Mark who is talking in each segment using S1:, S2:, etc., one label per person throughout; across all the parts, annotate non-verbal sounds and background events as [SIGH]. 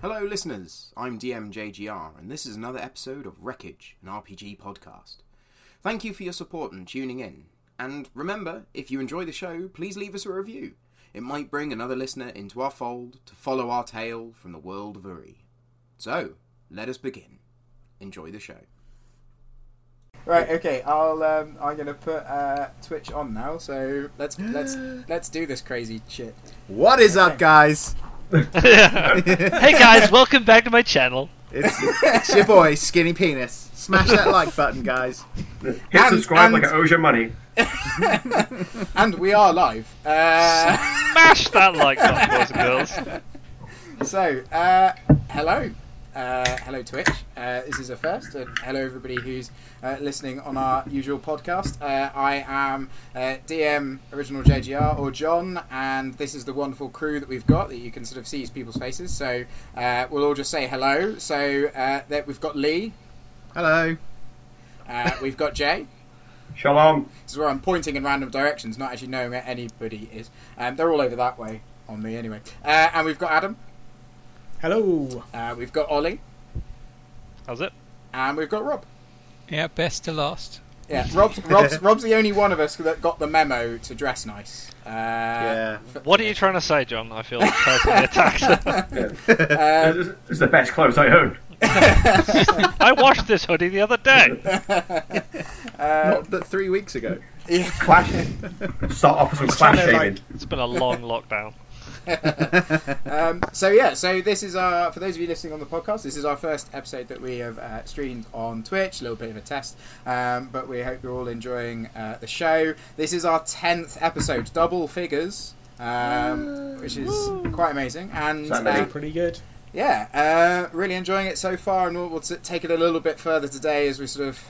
S1: Hello, listeners. I'm DMJGR, and this is another episode of Wreckage, an RPG podcast. Thank you for your support and tuning in. And remember, if you enjoy the show, please leave us a review. It might bring another listener into our fold to follow our tale from the world of Uri. So, let us begin. Enjoy the show.
S2: Right. Okay. I'll. Um, I'm gonna put uh, Twitch on now. So let's let's let's do this crazy shit.
S3: What is up, guys?
S4: hey guys, welcome back to my channel.
S3: It's,
S2: [LAUGHS]
S3: it's your boy, Skinny Penis. Smash that like button, guys.
S5: Hit
S2: And-
S5: subscribe like
S2: and-
S5: I owe you money.
S2: And we are live. Uh,
S4: Smash that like button, boys and girls.
S2: so uh, hello. Uh, hello Twitch. Uh, this is a first, and hello everybody who's uh, listening on our usual podcast. Uh, I am uh, DM Original JGR or John, and this is the wonderful crew that we've got that you can sort of see people's faces. So uh, we'll all just say hello. So uh, that we've got Lee,
S3: Hello.
S2: uh, we've got Jay.
S5: Shalom.
S2: This is where I'm pointing in random directions, not actually knowing where anybody is. Um, they're all over that way on me anyway. Uh, and we've got Adam,
S6: Hello.
S2: uh, we've got Ollie,
S4: How's it?
S2: and we've got Rob.
S7: Yeah, best to last.
S2: Yeah, Rob's, Rob's,
S3: [LAUGHS]
S2: Rob's the only one of us that got the memo to dress nice. Uh, [LAUGHS]
S3: Yeah. [LAUGHS]
S4: What are you trying to say, John? I feel personally attacked.
S3: [LAUGHS]
S2: Um,
S5: This is- this is the best clothes I own.
S4: I washed this hoodie the other
S2: Uh,
S4: day.
S3: Not but three weeks ago.
S5: Clash. Start off with some clash
S4: trying to,
S5: shaving.
S4: It's been a long lockdown.
S2: Um, so yeah, so this is our for those of you listening on the podcast, this is our first episode that we have uh, streamed on Twitch. A little bit of a test, um, but we hope you're all enjoying uh, the show. This is our tenth episode, [LAUGHS] double figures, um, which is quite amazing. And
S5: Sounds
S2: uh,
S5: amazing.
S6: Pretty good.
S2: yeah, uh, really enjoying it so far, and we'll, we'll t- take it a little bit further today as we sort of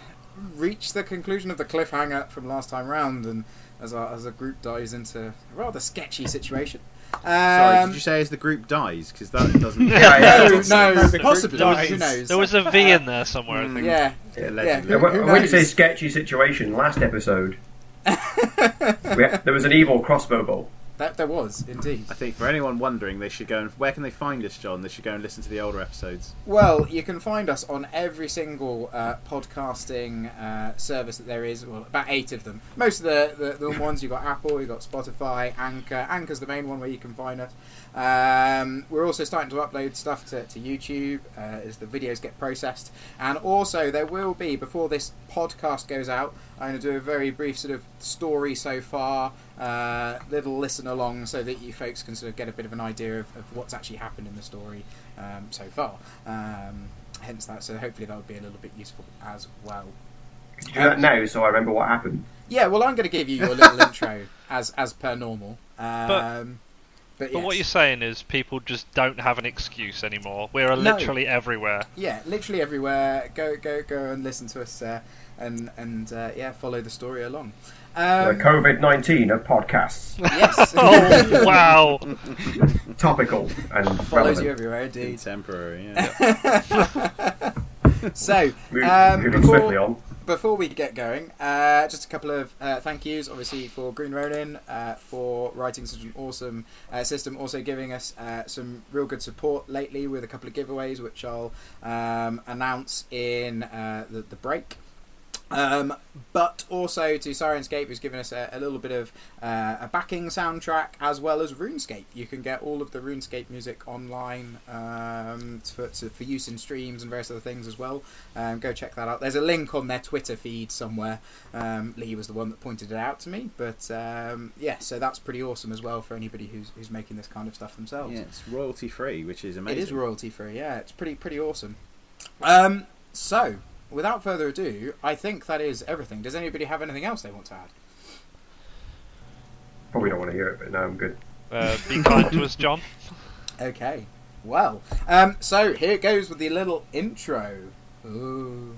S2: reach the conclusion of the cliffhanger from last time round, and as our as a group dives into a rather sketchy situation. Um,
S3: Sorry, did you say as the group dies? Because that
S2: [LAUGHS]
S3: doesn't.
S5: Yeah, yeah.
S2: no, no,
S6: The group
S2: possibly.
S6: dies.
S2: Who knows?
S4: There was Hmm, a V in there somewhere, I think.
S2: yeah,
S3: Allegedly.
S2: Who-
S5: Yeah,
S2: who
S5: when when you say
S2: knows?
S5: sketchy situation, last episode, we had- there was an evil crossbow bowl.
S2: [LAUGHS] that there was indeed.
S3: I think for anyone wondering, they should go and. Where can they find us, John? They should go and listen to the older episodes.
S2: Well, you can find us on every single uh, podcasting uh, service that there is. Well, about eight of them. Most of the, the, the ones you got Apple, you got Spotify, Anchor. Anchor's the main one where you can find us. Um, we're also starting to upload stuff to, to YouTube uh, as the videos get processed. And also, there will be before this podcast goes out. I'm going to do a very brief sort of story so far, uh, little listen along, so that you folks can sort of get a bit of an idea of, of what's actually happened in the story um, so far. Um, hence that. So hopefully that would be a little bit useful as well.
S5: Could you do
S2: Um,
S5: that now so I remember what happened?
S2: Yeah. Well, I'm going to give you your little intro as as per normal. Um, but
S4: But
S2: yes.
S4: what you're saying is people just don't have an excuse anymore. We're
S2: No.
S4: literally everywhere.
S2: yeah, literally everywhere. Go go go and listen to us uh, and and uh, yeah, follow the story along. Um,
S5: the COVID 19 of [LAUGHS] podcasts.
S2: yes.
S4: [LAUGHS] Oh, [LAUGHS] wow.
S5: Topical and
S2: [LAUGHS] Follows you
S5: relevant.
S2: everywhere, indeed.
S3: Contemporary, yeah.
S2: [LAUGHS] So,
S5: Move-
S2: um,
S5: moving swiftly
S2: before,
S5: on.
S2: before we get going, uh, just a couple of uh, thank yous, obviously, for Green Ronin uh, for writing such an awesome uh, system, also giving us uh, some real good support lately with a couple of giveaways, which I'll um, announce in uh, the, the break. Um, but also to Sirenscape, who's given us a, a little bit of uh, a backing soundtrack as well as RuneScape. You can get all of the RuneScape music online um, for, to, for use in streams and various other things as well. Um, go check that out. There's a link on their Twitter feed somewhere. Um, Lee was the one that pointed it out to me. But um, yeah, so that's pretty awesome as well for anybody who's, who's making this kind of stuff themselves.
S3: yeah. It's royalty free, which is amazing.
S2: It is royalty free. Yeah, it's pretty pretty awesome. Um, so without further ado, I think that is everything. Does anybody have anything else they want to add?
S5: Probably don't want to hear it, but no, I'm good.
S4: Uh, be kind to us, John.
S2: Okay. Well, um, so here it goes with the little intro. Ooh.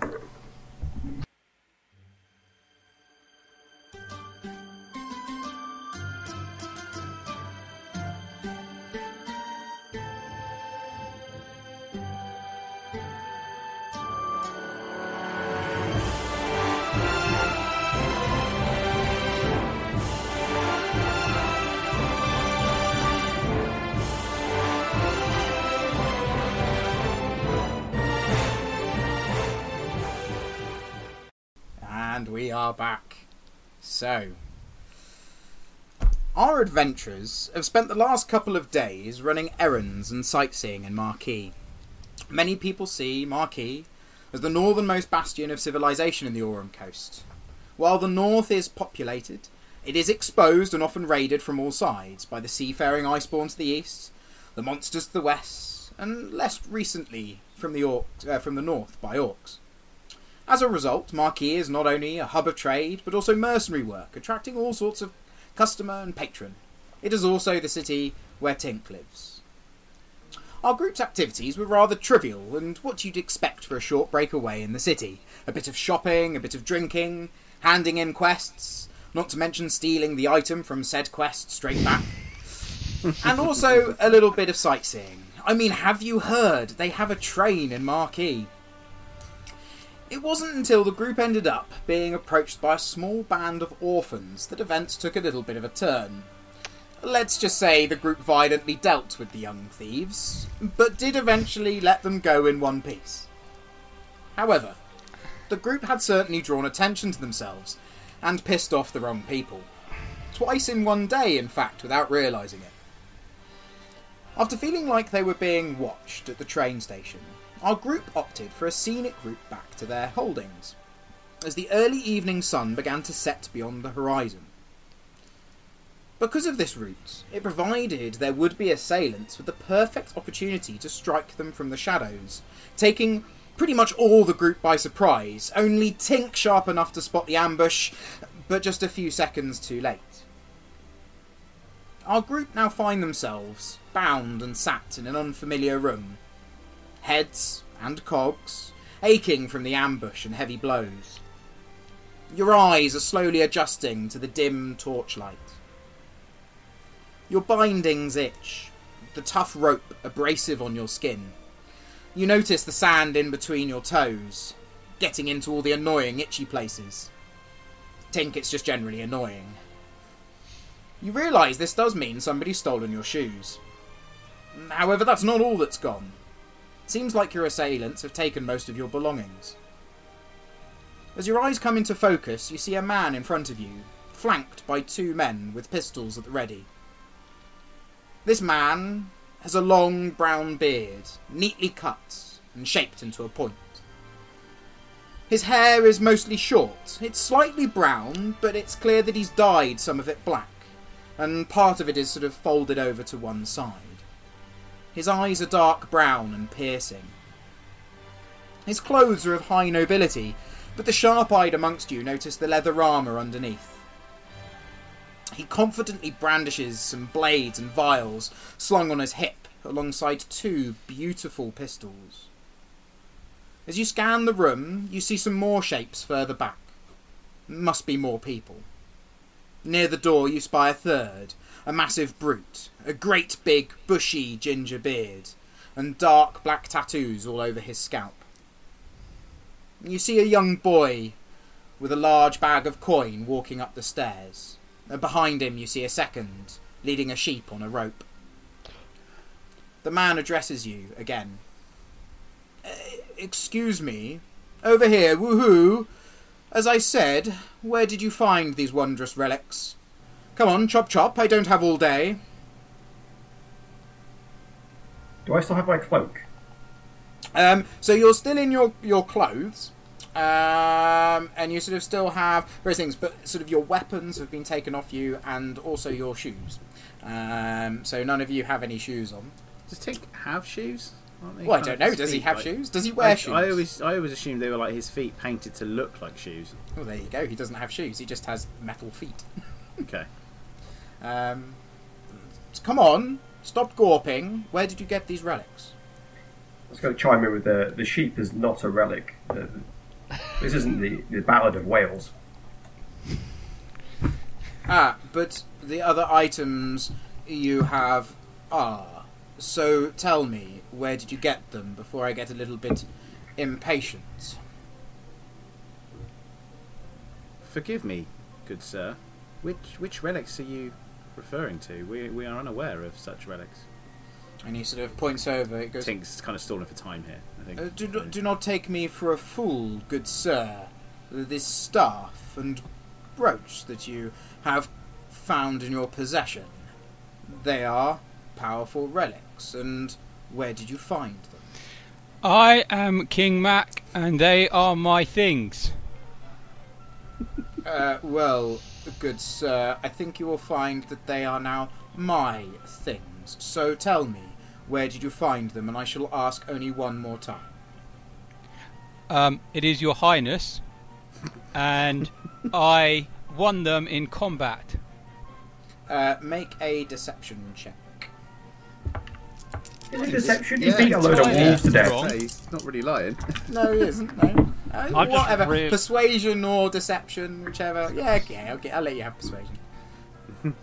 S2: are back. So, our adventurers have spent the last couple of days running errands and sightseeing in Marquis. Many people see Marquis as the northernmost bastion of civilization in the Aurum coast. While the north is populated, it is exposed and often raided from all sides by the seafaring iceborn to the east, the monsters to the west, and less recently from the orcs, uh, from the north by orcs. As a result, Marquis is not only a hub of trade but also mercenary work, attracting all sorts of customer and patron. It is also the city where Tink lives. Our group's activities were rather trivial and what you'd expect for a short breakaway in the city. A bit of shopping, a bit of drinking, handing in quests, not to mention stealing the item from said quest straight back. and also a little bit of sightseeing. I mean, have you heard? They have a train in Marquee. It wasn't until the group ended up being approached by a small band of orphans that events took a little bit of a turn. Let's just say the group violently dealt with the young thieves, but did eventually let them go in one piece. However, the group had certainly drawn attention to themselves and pissed off the wrong people. Twice in one day, in fact, without realising it. After feeling like they were being watched at the train station, our group opted for a scenic route back to their holdings, as the early evening sun began to set beyond the horizon. Because of this route, it provided their would be assailants with the perfect opportunity to strike them from the shadows, taking pretty much all the group by surprise, only Tink sharp enough to spot the ambush, but just a few seconds too late. Our group now find themselves bound and sat in an unfamiliar room, heads and cogs, aching from the ambush and heavy blows. Your eyes are slowly adjusting to the dim torchlight. Your bindings itch, the tough rope abrasive on your skin. You notice the sand in between your toes, getting into all the annoying itchy places. Tink, it's just generally annoying. You realise this does mean somebody's stolen your shoes. However, that's not all that's gone. Seems like your assailants have taken most of your belongings. As your eyes come into focus, you see a man in front of you, flanked by two men with pistols at the ready. This man has a long brown beard, neatly cut and shaped into a point. His hair is mostly short. It's slightly brown, but it's clear that he's dyed some of it black, and part of it is sort of folded over to one side. His eyes are dark brown and piercing. His clothes are of high nobility, but the sharp eyed amongst you notice the leather armour underneath. He confidently brandishes some blades and vials slung on his hip alongside two beautiful pistols. As you scan the room, you see some more shapes further back. Must be more people. Near the door, you spy a third, a massive brute, a great big, bushy ginger beard, and dark black tattoos all over his scalp. You see a young boy with a large bag of coin walking up the stairs. And behind him, you see a second, leading a sheep on a rope. The man addresses you again. "Uh, excuse me. Over here, woohoo! As I said, where did you find these wondrous relics? Come on, chop chop, I don't have all day.
S5: Do I still have my cloak?
S2: Um, so you're still in your your clothes, um, and you sort of still have various things, but sort of your weapons have been taken off you, and also your shoes. Um, so none of you have any shoes on.
S3: Does Tink have shoes? Aren't they
S2: Well, I
S3: kind
S2: don't
S3: of
S2: know. Does he
S3: speak
S2: have
S3: like-
S2: shoes? Does he
S3: I,
S2: wear shoes?
S3: I always, I always assumed they were like his feet painted to look like shoes.
S2: Oh, there you go. He doesn't have shoes. He just has metal feet.
S3: Okay.
S2: Um, come on, stop gawping. Where did you get these relics?
S5: Let's go chime in with the the sheep is not a relic. The- the- this isn't the, the Ballad of Wales.
S2: Ah, but the other items you have are. So tell me, where did you get them before I get a little bit impatient?
S3: Forgive me, good sir. Which which relics are you referring to? We we are unaware of such relics.
S2: And he sort of points over, it goes,
S3: Uh, Tink's kind of stalling for time here. I think.
S2: uh, do, not, do not take me for a fool, good sir. this staff and brooch that you have found in your possession. They are powerful relics, and where did you find them?
S7: I am King Mac, and they are my things.
S2: Uh, well, good sir, I think you will find that they are now my things. So tell me, where did you find them? And I shall ask only one more time.
S7: Um, it is your highness, and I won them in combat.
S2: Uh, make a deception check.
S5: Is it deception?
S3: Yeah.
S5: You beat a load of
S7: Yeah.
S5: wolves to death.
S7: Wrong.
S3: Hey, he's not really lying.
S2: No, it isn't. No. [LAUGHS] Uh,
S4: I've just
S2: whatever.
S4: re-
S2: Persuasion or deception, whichever. Yeah, okay, okay. I'll let you have persuasion.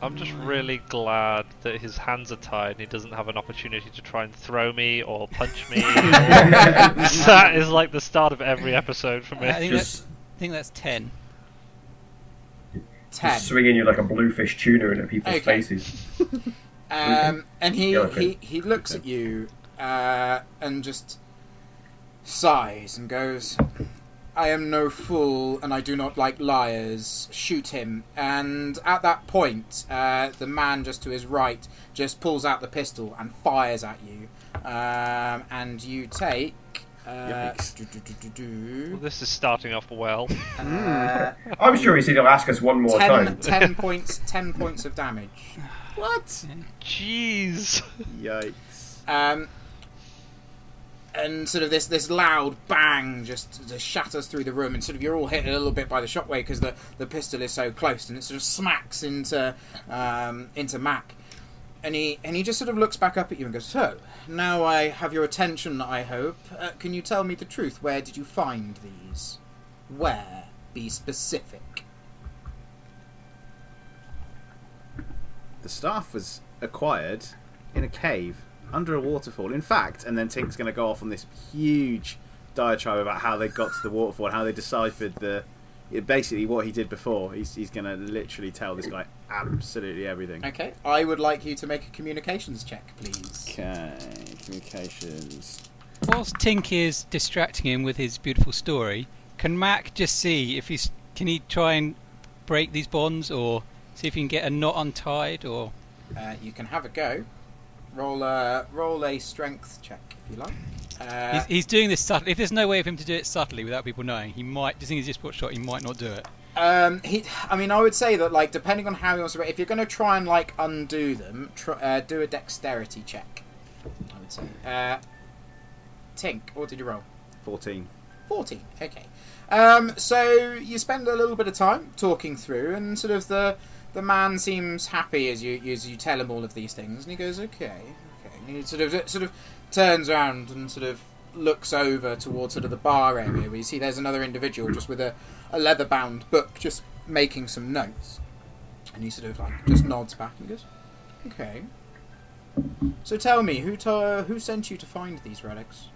S4: I'm just really glad that his hands are tied and he doesn't have an opportunity to try and throw me or punch me. or... that is like the start of every episode for me.
S7: I think,
S5: Just,
S7: that's, I think that's 10.
S2: Ten.
S5: just swinging you like a bluefish tuna into people's
S2: Okay.
S5: faces.
S2: Um, and he,
S5: Yeah, okay.
S2: he, he looks at you uh, and just sighs and goes, I am no fool and I do not like liars. Shoot him. And at that point, uh, the man just to his right just pulls out the pistol and fires at you. Um, and you take. Uh,
S3: Yikes.
S2: do, do, do, do, do,
S4: Well, this is starting off well.
S2: uh,
S5: I'm sure he's going to ask us one more
S2: ten,
S5: time. [LAUGHS]
S2: ten points. Ten points of damage.
S3: What?
S7: [LAUGHS]
S4: Jeez.
S3: Yikes.
S2: Um, and sort of this this loud bang just, just shatters through the room, and sort of you're all hit a little bit by the shockwave because the, the pistol is so close, and it sort of smacks into um, into Mac, and he and he just sort of looks back up at you and goes, "So now I have your attention. I hope. Uh, can you tell me the truth? Where did you find these? Where? Be specific."
S3: The staff was acquired in a cave under a waterfall. In fact, and then Tink's going to go off on this huge diatribe about how they got to the waterfall and how they deciphered the. it- Basically, what he did before. He's, he's going to literally tell this guy absolutely everything.
S2: Okay, I would like you to make a communications check, please.
S3: Okay, communications.
S7: Whilst Tink is distracting him with his beautiful story, can Mac just see if he's. Can he try and break these bonds or see if he can get a knot untied or.
S2: Uh, you can have a go. Roll a roll a strength check if you like. Uh,
S7: He's, he's doing this subtly. If there's no way of him to do it subtly without people knowing, he might. Do you think he's just got shot? He might not do it.
S2: um, he, I mean, I would say that like depending on how you want to, if you're going to try and like undo them, tr- uh, do a dexterity check. I would say. Uh, Tink, what did you roll?
S3: 14.
S2: 14. Okay. Um, so you spend a little bit of time talking through, and sort of the the man seems happy as you as you tell him all of these things, and he goes, "Okay, okay." And he sort of sort of turns around and sort of looks over towards sort of the bar area where you see there's another individual just with a, a leather bound book just making some notes, and he sort of like just nods back and goes, "Okay." So tell me, who to, who sent you to find these relics?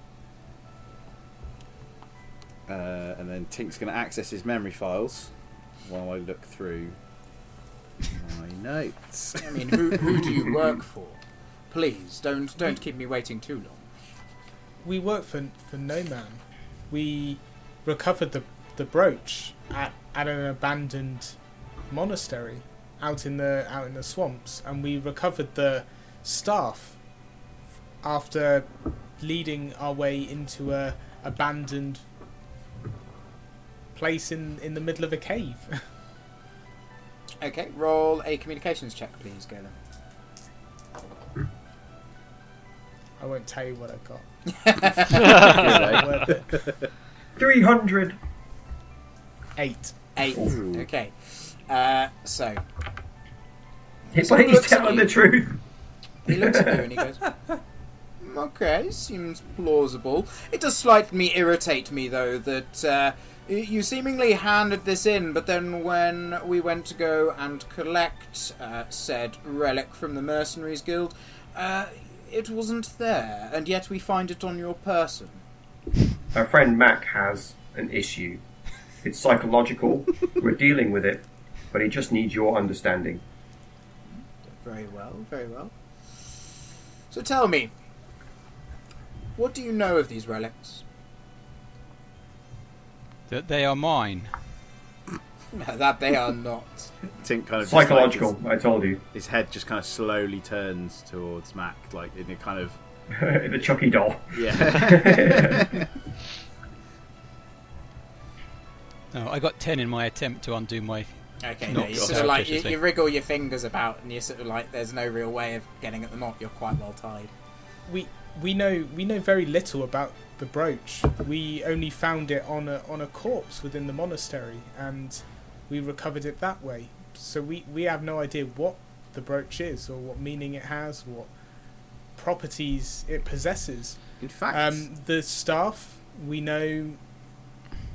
S3: Uh, and then Tink's going to access his memory files while I look through my [LAUGHS]
S6: [LAUGHS]
S3: notes.
S2: I mean, who, who do you work for? Please don't don't keep me waiting too long.
S6: We work for for no man. We recovered the the brooch at, at an abandoned monastery out in the out in the swamps, and we recovered the staff after leading our way into a abandoned place in in the middle of a cave. [LAUGHS]
S2: Okay, roll a communications check, please, Galen.
S6: I won't tell you what I
S3: Anyway,
S6: got. Worth it.
S5: 300.
S6: Eight.
S2: Eight.
S3: Ooh.
S2: Okay. Uh, so
S5: It's
S2: So
S5: like
S2: he
S5: he's
S2: looks at
S5: telling
S2: you.
S5: the truth.
S2: he looks at you and he goes, [LAUGHS] "Hmm, "Okay, seems plausible. It does slightly irritate me though that uh, y- you seemingly handed this in, but then when we went to go and collect uh, said relic from the Mercenaries Guild, uh, it wasn't there, and yet we find it on your person."
S5: Our friend Mac has an issue.
S2: [LAUGHS]
S5: It's psychological. We're dealing with it, but he just needs your understanding.
S2: Very well, very well. So tell me, what do you know of these relics?
S7: That they are mine.
S2: [LAUGHS] that they are not.
S3: Tink kind of just, like,
S5: Psychological, I told you. [LAUGHS]
S3: his, his head just kind of slowly turns towards Mac, like in a kind of
S5: the Chucky doll.
S6: [LAUGHS]
S3: yeah.
S7: No, I got ten in my attempt to undo my.
S2: Okay,
S7: Not
S2: no, you
S7: got
S2: sort of like you,
S7: surreptitiously.
S2: you wriggle your fingers about, and you're sort of like, there's no real way of getting at the knot. You're quite well tied.
S6: we we know we know very little about the brooch. We only found it on a on a corpse within the monastery, and we recovered it that way. So we we have no idea what the brooch is, or what meaning it has, what properties it possesses.
S3: In fact,
S6: Um, the staff we know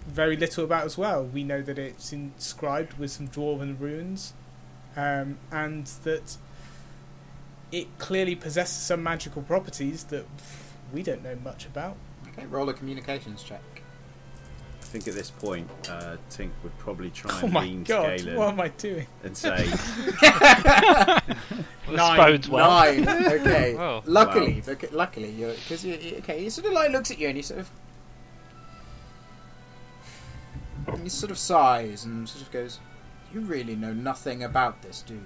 S6: very little about as well. We know that it's inscribed with some dwarven runes, um, and that it clearly possesses some magical properties that we don't know much about.
S2: Okay, roll a communications check.
S3: I think at this point, uh, Tink would probably try
S6: [LAUGHS] oh
S3: and
S6: my
S3: lean
S6: god,
S3: to Galen
S6: what am I doing?
S3: and say,
S4: This
S6: Nine,
S4: bodes well.
S2: Nine. Okay.
S4: Wow.
S2: Luckily, bec- luckily, you're because you you- okay. He sort of like looks at you and he sort of and he sort of sighs and sort of goes, "You really know nothing about this, do you?"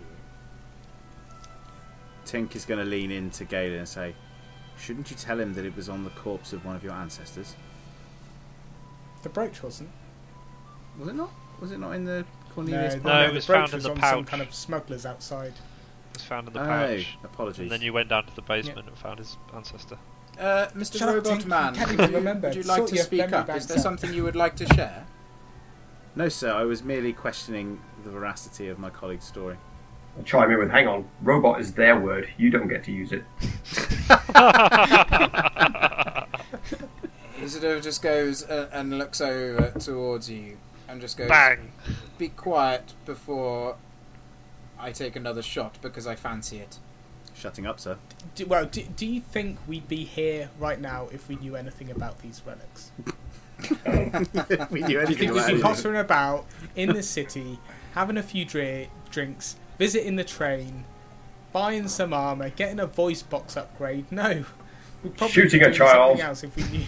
S3: Tink is going to lean into Galen and say, "Shouldn't you tell him that it was on the corpse of one of your ancestors?
S6: The brooch wasn't.
S3: Was it not? Was it not in the
S6: No,
S3: Cornelius?"
S6: the-
S4: No, it
S6: the
S4: was
S6: brooch
S4: found in
S6: was
S4: the
S6: on some
S4: pouch.
S6: kind of smugglers outside.
S4: It's found in the
S3: Oh,
S4: pouch.
S3: apologies.
S4: And then you went down to the basement and found his
S7: [LAUGHS]
S4: ancestor. [LAUGHS]
S2: Uh, Mr.
S6: Shut up,
S2: Robot
S6: Tink.
S2: Man,
S6: Can't
S2: would
S6: even
S2: you,
S6: remember.
S2: would you
S6: Sort
S2: like to
S6: your
S2: speak
S6: memory
S2: up?
S6: banks
S2: Is there
S6: out.
S2: something you would like to share?
S3: No, sir. I was merely questioning the veracity of my colleague's story.
S5: I'll chime in with, hang on, robot is their word, you don't get to use it.
S2: He sort of just goes uh, and looks over towards you and just goes,
S4: Bang!
S2: "Be quiet before I take another shot because I fancy it."
S3: Shutting up, sir. [LAUGHS]
S6: Do, well, do, do you think we'd be here right now if we knew anything about these relics?
S3: we knew
S6: Do you
S3: anything
S6: think we'd
S3: about
S6: be
S3: it.
S6: pottering about in the city, having a few dri- drinks, visiting the train, buying some armor, getting a voice box upgrade? No, we'd probably
S5: Shooting
S6: be
S5: a
S6: doing
S5: child.
S6: Something else if we knew.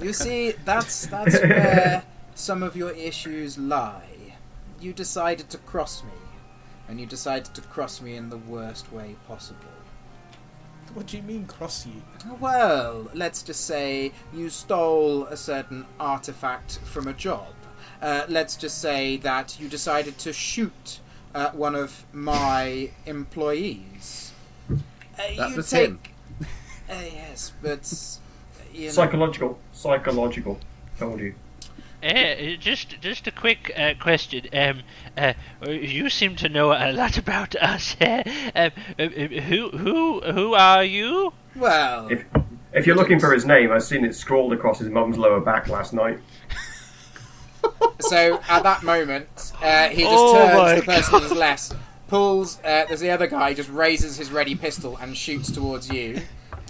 S2: You see, that's
S3: [LAUGHS]
S2: that's where some of your issues lie. You decided to cross me, and you decided to cross me in the worst way possible.
S6: What do you mean cross you?
S2: Well, let's just say you stole a certain artifact from a job. Uh, let's just say that you decided to shoot uh, one of my employees. Uh,
S3: That
S2: you
S3: was
S2: take.
S3: him.
S2: [LAUGHS] Uh, yes, but uh, you know,
S5: Psychological, psychological, told you.
S8: Uh, just, just a quick uh, question. Um, uh, you seem to know a lot about us. [LAUGHS] um, uh, uh, who, who, who are you?
S2: well,
S5: If, if you're looking for his name, I've seen it scrawled across his mum's lower back last night.
S2: So at that moment, uh, he just
S4: Oh my
S2: turns to the person who's left, pulls. Uh, there's the other guy. Just raises his ready pistol and shoots towards you.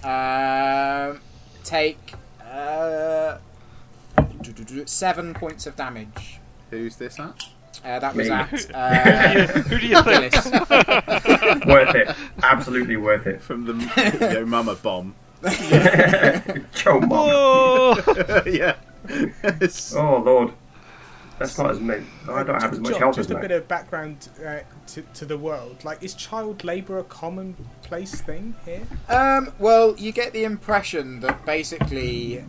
S2: Um, take uh, seven points of damage.
S3: Who's this at?
S2: Uh, that was
S5: Me.
S2: at uh,
S4: [LAUGHS] Who do you think?
S2: Gillis.
S5: worth it.
S2: [LAUGHS]
S5: Absolutely worth
S3: [LAUGHS]
S5: it.
S3: From the Yo Mama [LAUGHS] bomb.
S8: [LAUGHS]
S5: Joe Mum.
S8: Uh,
S4: Oh,
S3: [LAUGHS] yeah. It's-
S5: Oh, Lord. That's not as much. I don't have as much
S6: John,
S5: help as
S6: just a bit
S5: that.
S6: of background uh, to, to the world. Like, is child labour a commonplace thing here?
S2: Um, well, you get the impression that basically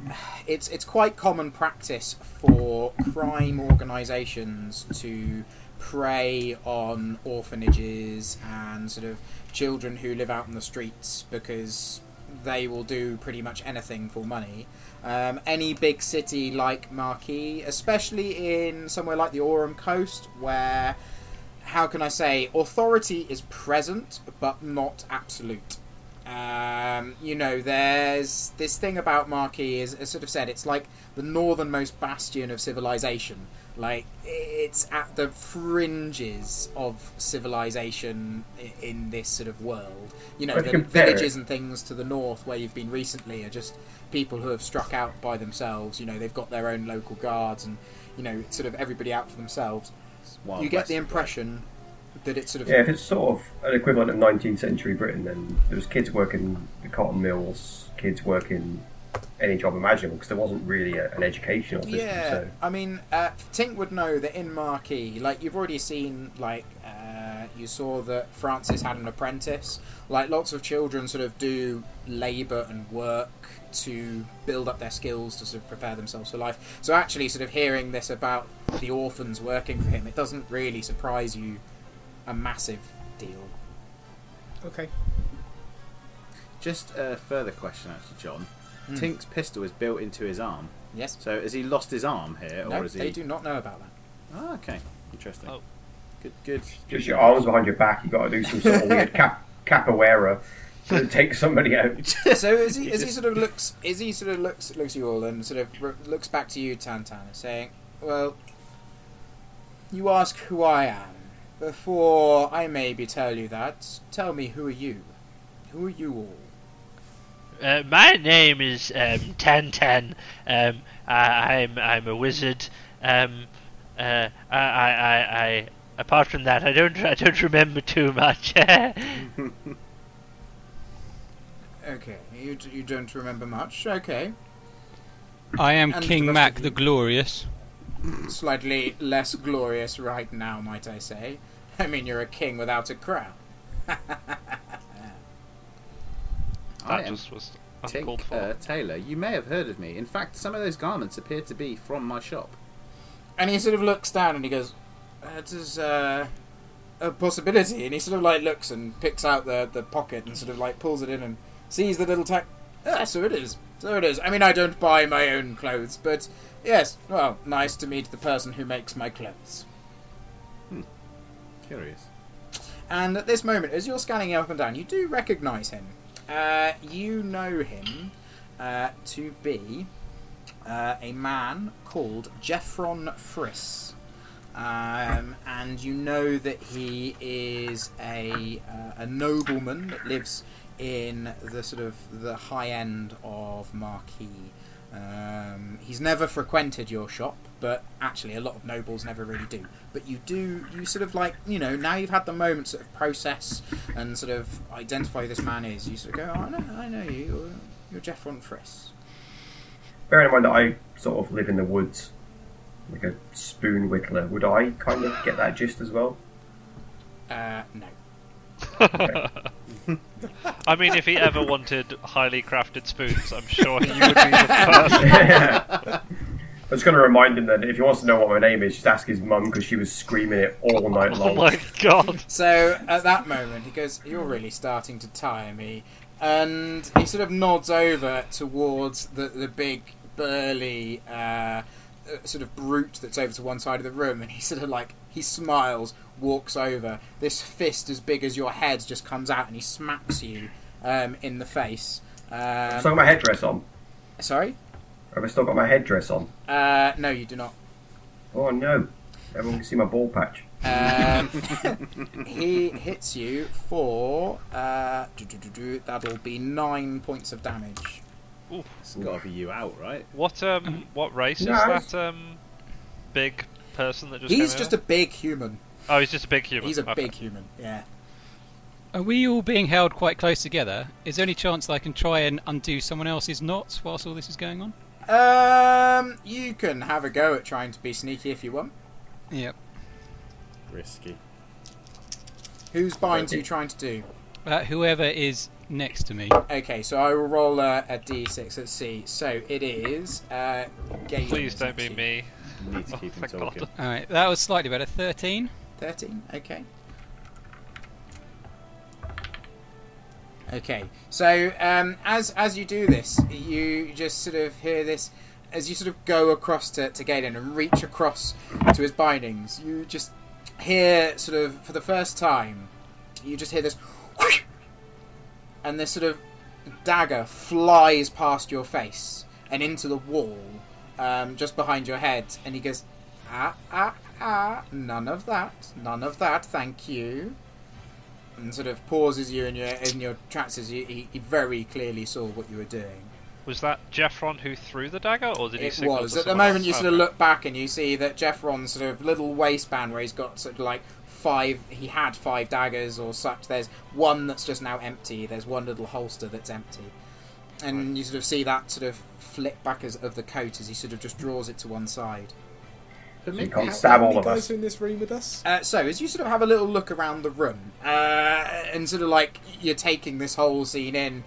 S2: it's it's quite common practice for crime organisations to prey on orphanages and sort of children who live out in the streets because they will do pretty much anything for money. Um, any big city like Marquis, especially in somewhere like the Aurum Coast, where how can I say authority is present but not absolute. Um, you know, there's this thing about Marquis is, as sort of said, it's like the northernmost bastion of civilization. Like it's at the fringes of civilization i- in this sort of world. You know,
S5: But
S2: the
S5: compare it.
S2: villages and things to the north where you've been recently are just people who have struck out by themselves. You know, they've got their own local guards and you know, it's sort of everybody out for themselves.
S3: it's Wild
S2: you get
S3: West.
S2: the impression that it's sort of
S5: Yeah, if it's sort of an equivalent of 19th century Britain, then there was kids working the cotton mills, kids working any job imaginable because there wasn't really a, an educational system.
S2: Yeah,
S5: So
S2: I mean, uh, Tink would know that in Marquee, like you've already seen, like uh, you saw that Francis had an apprentice. Like lots of children sort of do labour and work to build up their skills to sort of prepare themselves for life. So actually, sort of hearing this about the orphans working for him, it doesn't really surprise you a massive deal.
S6: Okay.
S3: Just a further question, actually, John.
S4: Hmm.
S3: Tink's pistol is built into his arm.
S2: Yes.
S3: So has he lost his arm here, or
S2: No,
S3: is he?
S2: they do not know about that.
S3: Ah, okay, interesting.
S4: Oh.
S3: Good,
S4: [LAUGHS]
S3: good. good.
S5: just your arms behind your back, you got to do some sort of
S6: [LAUGHS]
S5: weird cap, capoeira to take somebody out.
S2: so as [LAUGHS] he, as he sort of looks, as he sort of looks looks at you all and sort of r- looks back to you, Tantan, and saying, "Well, you ask who I am. Before I maybe tell you that, tell me who are you? Who are you all?
S8: Uh, my name is um, Tan Tan. Um, I, I'm I'm a wizard. Um, uh, I, I, I, I apart from that, I don't I don't remember too much. [LAUGHS]
S2: Okay, you d- you don't remember much. Okay,
S7: I am
S2: And
S7: King
S2: the rest
S7: Mac
S2: of
S7: the
S2: you.
S7: Glorious.
S2: slightly less glorious right now, might I say? I mean, you're a king without a crown.
S3: I
S4: That
S3: am
S4: just was uncalled
S3: Tink
S4: for.
S3: uh, Taylor. You may have heard of me. In fact, some of those garments appear to be from my shop.
S2: and he sort of looks down and he goes, "That is uh, a possibility." And he sort of like looks and picks out the the pocket and sort of like pulls it in and sees the little tag. Ah, so it is. So it is. I mean, I don't buy my own clothes, but yes. Well, nice to meet the person who makes my clothes.
S3: Curious.
S2: And at this moment, as you're scanning him up and down, you do recognise him. Uh, you know him uh, to be uh, a man called Jeffron Friss. Um, and you know that he is a, uh, a nobleman that lives in the sort of the high end of Marquis. Um, he's never frequented your shop, but actually, a lot of nobles never really do. But you do, you sort of like, you know, now you've had the moment sort of process and sort of identify who this man is. You sort of go, oh, I know, I know you. You're, you're Jeff Von Friss.
S5: Bearing in mind that I sort of live in the woods, like a spoon whittler, would I kind of get that gist as well?
S2: Uh, no.
S4: I mean, if he ever wanted highly crafted spoons, I'm sure he would
S8: [LAUGHS]
S4: be the first.
S5: I was going to remind him that if he wants to know what my name is, just ask his mum because she was screaming it all night
S4: [LAUGHS] Oh
S5: long.
S4: my god!
S2: So at that moment, he goes, You're really starting to tire me. And he sort of nods over towards the, the big, burly, uh, uh, sort of brute that's over to one side of the room. And he sort of like, he smiles, walks over. This fist as big as your head just comes out and he smacks you um, in the face. Um,
S5: So I got my headdress on.
S2: sorry?
S5: Have I still got my headdress on?
S2: Uh, no, you do not.
S5: Oh no! Everyone can see my ball patch.
S2: Um, [LAUGHS] he hits you for uh, do, do, do, do, that'll be nine points of damage.
S3: It's got to be you out, right?
S4: What um, what race is
S5: Nice.
S4: that um, big person that just?
S2: he's
S4: came
S2: just
S4: over?
S2: a big human.
S4: Oh, he's just a big human.
S2: He's a
S4: Okay.
S2: big human. Yeah.
S7: Are we all being held quite close together? Is there any chance that I can try and undo someone else's knots whilst all this is going on?
S2: Um, you can have a go at trying to be sneaky if you want.
S7: Yep.
S3: Risky.
S2: Whose binds are you
S5: Okay.
S2: trying to do?
S7: Uh, whoever is next to me.
S2: Okay, so I will roll a, a d6. Let's see. So it is. Uh, Galen,
S4: Please
S2: is
S4: don't be
S2: next.
S4: me.
S3: You need to keep him
S4: Thank God.
S3: talking.
S7: All right, that was slightly better. Thirteen.
S2: Thirteen. Okay. Okay. So um, as as you do this, you just sort of hear this as you sort of go across to, to Galen and reach across to his bindings. You just hear sort of for the first time, you just hear this, whoosh, and this sort of dagger flies past your face and into the wall um, just behind your head, and he goes, ah ah ah, none of that, none of that, thank you and sort of pauses you in your in your tracks as you, he, he very clearly saw what you were doing.
S4: Was that Jeffron who threw the dagger, or did he?
S2: It
S4: signal
S2: was
S4: to
S2: at the
S4: someone
S2: moment you
S4: else?
S2: sort of
S4: Okay.
S2: look back and you see that Jeffron's sort of little waistband where he's got sort of like five. He had five daggers or such. There's one that's just now empty. There's one little holster that's empty, and you sort of see that sort of flip back as, of the coat as he sort of just draws it to one side.
S5: You can't stab
S6: How
S5: all
S6: many
S5: of
S6: guys
S5: us.
S6: are in this room with us?
S2: Uh, so, as you sort of have a little look around the room, uh, and sort of like you're taking this whole scene in,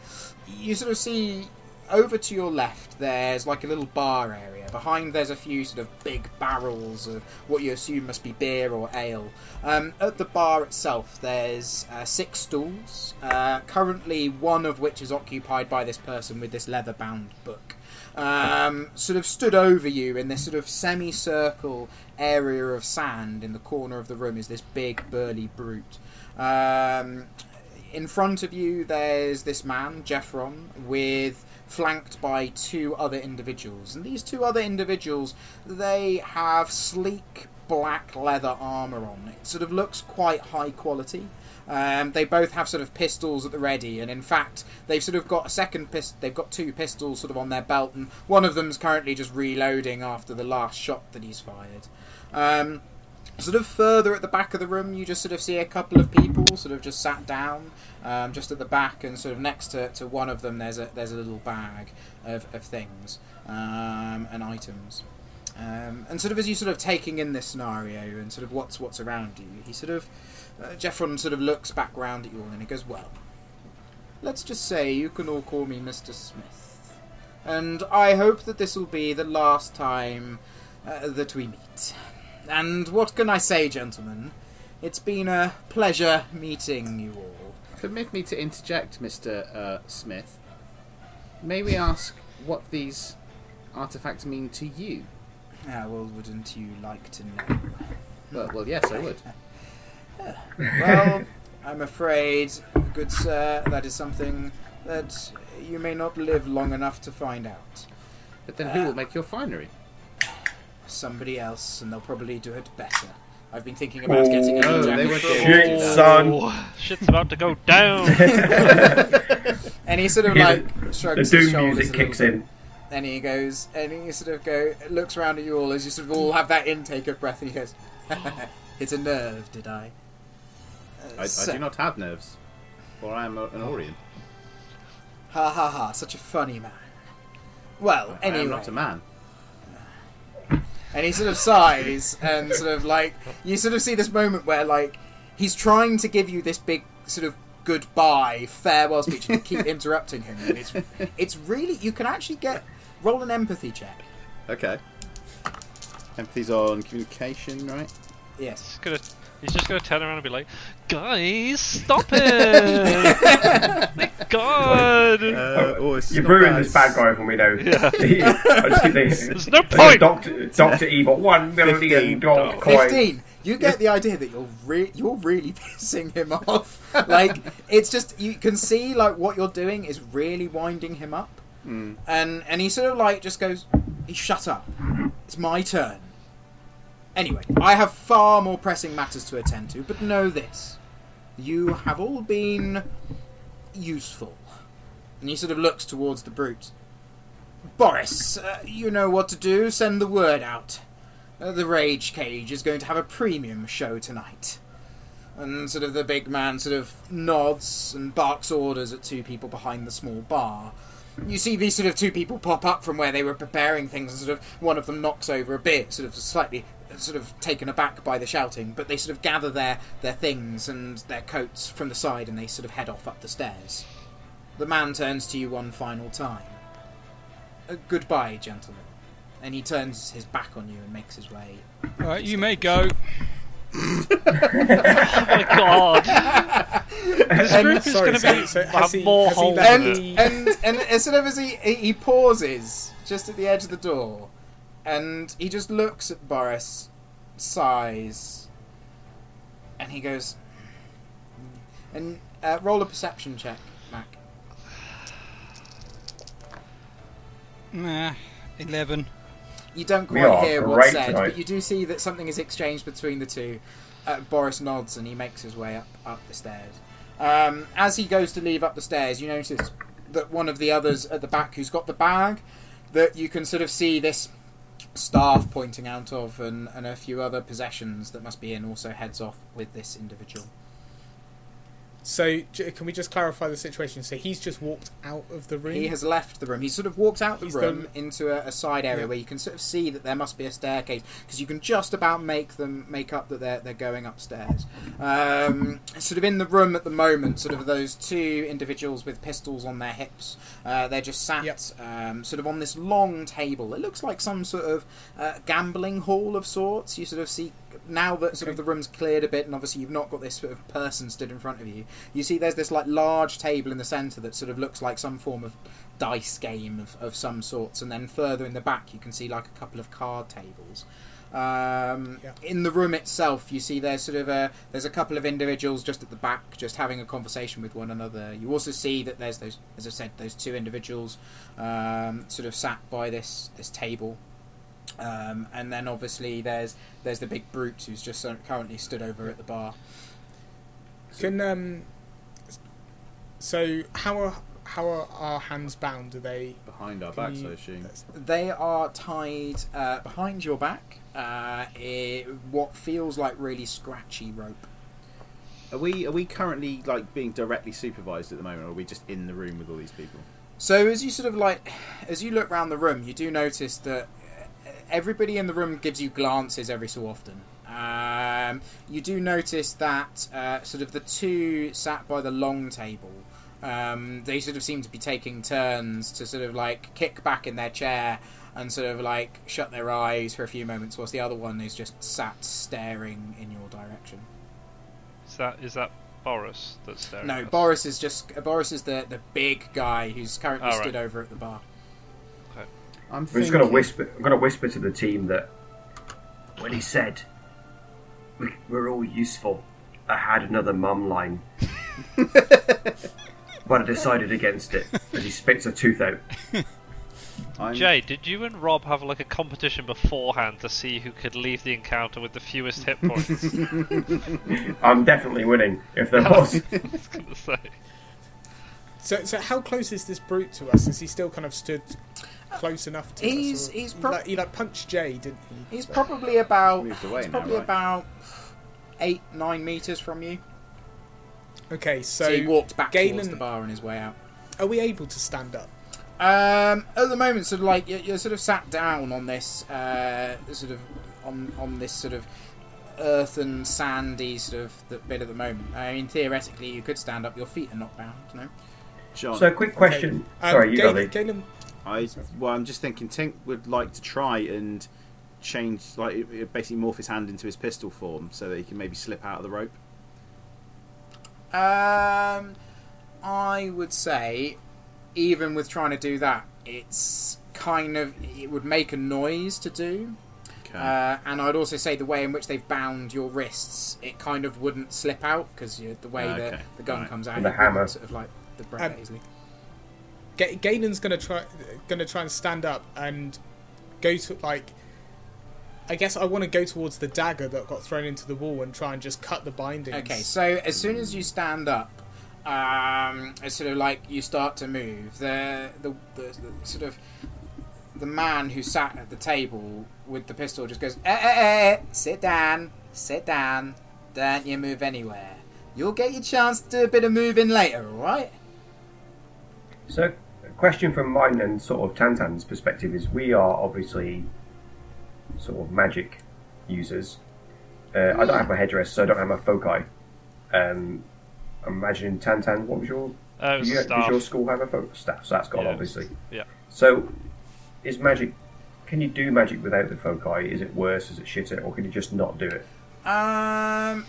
S2: you sort of see over to your left there's like a little bar area. Behind there's a few sort of big barrels of what you assume must be beer or ale. Um, at the bar itself, there's uh, six stools, uh, currently one of which is occupied by this person with this leather bound book um, sort of stood over you in this sort of semicircle area of sand in the corner of the room is this big burly brute. Um, in front of you, there's this man, Jeffron, with flanked by two other individuals, and these two other individuals, they have sleek black leather armor on. It sort of looks quite high quality. Um, they both have sort of pistols at the ready, and in fact, they've sort of got a second pistol. They've got two pistols sort of on their belt, and one of them's currently just reloading after the last shot that he's fired. Um, sort of further at the back of the room, you just sort of see a couple of people sort of just sat down, um, just at the back, and sort of next to, to one of them, there's a there's a little bag of, of things um, and items. Um, and sort of as you sort of taking in this scenario and sort of what's what's around you, he sort of uh, Jeffron sort of looks back round at you all and he goes, "Well, let's just say you can all call me Mr. Smith, and I hope that this will be the last time uh, that we meet." And what can I say, gentlemen? It's been a pleasure meeting you all.
S3: Permit me to interject, Mr. Uh, Smith. May we ask what these artifacts mean to you?
S2: Ah, well, wouldn't you like to know?
S3: Well, well yes, I would.
S2: Well, I'm afraid, good sir, that is something that you may not live long enough to find out.
S3: But then who will make your finery?
S2: Somebody else, and they'll probably do it better. I've been thinking about getting a
S3: Oh,
S2: little
S3: they would
S2: jacket.
S3: do.
S2: for-
S5: Shit, son.
S4: Oh, shit's about to
S6: [LAUGHS]
S4: go down.
S2: And he sort of
S5: Yeah,
S2: like
S5: The
S2: shrugs his
S5: doom
S2: shoulders
S5: music
S2: a little
S5: kicks
S2: bit.
S5: in.
S2: And he goes, and he sort of go looks round at you all as you sort of all have that intake of breath, and he goes, [LAUGHS] "It's a nerve, did I?" Uh,
S3: I, I
S2: so-
S3: do not have nerves, for I am a- an Orient.
S2: Ha ha ha! Such a funny man. Well,
S3: I
S2: anyway,
S3: am not a man.
S2: and he sort of sighs and sort of like you sort of see this moment where like he's trying to give you this big sort of goodbye farewell speech and
S3: [LAUGHS]
S2: you keep interrupting him, and it's it's really you can actually get roll an empathy check.
S3: Okay. Empathy's on communication, right?
S2: Yes.
S4: He's gonna- he's just gonna turn around and be like, "Guys, stop
S2: [LAUGHS]
S4: it! Thank God,
S3: Uh, oh, it's
S5: You've
S3: not
S5: ruined
S3: bad.
S5: this bad guy for me now.
S4: [LAUGHS] Yeah.
S5: [LAUGHS] I just keep thinking,
S4: there's no
S5: like a
S4: point."
S5: Doctor, Doctor Evil, one million
S3: Fifteen
S5: gold coin.
S2: Fifteen. You get the idea that you're re- you're really [LAUGHS] pissing him off. Like it's just you can see like what you're doing is really winding him up, and and he sort of like just goes, "Hey, shut up. It's my turn." Anyway, I have far more pressing matters to attend to, but know this: you have all been useful. And he sort of looks towards the brute. Boris, uh, you know what to do. Send the word out. Uh, the Rage Cage is going to have a premium show tonight. And sort of the big man sort of nods and barks orders at two people behind the small bar. You see these sort of two people pop up from where they were preparing things, and sort of one of them knocks over a bit, sort of slightly uh, sort of taken aback by the shouting, but they sort of gather their, their things and their coats from the side and they sort of head off up the stairs. The man turns to you one final time. Uh, goodbye, gentlemen. And he turns his back on you and makes his way
S7: Right, you may go.
S4: Oh my
S2: [LAUGHS]
S4: God, this group is
S6: Sorry,
S4: gonna
S6: so-
S4: be
S6: so
S4: have
S6: has he-
S4: more
S6: has he
S4: holes
S6: left
S4: in
S6: the-
S4: it.
S2: and [LAUGHS] and and as soon as he he he pauses just at the edge of the door, and he just looks at Boris, sighs, and he goes, and uh, roll a perception check, Mac.
S7: Nah, eleven.
S2: You don't
S5: We
S2: quite
S5: are
S2: hear what's
S5: great
S2: said,
S5: tonight.
S2: but you do see that something is exchanged between the two. Uh, Boris nods and he makes his way up up the stairs. Um, as he goes to leave up the stairs, you notice that one of the others at the back, who's got the bag, that you can sort of see this staff pointing out of, and, and a few other possessions that must be in, also heads off with this individual.
S6: So j- can we just clarify the situation? So he's just walked out of the room.
S2: He has left the room. He sort of walked out the
S6: He's
S2: room
S6: done-
S2: into a, a side area
S6: Yeah.
S2: where you can sort of see that there must be a staircase because you can just about make them make up that they're, they're going upstairs. Um, sort of in the room at the moment, sort of those two individuals with pistols on their hips. Uh, they're just sat
S6: Yep.
S2: um, sort of on this long table. It looks like some sort of uh, gambling hall of sorts. You sort of see now that sort of the
S6: Okay.
S2: room's cleared a bit, and obviously you've not got this sort of person stood in front of you. You see, there's this like large table in the centre that sort of looks like some form of dice game of, of some sorts, and then further in the back you can see like a couple of card tables. Um,
S6: Yeah.
S2: In the room itself, you see there's sort of a there's a couple of individuals just at the back, just having a conversation with one another. You also see that there's those, as I said, those two individuals um, sort of sat by this this table, um, and then obviously there's there's the big brute who's just sort of currently stood over at the bar.
S6: Can um. So how are how are our hands bound? Are they?
S3: Behind our
S6: can
S3: backs,
S6: you-
S3: I assume.
S2: They are tied uh, behind your back, uh, i what feels like really scratchy rope.
S3: Are we are we currently like being directly supervised at the moment, or are we just in the room with all these people?
S2: So as you sort of like, as you look round the room, you do notice that uh, everybody in the room gives you glances every so often. Um, you do notice that uh, sort of the two sat by the long table. Um, they sort of seem to be taking turns to sort of like kick back in their chair and sort of like shut their eyes for a few moments, whilst the other one is just sat staring in your direction.
S4: Is that is that Boris that's staring?
S2: No,
S4: at us?
S2: Boris is just Boris is the the big guy who's currently
S4: All right.
S2: stood over at the bar.
S3: I'm
S5: I'm just
S3: thinking.
S5: going to whisper. I'm going to whisper to the team that when he said we, we're all useful, I had another mum line, but I decided against it as he spits a tooth out.
S3: I'm-
S4: Jay, did you and Rob have like a competition beforehand to see who could leave the encounter with the fewest hit points?
S2: [LAUGHS]
S4: [LAUGHS] I
S5: I'm definitely winning if there was.
S4: was gonna say.
S6: So so how close is this brute to us? Is he still kind of stood close enough to
S2: He's-
S6: us? or-
S2: he's
S6: he
S2: prob-
S6: like, he like punched Jay, didn't he?
S2: He's probably about
S3: Moved away
S2: he's
S3: now,
S2: probably
S3: right?
S2: about eight nine meters from you.
S6: Okay,
S2: So,
S6: so,
S2: he walked back towards
S6: Galen-
S2: the bar on his way out.
S6: are we able to stand up?
S2: Um, at the moment, sort of like you're, you're sort of sat down on this uh, sort of on on this sort of earth and sandy sort of th- bit at the moment. I mean, theoretically, you could stand up. Your feet are not bound, no?
S3: John,
S5: So, quick question.
S6: Um,
S5: Sorry, you
S6: Galen,
S5: got it.
S6: Galen,
S3: I well, I'm just thinking Tink would like to try and change, like it- it basically morph his hand into his pistol form so that he can maybe slip out of the rope.
S2: Um, I would say, even with trying to do that, it's kind of it would make a noise to do
S3: Okay.
S2: Uh, and I'd also say the way in which they've bound your wrists, it kind of wouldn't slip out because the way
S3: Ah,
S2: that
S3: okay.
S2: the gun
S3: Right.
S2: comes out,
S5: And the
S2: it wouldn't
S5: hammer.
S2: sort of like the bread
S6: Um,
S2: easily.
S6: Ga- Galen's gonna try gonna try and stand up and go to like. I guess I want to go towards the dagger that got thrown into the wall and try and just cut the bindings.
S2: Okay, so as soon as you stand up, um, it's sort of like you start to move. The the, the the sort of the man who sat at the table with the pistol just goes, eh, eh, eh, sit down, sit down, don't you move anywhere. You'll get your chance to do a bit of moving later, all right?
S5: So, a question from mine and sort of Tantan's perspective is we are obviously sort of magic users. Uh, I don't have my headdress, so I don't have my foci. Um, I'm imagining Tantan, what was your.
S4: Uh, it was
S5: you-
S4: a
S5: Does
S4: staff.
S5: your school have a fo- staff? So that's gone,
S4: Yeah, it was-
S5: obviously.
S4: yeah.
S5: So, is magic. Can you do magic without the foci? Is it worse? Is it shitter? Or can you just not do it?
S2: Um,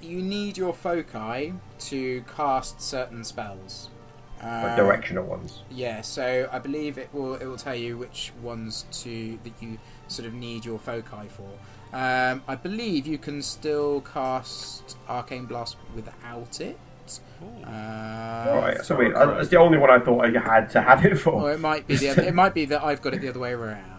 S2: you need your foci to cast certain spells.
S5: Like
S2: Um,
S5: directional ones?
S2: Yeah, so I believe it will it will tell you which ones to that you sort of need your foci for. Um, I believe you can still cast arcane blast without it. Uh,
S5: Alright, so wait,
S3: Sauerkraut.
S5: that's the only one I thought I had to have it for.
S2: Or it might be the
S5: [LAUGHS]
S2: other, it might be that I've got it the other way around.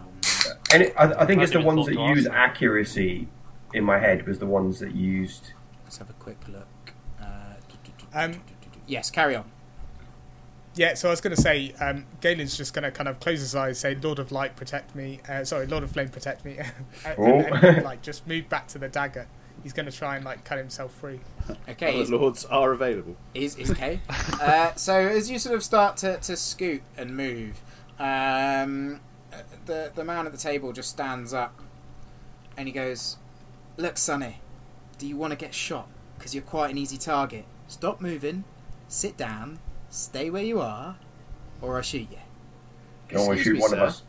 S5: And it, I, I think it's
S4: I
S5: the
S4: even
S5: ones
S4: thought
S5: that
S4: to ask
S5: use
S4: that.
S5: accuracy in my head was the ones that
S2: [LAUGHS]
S5: used.
S2: Let's have a quick look. Uh, do, do, do,
S6: Um,
S2: do, do, do, do. yes, carry on.
S6: Yeah, so I was going to say, um, Galen's just going to kind of close his eyes, say, "Lord of [LAUGHS] Light, protect me." Uh, sorry, Lord of Flame, protect me. and, and,
S5: Oh.
S6: like just move back to the dagger. He's going to try and like cut himself free.
S2: Okay,
S3: Other
S2: he's,
S3: lords are available.
S2: he's, he's okay. uh, so as you sort of start to, to scoot and move, um, the the man at the table just stands up, and he goes, "Look, Sonny, do you want to get shot? Because you're quite an easy target. Stop moving, sit down, stay where you are, or I shoot you."
S5: Can only
S3: Excuse
S5: shoot
S3: me,
S5: one of
S3: sir.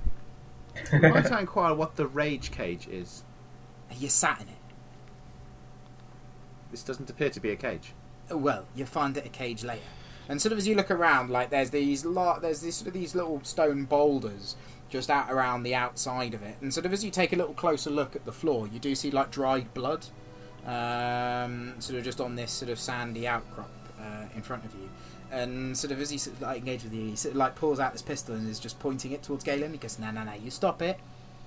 S5: us.
S3: Might I inquire what the rage cage is?
S2: You sat in it.
S3: This doesn't appear to be a cage.
S2: well, you'll find it a cage later. And sort of as you look around, like there's these lot, there's these sort of these little stone boulders just out around the outside of it. And sort of as you take a little closer look at the floor, you do see like dried blood, um, sort of just on this sort of sandy outcrop uh, in front of you. And sort of as he sort of, like engages with you, he sort of like pulls out this pistol and is just pointing it towards Galen. He goes, "No, no, no, you stop it!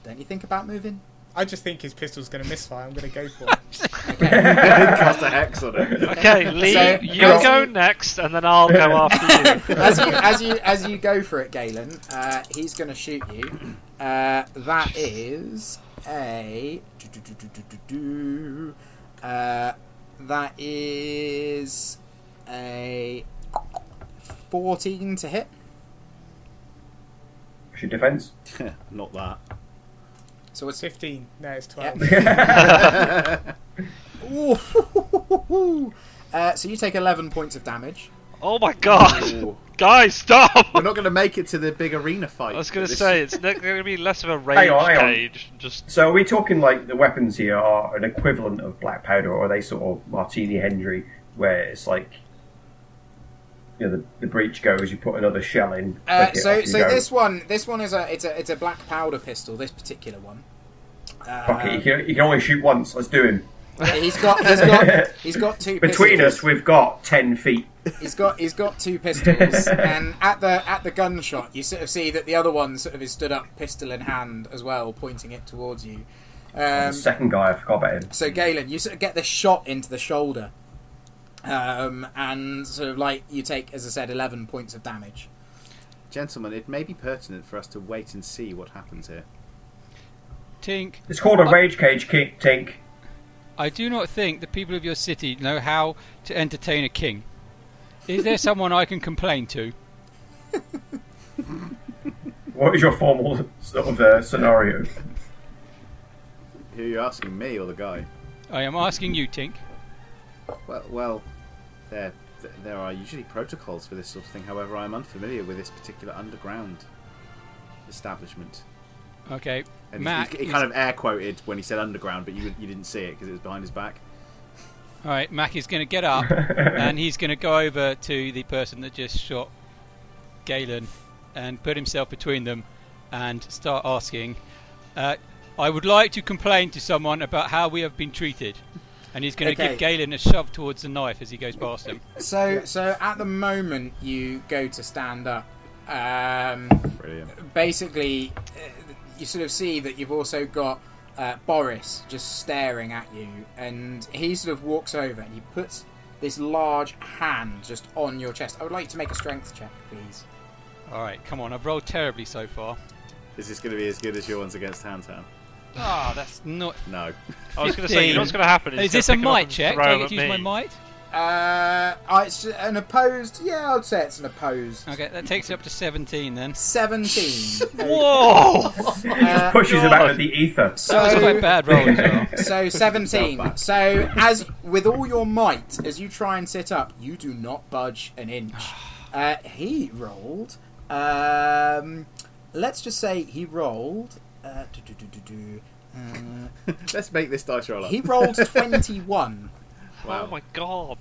S2: Don't you think about moving?"
S6: I just think his pistol's going to misfire. I'm going to go
S7: [LAUGHS]
S6: for it.
S3: Cast a hex on it.
S4: Okay, Lee,
S2: So-
S4: you
S2: Well-
S4: go next, and then I'll
S5: [LAUGHS]
S4: go after you.
S2: as you as you as you go for it, Galen, uh, he's going to shoot you. Uh, that is a uh, that is a fourteen to hit.
S5: What's your defense?
S3: [LAUGHS]
S5: [LAUGHS]
S3: Not that.
S2: So it's
S6: Fifteen. No, it's twelve.
S3: [LAUGHS]
S2: Ooh. [LAUGHS] uh, so you take eleven points of damage.
S4: Oh my god!
S3: Ooh.
S4: [LAUGHS] Guys,
S5: [LAUGHS]
S4: stop!
S3: We're not going to make it to the big arena fight.
S4: I was going to
S3: This-
S4: say, it's not going to be less of a range
S5: Hang on, hang on.
S4: cage. Just
S5: So are we talking like the weapons here are an equivalent of black powder, or are they sort of Martini Henry, where it's like you know the, the breach goes, you put another shell in.
S2: Uh,
S5: click it,
S2: so
S5: off you
S2: so
S5: go.
S2: this one this one is a it's a it's a black powder pistol. This particular one.
S5: fuck it, you can, you can only shoot once. Let's do him.
S2: He's got he's
S5: [LAUGHS]
S2: got he's got two
S5: Between
S2: pistols.
S5: us, we've got ten feet.
S2: He's got he's got two pistols, and at the at the gunshot, you sort of see that the other one sort of is stood up, pistol in hand as well, pointing it towards you. Um,
S5: the second guy, I forgot about him.
S2: so Galen, you sort of get the shot into the shoulder, um, and sort of like you take, as I said, eleven points of damage.
S3: Gentlemen, it may be pertinent for us to wait and see what happens here.
S7: Tink,
S5: It's called
S2: uh,
S5: a rage cage, Ki- Tink.
S7: I do not think the people of your city know how to entertain a king. Is there someone I can complain to?
S5: What is your formal sort of uh, scenario?
S3: Who are you asking, me or the guy?
S7: I am asking you, Tink.
S3: Well, well, there, th- there are usually protocols for this sort of thing. However, I am unfamiliar with this particular underground establishment.
S7: Okay,
S3: And he's-
S7: Mac.
S3: he, he kind of air quoted when he said underground, but you you didn't see it because it was behind his back.
S7: All right, Mac is going to
S4: [LAUGHS]
S7: get up and he's going to go over to the person that just shot Galen and put himself between them and start asking, uh, I would like to complain to someone about how we have been treated. And he's going to
S2: Okay.
S7: give Galen a shove towards the knife as he goes past him.
S2: So so at the moment, you go to stand up. Um,
S3: Brilliant.
S2: basically, uh, you sort of see that you've also got uh, Boris just staring at you, and he sort of walks over and he puts this large hand just on your chest. I would like you to make a strength check, please.
S7: All right, come on, I've rolled terribly so far.
S3: Is this going to be as good as your ones against Hantan?
S7: Ah, that's not.
S4: [LAUGHS]
S3: No.
S4: I was going to say, you know what's going to happen?
S7: Is
S4: he's
S7: this a
S4: gonna pick 'em up
S7: might
S4: and
S7: check? Do
S4: throw
S7: I
S4: 'em
S7: get to
S4: at
S7: use my
S4: me.
S7: might?
S2: Uh, I- it's an opposed. Yeah, I'd say it's an opposed.
S7: Okay, that takes it up to
S4: [LAUGHS]
S7: 17 then. [LAUGHS]
S2: Seventeen.
S4: Whoa!
S2: Uh,
S5: Pushes him out of the ether.
S7: That's quite
S2: so.
S7: bad roll as
S4: [LAUGHS]
S7: well.
S2: So seventeen. So as with all your might, as you try and sit up, you do not budge an
S4: [SIGHS]
S2: inch. Uh, he rolled. Um, let's just say he rolled. Uh, do, do, do, do, do. Uh,
S3: Let's make this dice roll up.
S2: he
S4: [LAUGHS]
S2: rolled twenty-one.
S3: Wow.
S4: Oh my god!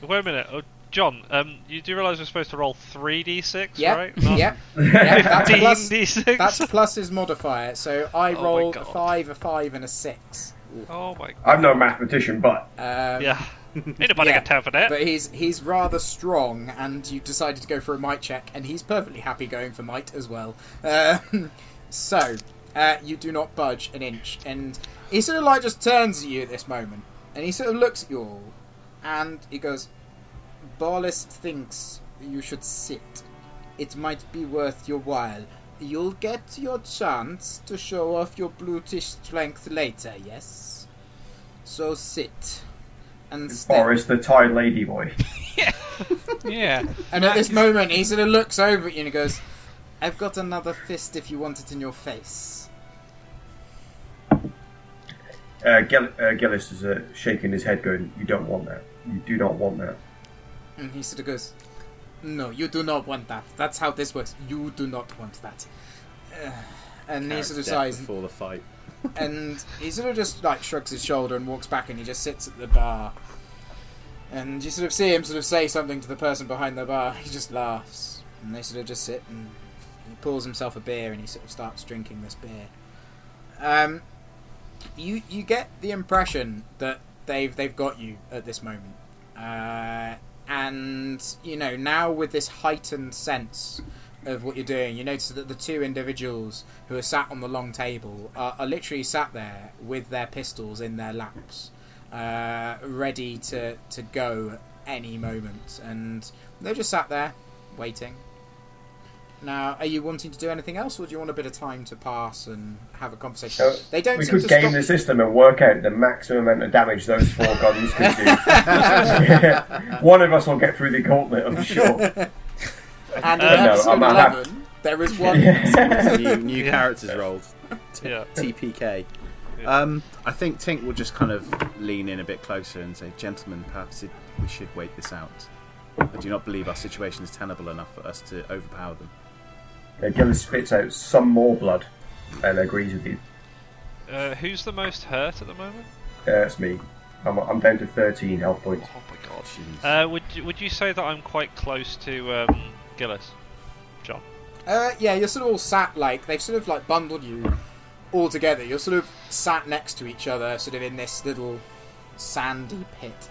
S4: Wait a minute, oh, John. Um, you do realise we're supposed to roll three d6,
S2: Yep.
S4: right? Not [LAUGHS]
S2: Yep. yep. That's
S4: 15
S2: plus.
S4: d6.
S2: That's plus his modifier. So I
S4: Oh my
S2: rolled a
S4: God.
S2: five, a five, and a six.
S4: [LAUGHS] Oh my. god.
S5: [LAUGHS] I'm no mathematician, but
S2: Um,
S5: [LAUGHS]
S4: Yeah. Ain't nobody
S2: yeah,
S4: got time for that.
S2: But he's he's rather strong, and you decided to go for a might check, and he's perfectly happy going for might as well. Um, [LAUGHS] so uh, you do not budge an inch, and he sort of like just turns at you at this moment, and he sort of looks at you all, and he goes, "Barlis thinks you should sit. It might be worth your while." You'll get your chance to show off your brutish strength later, yes? So sit and stare.
S5: Boris the Thai lady boy.
S7: Yeah.
S2: And at this moment, he sort of looks over at you and he goes, I've got another fist if you want it in your face.
S5: Uh, Gell- uh, Gellis is uh, shaking his head, going, "You don't want that. You do not want that."
S2: And he sort of goes, No, you do not want that. That's how this works. You do not want that. Uh, and he sort of sighs
S3: before the
S4: [LAUGHS]
S3: fight.
S2: and he sort of just like shrugs his shoulder and walks back and he just sits at the bar and you sort of see him sort of say something to the person behind the bar he just laughs and they sort of just sit and he pours himself a beer and he sort of starts drinking this beer um you you get the impression that they've they've got you at this moment uh and you know now with this heightened sense of what you're doing, you notice that the two individuals who are sat on the long table are, are literally sat there with their pistols in their laps, uh, ready to, to go at any moment. And they're just sat there, waiting. Now, are you wanting to do anything else, or do you want a bit of time to pass and have a conversation?
S5: So,
S2: they don't
S5: We
S2: seem
S5: could
S2: to
S5: game
S2: stop
S5: the system and work out the maximum amount of damage those four guns could do. One of us will get through the gauntlet, I'm sure. [LAUGHS]
S2: And in
S4: Uh, no,
S2: episode
S5: I'm- I'm happy.
S2: 11, there is
S5: [LAUGHS]
S2: one.
S3: new new
S4: Yeah.
S3: characters rolled.
S4: Yeah.
S3: TPK.
S4: Yeah.
S3: Um, I think Tink will just kind of lean in a bit closer and say, "Gentlemen, perhaps it, we should wait this out. I do not believe our situation is tenable enough for us to overpower them."
S5: Uh, Gillis spits out some more blood and agrees with you.
S4: Uh, who's the most hurt at the moment?
S5: Uh, that's me. I'm, I'm down to 13 health points.
S4: Oh my god.
S3: [LAUGHS] Jeez.
S4: Uh, would you- would you say that I'm quite close to um, Gillis?
S2: Uh, yeah, you're sort of all sat like they've sort of like bundled you all together. You're sort of sat next to each other, sort of in this little sandy pit.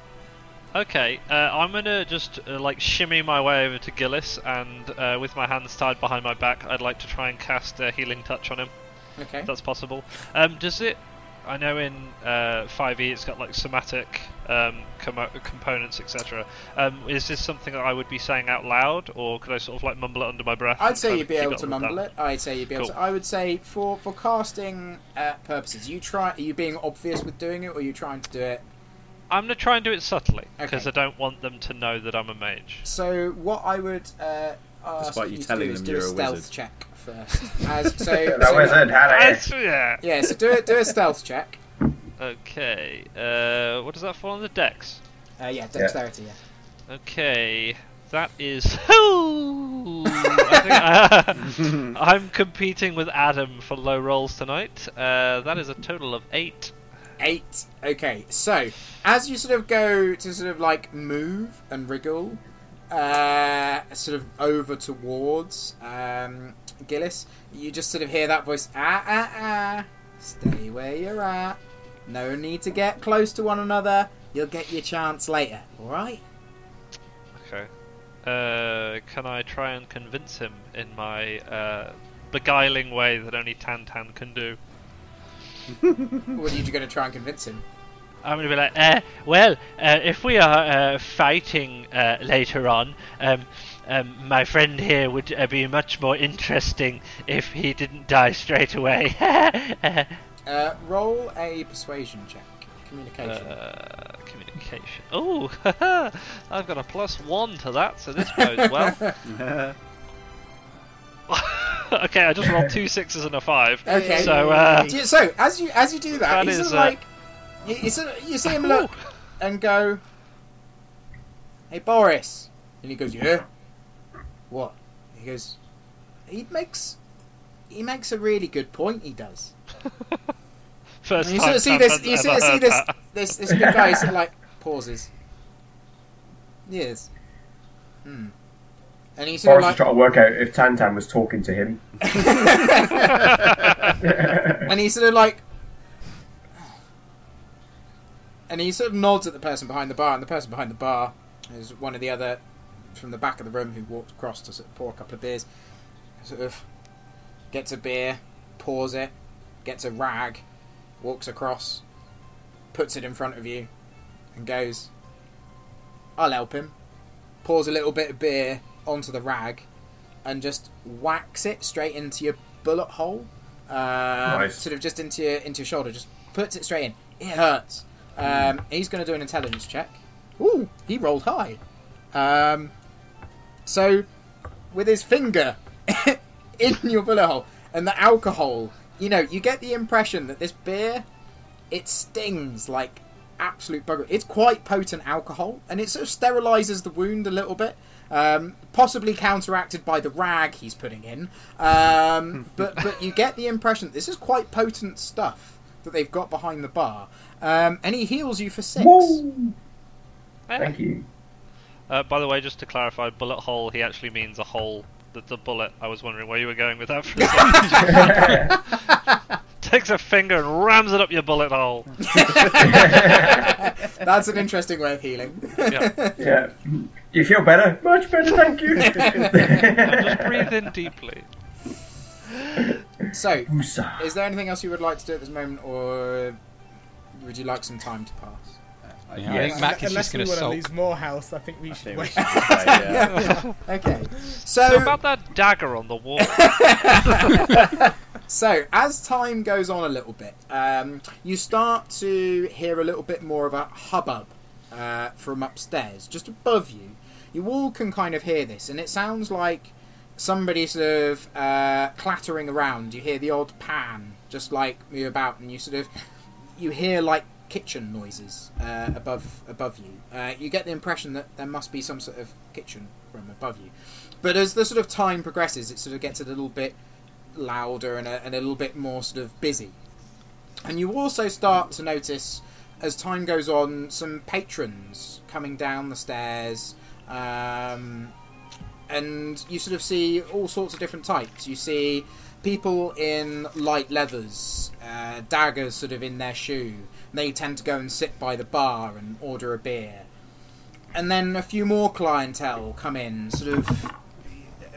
S4: Okay, uh, I'm gonna just uh, like shimmy my way over to Gillis, and uh, with my hands tied behind my back, I'd like to try and cast a healing touch on him.
S2: Okay.
S4: if that's possible. Um, does it? I know in uh, 5e it's got like somatic um, com- components, etc. Um, is this something that I would be saying out loud, or could I sort of like mumble it under my breath?
S2: I'd
S4: and
S2: say
S4: try
S2: you'd
S4: and
S2: be
S4: keep
S2: able
S4: up
S2: to
S4: with
S2: mumble
S4: that?
S2: it. I'd say you'd be able
S4: Cool.
S2: to. I would say for for casting uh, purposes, you try. Are you being obvious with doing it, or are you trying to do it?
S4: I'm gonna try and do it subtly because
S2: Okay.
S4: I don't want them to know that I'm a mage.
S2: So what I would uh, ask
S3: Despite you
S2: you to do
S3: telling
S2: is
S3: them
S2: do
S3: you're
S2: a
S3: a
S2: stealth
S3: wizard.
S2: check first. As,
S5: [LAUGHS]
S2: so,
S5: That
S2: so-
S5: was eh? it, Harry.
S4: That's- [LAUGHS] yeah.
S2: Yeah. So do a, do a stealth check.
S4: Okay. Uh, what does that fall on the dex?
S2: Uh, yeah, dexterity. Yeah.
S4: Okay, that is. [LAUGHS] I think, uh, I'm competing with Adam for low rolls tonight. Uh, that is a total of eight.
S2: Eight. Okay, so as you sort of go to sort of like move and wriggle, uh, sort of over towards um, Gillis, you just sort of hear that voice, ah ah ah, stay where you're at. No need to get close to one another. You'll get your chance later. All right.
S4: Okay. Uh, can I try and convince him in my uh, beguiling way that only Tan Tan can do?
S2: Hmm, What are you going to try and convince him?
S8: I'm gonna be like, uh,
S4: "Eh,
S8: well, uh, if we are uh, fighting uh, later on, um, um, my friend here would uh, be much more interesting if he didn't die straight
S4: [LAUGHS]
S8: away.
S2: Uh, roll a persuasion check. Communication.
S4: Uh, communication. Oh, [LAUGHS] I've got a plus one to that, so this bodes oh, [LAUGHS] well.
S2: [LAUGHS]
S4: okay, I just rolled two sixes and a five.
S2: Okay.
S4: So, uh, [LAUGHS]
S2: Do you- so as you as you do that,
S4: That
S2: he's
S4: is,
S2: sort
S4: uh,
S2: of like you, you, sort of, you see him look and go, "Hey Boris," and he goes, "Yeah." What? He goes, "He makes he makes a really good point. He does."
S4: first
S2: And you
S4: time
S2: sort of see
S4: Tan
S2: this.
S4: Tan's
S2: You sort
S4: ever
S2: of see
S4: heard
S2: this.
S4: that.
S2: This this big guy sort of like pauses. Yes. Hmm. And he sort
S5: Boris is
S2: of like,
S5: trying to work out if Tan Tan was talking to him.
S2: and he sort of like and he sort of nods at the person behind the bar and the person behind the bar is one of the other from the back of the room who walked across to sort of pour a couple of beers sort of gets a beer pours it gets a rag walks across puts it in front of you and goes I'll help him pours a little bit of beer onto the rag and just whacks it straight into your bullet hole um,
S5: Nice.
S2: sort of just into your into your shoulder, just puts it straight in. It hurts, Um, he's going to do an intelligence check.
S3: Ooh.
S2: He rolled high. Um, so, with his finger [LAUGHS] in your bullet hole and the alcohol, you know, you get the impression that this beer, it stings like absolute bugger. It's quite potent alcohol, and it sort of sterilizes the wound a little bit. Um, possibly counteracted by the rag he's putting in, um, but but you get the impression that this is quite potent stuff that they've got behind the bar, um, and he heals you for six.
S5: Woo!
S4: Eh.
S5: Thank you.
S4: Uh, by the way, just to clarify, bullet hole, he actually means a hole. The, the bullet, I was wondering where you were going with that for a second.
S2: [LAUGHS]
S4: Takes a finger and rams it up your bullet [LAUGHS] hole.
S2: That's an interesting way of healing. [LAUGHS]
S4: Yeah.
S5: Yeah. Do you feel better? Much better, thank you.
S4: I'm just breathe in deeply.
S2: so,
S5: Woosa.
S2: is there anything else you would like to do at this moment, or would you like some time to pass?
S7: Yeah, I think Mac is
S6: Unless
S7: just
S6: we
S7: going to
S6: want to
S7: sulk.
S6: lose more health, I think we should
S3: think we
S6: wait. [LAUGHS]
S3: should try, yeah.
S2: Okay.
S4: How
S2: So,
S4: about that dagger on the wall?
S2: so as time goes on a little bit, um, you start to hear a little bit more of a hubbub uh, from upstairs, just above you. You all can kind of hear this, and it sounds like somebody sort of uh, clattering around. You hear the odd pan just like move about, and you sort of you hear like kitchen noises uh, above above you. Uh, you get the impression that there must be some sort of kitchen room above you. But as the sort of time progresses, it sort of gets a little bit louder and a, and a little bit more sort of busy. And you also start to notice, as time goes on, some patrons coming down the stairs. Um, and you sort of see all sorts of different types. You see people in light leathers, uh, daggers sort of in their shoe. They tend to go and sit by the bar and order a beer. And then a few more clientele come in, sort of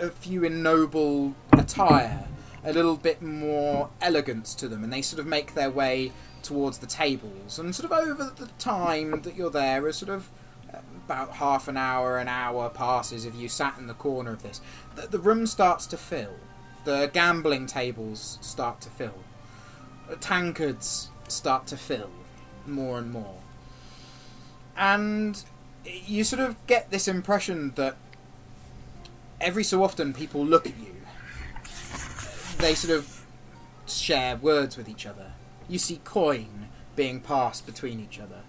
S2: a few in noble attire, a little bit more elegance to them, and they sort of make their way towards the tables. And sort of over the time that you're there, is sort of um, about half an hour, an hour passes if you sat in the corner of this. The, the room starts to fill. The gambling tables start to fill. The tankards start to fill more and more. And you sort of get this impression that every so often people look at you. They sort of share words with each other. You see coin being passed between each other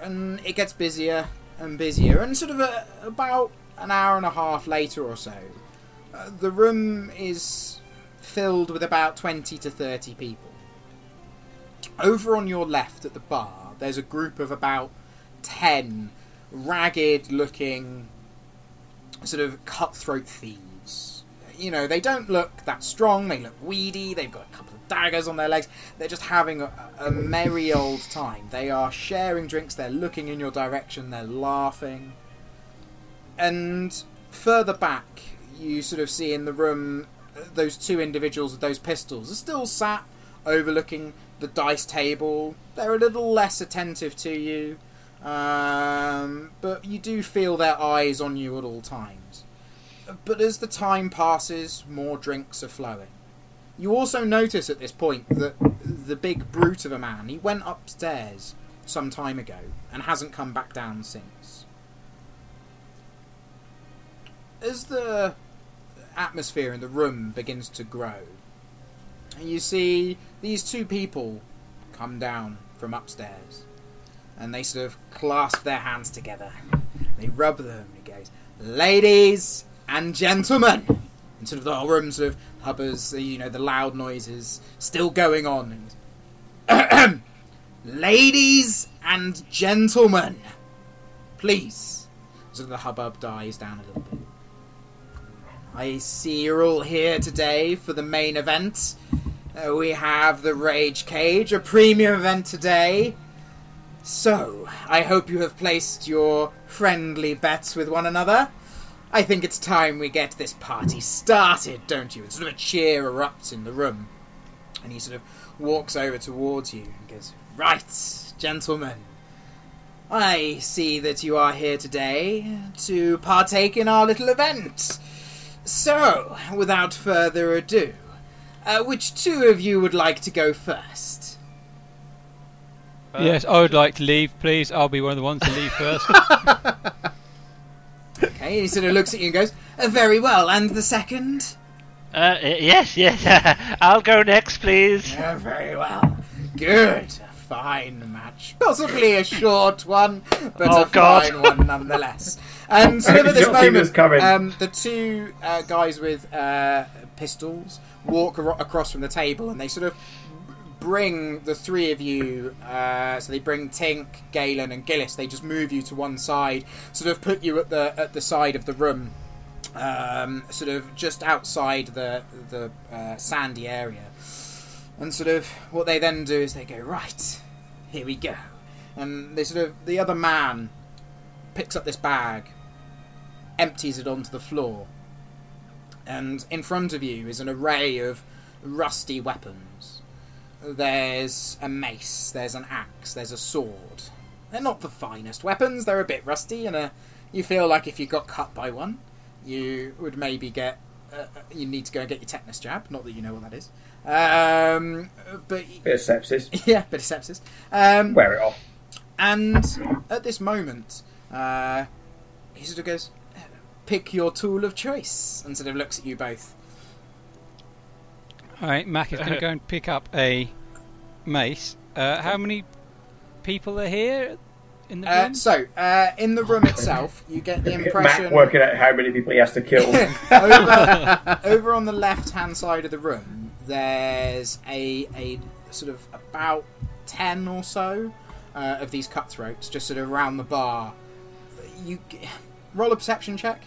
S2: and it gets busier and busier. And sort of a, about an hour and a half later or so, uh, the room is filled with about 20 to 30 people. Over on your left at the bar, there's a group of about 10 ragged looking, sort of cutthroat thieves. You know, they don't look that strong, they look weedy, they've got a couple of daggers on their legs, they're just having a, a merry old time. They are sharing drinks, they're looking in your direction, they're laughing. And further back, you sort of see in the room uh, those two individuals with those pistols are still sat overlooking the dice table. They're a little less attentive to you, um, but you do feel their eyes on you at all times. But as the time passes, more drinks are flowing. You also notice at this point that the big brute of a man, he went upstairs some time ago and hasn't come back down since. As the atmosphere in the room begins to grow, and you see these two people come down from upstairs and they sort of clasp their hands together. They rub them and he goes, Ladies and gentlemen! And sort of the whole room sort of hubbers, you know, the loud noises still going on. And, [CLEARS THROAT] Ladies and gentlemen, please. Sort of the hubbub dies down a little bit. I see you're all here today for the main event. Uh, we have the Rage Cage, a premium event today. So, I hope you have placed your friendly bets with one another. I think it's time we get this party started, don't you? And sort of a cheer erupts in the room. And he sort of walks over towards you and goes, Right, gentlemen. I see that you are here today to partake in our little event. So, without further ado, uh, which two of you would like to go first?
S4: Uh,
S7: yes, I would like to leave, please. I'll be one of the ones to leave first.
S2: Okay, he sort of looks at you and goes, "Uh, "Very well." And the second,
S8: Uh, y- yes, yes. [LAUGHS] I'll go next, please.
S2: "Uh, "Very well." Good, a fine match. Possibly a short one, but
S8: Oh,
S2: a
S8: God.
S2: fine one nonetheless. [LAUGHS] And sort of at this
S5: Did not see
S2: moment,
S5: this coming.
S2: um, the two uh, guys with uh, pistols walk ar- across from the table, and they sort of bring the three of you. Uh, so they bring Tink, Galen, and Gillis. They just move you to one side, sort of put you at the at the side of the room, um, sort of just outside the the uh, sandy area. And sort of what they then do is they go right, here we go, and they sort of the other man picks up this bag, empties it onto the floor, and in front of you is an array of rusty weapons there's a mace, there's an axe, there's a sword. They're not the finest weapons, they're a bit rusty, and uh you feel like if you got cut by one, you would maybe get. Uh, you need to go and get your tetanus jab, not that you know what that is. Um, but. [LAUGHS]
S5: Bit of sepsis.
S2: Yeah, bit of sepsis. Um,
S5: Wear it off.
S2: and at this moment, uh, he sort of goes, pick your tool of choice, and sort of looks at you both.
S7: All right, Mac is going to go and pick up a mace. Uh, how many people are here in the
S2: Uh,
S7: room?
S2: so, uh, in the room itself, you get the impression.
S5: Matt working out how many people he has to kill.
S2: over, over on the left hand side of the room, there's a, a sort of about 10 or so uh, of these cutthroats just sort of around the bar. You g- Roll a perception check.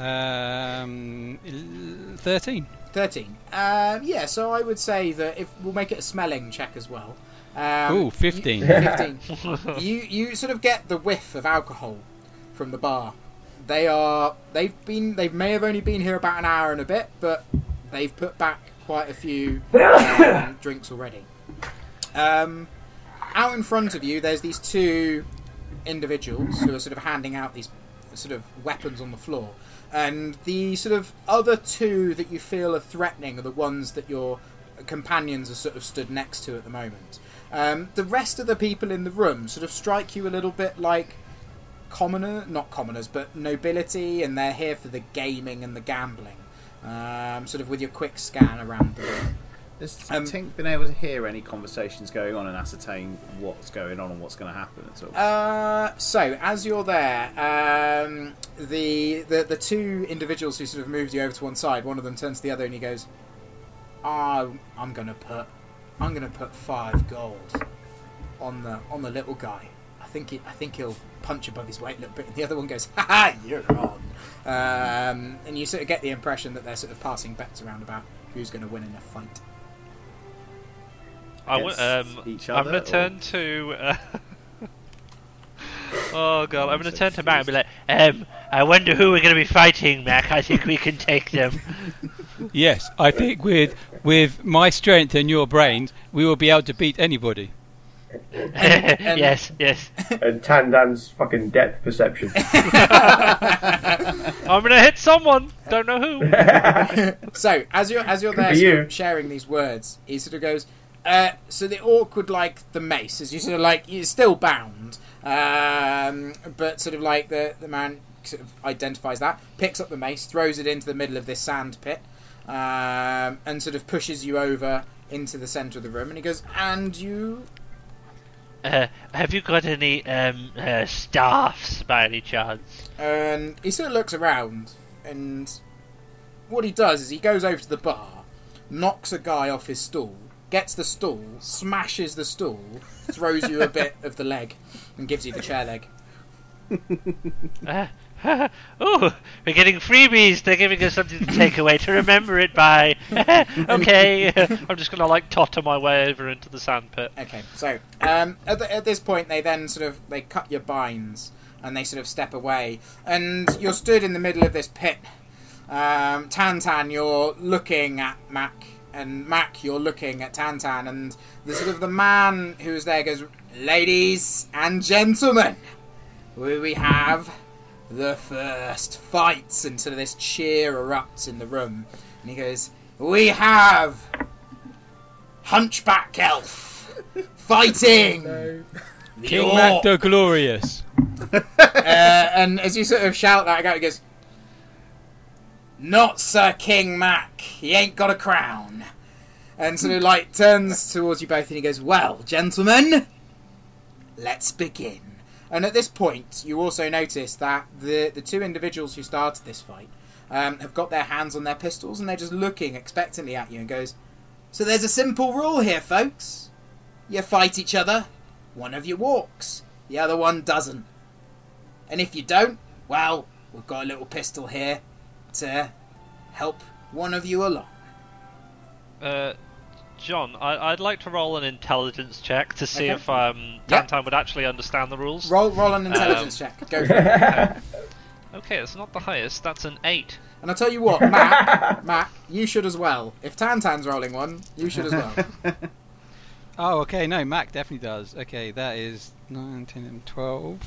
S7: um, el- thirteen.
S2: 13. Um, yeah, so I would say that if we'll make it a smelling check as well. Um,
S7: Ooh, 15.
S2: You, 15. you, you sort of get the whiff of alcohol from the bar. They are they've been they may have only been here about an hour and a bit, but they've put back quite a few um, drinks already. Um, out in front of you, there's these two individuals who are sort of handing out these sort of weapons on the floor. And the sort of other two that you feel are threatening are the ones that your companions are sort of stood next to at the moment. Um, the rest of the people in the room sort of strike you a little bit like commoner, not commoners, but nobility, and they're here for the gaming and the gambling. Um, sort of with your quick scan around the room.
S3: Has
S2: Um,
S3: Tink been able to hear any conversations going on and ascertain what's going on and what's going to happen at all?
S2: Uh, so as you're there, um, the, the the two individuals who sort of moved you over to one side, one of them turns to the other and he goes, "Oh, I'm gonna put, I'm gonna put five gold on the on the little guy. I think he, I think he'll punch above his weight a little bit." And the other one goes, "Ha ha, you're on." Um, and you sort of get the impression that they're sort of passing bets around about who's going to win in a fight.
S4: I w-
S3: Against
S4: um,
S3: each
S4: I'm
S3: other,
S4: gonna
S3: or-
S4: turn to.
S8: [LAUGHS]
S4: Uh, oh god, I'm gonna
S3: so
S4: turn to
S8: Matt
S4: Matt.
S8: will be like, um, I wonder who we're going to be fighting, Mac. I think we can take
S3: [LAUGHS]
S8: them.
S7: Yes, I think with with my strength and your brains, we will be able to beat anybody.
S8: [LAUGHS] yes, yes.
S5: and Tandan's fucking depth perception.
S4: I'm gonna hit someone. Don't
S3: [LAUGHS]
S4: know who.
S2: so as you're as you're there
S5: be
S2: sort
S5: you.
S2: of sharing these words, he sort of goes. Uh, so the orc would like the mace, as you sort of like you're still bound, um, but sort of like the the man sort of identifies that, picks up the mace, throws it into the middle of this sand pit, um, and sort of pushes you over into the centre of the room, and he goes, and you
S8: Uh, have you got any um, uh, staffs by any chance?
S2: and he sort of looks around and what he does is he goes over to the bar knocks a guy off his stool gets the stool smashes the stool throws you a bit of the leg and gives you the chair leg
S8: Uh,
S4: [LAUGHS]
S8: oh, we're getting freebies. They're giving us something to take away to remember it
S4: [LAUGHS]
S8: by. okay,
S4: I'm just gonna like totter my way over into the sandpit.
S2: okay so um, at, the, at this point they then sort of they cut your binds and they sort of step away and you're stood in the middle of this pit um, Tantan, you're looking at Mac, and Mac, you're looking at Tantan, and the sort of the man who is there goes, "Ladies and gentlemen, we we have the first fight," and sort of this cheer erupts in the room, and he goes, "We have hunchback elf fighting.
S6: No.
S2: the
S7: King
S2: orc."
S7: Mac the Glorious.
S2: Uh, and as you sort of shout that out, he goes, "Not Sir King Mac. He ain't got a crown." And sort of like turns towards you both and he goes, "Well, gentlemen, let's begin." And at this point, you also notice that the the two individuals who started this fight um, have got their hands on their pistols and they're just looking expectantly at you and goes, "So there's a simple rule here, folks. You fight each other. One of you walks, the other one doesn't." And if you don't, well, we've got a little pistol here to help one of you along.
S4: Uh, John, I, I'd like to roll an intelligence check to see
S2: Okay.
S4: if um,
S2: Yeah.
S4: Tantan would actually understand the rules.
S2: Roll, roll an intelligence check. Go for it.
S4: Okay, it's not the highest. That's an eight.
S2: And I tell you what, Mac, Mac, you should as well. If Tantan's rolling one, you should as well.
S7: Oh, okay, no, Mac definitely does. Okay, that is 9, 10, and 12.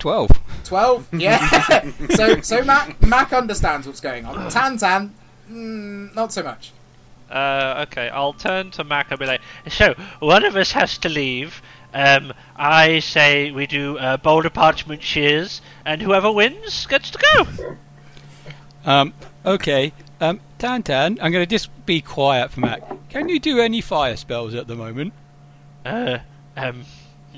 S7: 12.
S2: Twelve, yeah. [LAUGHS] so, so Mac, Mac understands what's going on. Tantan, mm, not so much.
S4: Uh, okay, I'll turn to Mac and be like, so one of us has to leave. Um, I say we do uh, boulder parchment shears, and whoever wins gets to go.
S7: Um, okay, um, Tan Tan, I'm going to just be quiet for Mac. Can you do any fire spells at the moment?
S8: Uh, um,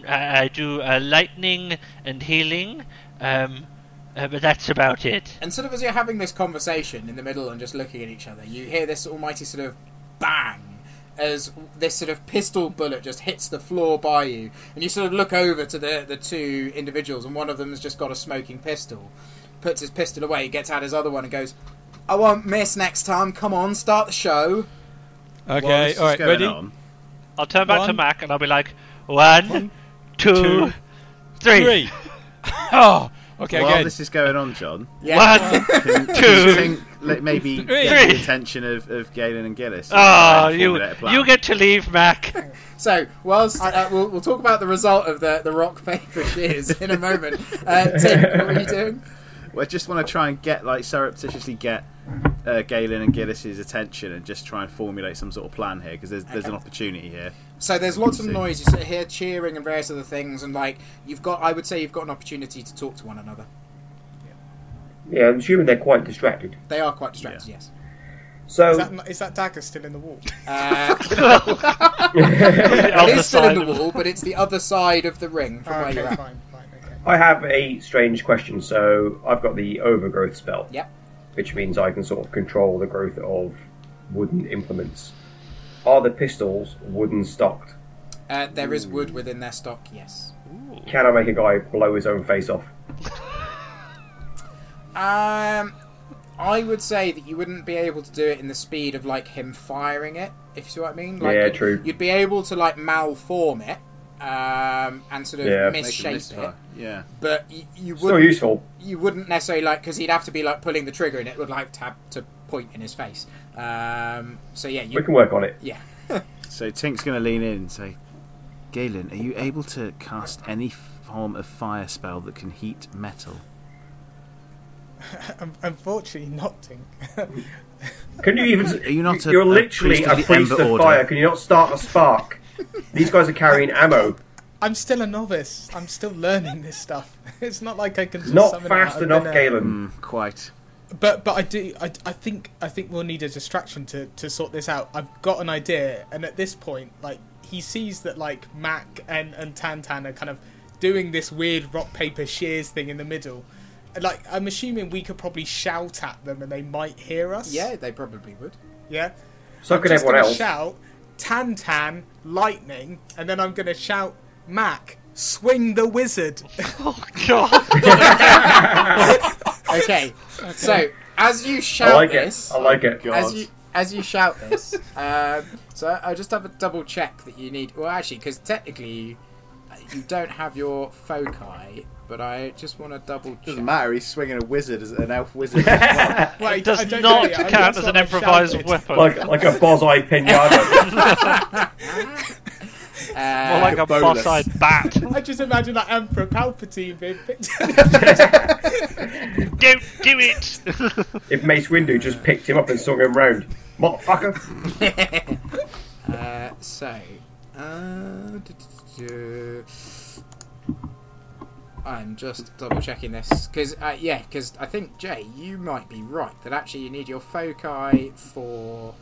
S8: I, I do uh, lightning and healing, um, uh, but that's about it.
S2: And sort of as you're having this conversation in the middle and just looking at each other, you hear this almighty sort of bang as this sort of pistol bullet just hits the floor by you. And you sort of look over to the, the two individuals, and one of them's just got a smoking pistol, puts his pistol away, gets out his other one, and goes, I won't miss next time. Come on, start the show.
S3: While
S7: Okay,
S3: this is
S7: alright,
S3: going
S7: ready?
S3: on,
S4: I'll turn back to
S7: One.
S4: Mac and I'll be like, one, two,
S7: two,
S4: three.
S7: Three. [LAUGHS] oh, okay,
S3: while
S7: again.
S3: this is going on,
S4: [LAUGHS]
S3: John,
S2: Yeah.
S3: can, can you think, like, maybe get the attention of, of Galen and Gillis? and try
S4: Oh,
S3: and
S4: you,
S3: formulate a plan?
S4: you get to leave, Mac.
S2: so, whilst uh, we'll, we'll talk about the result of the, the rock, paper, shears in a moment. Uh, Tim, what were you doing?
S3: I just want to try and get like surreptitiously get uh, Galen and Gillis's attention and just try and formulate some sort of plan here because there's there's an
S2: Okay.
S3: opportunity here.
S2: So there's lots of
S3: See.
S2: noise. You sort of hear cheering and various other things, and like you've got, I would say you've got an opportunity to talk to one another.
S5: Yeah, I'm assuming they're quite distracted.
S2: They are quite distracted, yes.
S5: So
S6: Is that, not- is that dagger still in
S7: [LAUGHS]
S6: the wall?
S2: Uh,
S4: Other
S2: it is still
S4: side
S2: in the
S4: of-
S2: wall, but it's the other side of the ring from
S6: Oh,
S2: where
S6: okay,
S2: you're at.
S6: fine, fine, okay.
S5: I have a strange question. So I've got the overgrowth spell.
S2: Yep.
S5: Which means I can sort of control the growth of wooden implements. Are the pistols wooden stocked?
S2: Uh, there is wood within their stock, yes.
S5: Can I make a guy blow his own face off?
S2: Um, I would say that you wouldn't be able to do it in the speed of like him firing it, if you see what I mean. Like,
S5: Yeah,
S2: you'd-
S5: true.
S2: You'd be able to like malform it um, and sort of
S5: Yeah.
S3: Make a
S2: misshape
S3: misfire.
S2: it,
S3: Yeah.
S2: but you, you
S5: Still
S2: wouldn't.
S5: useful.
S2: you wouldn't necessarily like because he'd have to be like pulling the trigger and it would like tap to point in his face. Um, so yeah,
S5: We
S2: you,
S5: can work on it.
S2: yeah.
S3: So Tink's going to lean in and say, Galen, are you able to cast any form of fire spell that can heat metal?
S6: Un- Unfortunately, not Tink. [LAUGHS]
S5: Can you even?
S3: Are you not a-
S5: You're
S3: a
S5: literally
S3: priest of
S5: a
S3: the
S5: priest
S3: Ember
S5: of
S3: Order?
S5: fire. Can you not start a spark? These guys are carrying ammo.
S6: I'm still a novice. I'm still learning this stuff. [LAUGHS] It's not like I can. Just
S5: Not
S6: summon it out
S5: fast
S6: of Hmm.
S5: enough,
S6: thin air.
S5: Galen.
S3: Mm, quite.
S6: But but I do. I, I think I think we'll need a distraction to to sort this out. I've got an idea, and at this point, like he sees that like Mac and and Tantan are kind of doing this weird rock paper shears thing in the middle. And, Like I'm assuming we could probably shout at them, and they might hear us.
S2: Yeah, they probably
S5: [LAUGHS]
S2: would.
S6: Yeah.
S5: So
S6: I'm
S5: can
S6: just
S5: everyone
S6: gonna
S5: else.
S6: shout Tan Tan Lightning, and then I'm gonna shout Mac Swing the Wizard. [LAUGHS]
S4: Oh, God.
S2: Okay, so as you shout
S5: I like
S2: this,
S5: it. I like it.
S2: as you as you shout this, [LAUGHS] um, so I just have a double check that you need. Well, actually, because technically uh, you don't have your foci, but I just want to double check.
S3: Doesn't matter. He's swinging a wizard, as an elf [LAUGHS] wizard.
S6: Well,
S4: It does
S6: I don't
S4: not
S6: know, I-
S4: count
S6: that's
S4: as
S6: what
S4: an
S6: I
S4: improvised
S6: shouted.
S4: weapon.
S5: Like like a bozai
S3: [LAUGHS]
S5: pinata.
S2: Uh,
S4: or like a
S3: bonus.
S4: boss-eyed bat.
S6: I just imagine that Emperor Palpatine being picked. [LAUGHS]
S4: Don't do it! [LAUGHS]
S5: if Mace Windu just picked him up and swung him round, motherfucker.
S2: Uh, so, uh, duh, duh, duh, duh. I'm just double checking this because uh, yeah, because I think Jay, you might be right that actually you need your foci for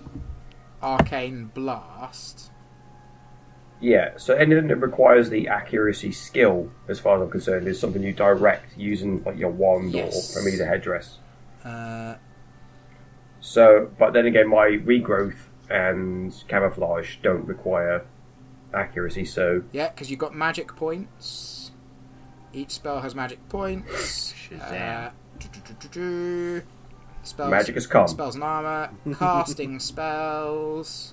S2: arcane blast.
S5: Yeah, so anything that requires the accuracy skill, as far as I'm concerned, is something you direct using like your wand
S2: Yes.
S5: or for me the headdress.
S2: Uh,
S5: So, but then again, my regrowth and camouflage don't require accuracy, so
S2: yeah, because you've got magic points. Each spell has magic points.
S1: Shazam.
S2: Uh, duh, duh, duh, duh, duh. Spells,
S5: Magic has come.
S2: Spells and armor, casting spells.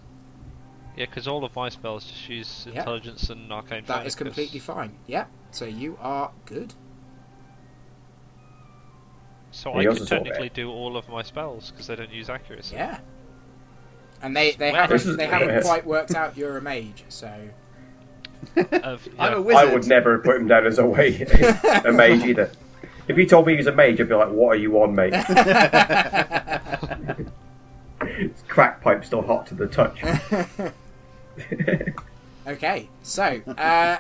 S4: Yeah, because all of my spells just use
S2: Yeah.
S4: intelligence and arcane.
S2: That
S4: focus.
S2: is completely fine. Yep. So you are good.
S4: So
S5: Yeah,
S4: I
S5: you
S4: can
S5: also sort of-
S4: technically do all of my spells because they don't use accuracy.
S2: Yeah. And they, they
S4: Wow.
S5: This
S2: haven't
S5: is-
S2: they
S5: [LAUGHS]
S2: haven't quite worked out you're a mage, so
S4: Of-
S3: I'm
S4: yeah.
S3: a wizard.
S5: I would never put him down as a, way, [LAUGHS] a mage either. If he told me he was a mage, I'd be like, "What are you on,
S2: [LAUGHS]
S5: mate?" His crack pipe's still hot to the touch.
S2: Okay, so uh,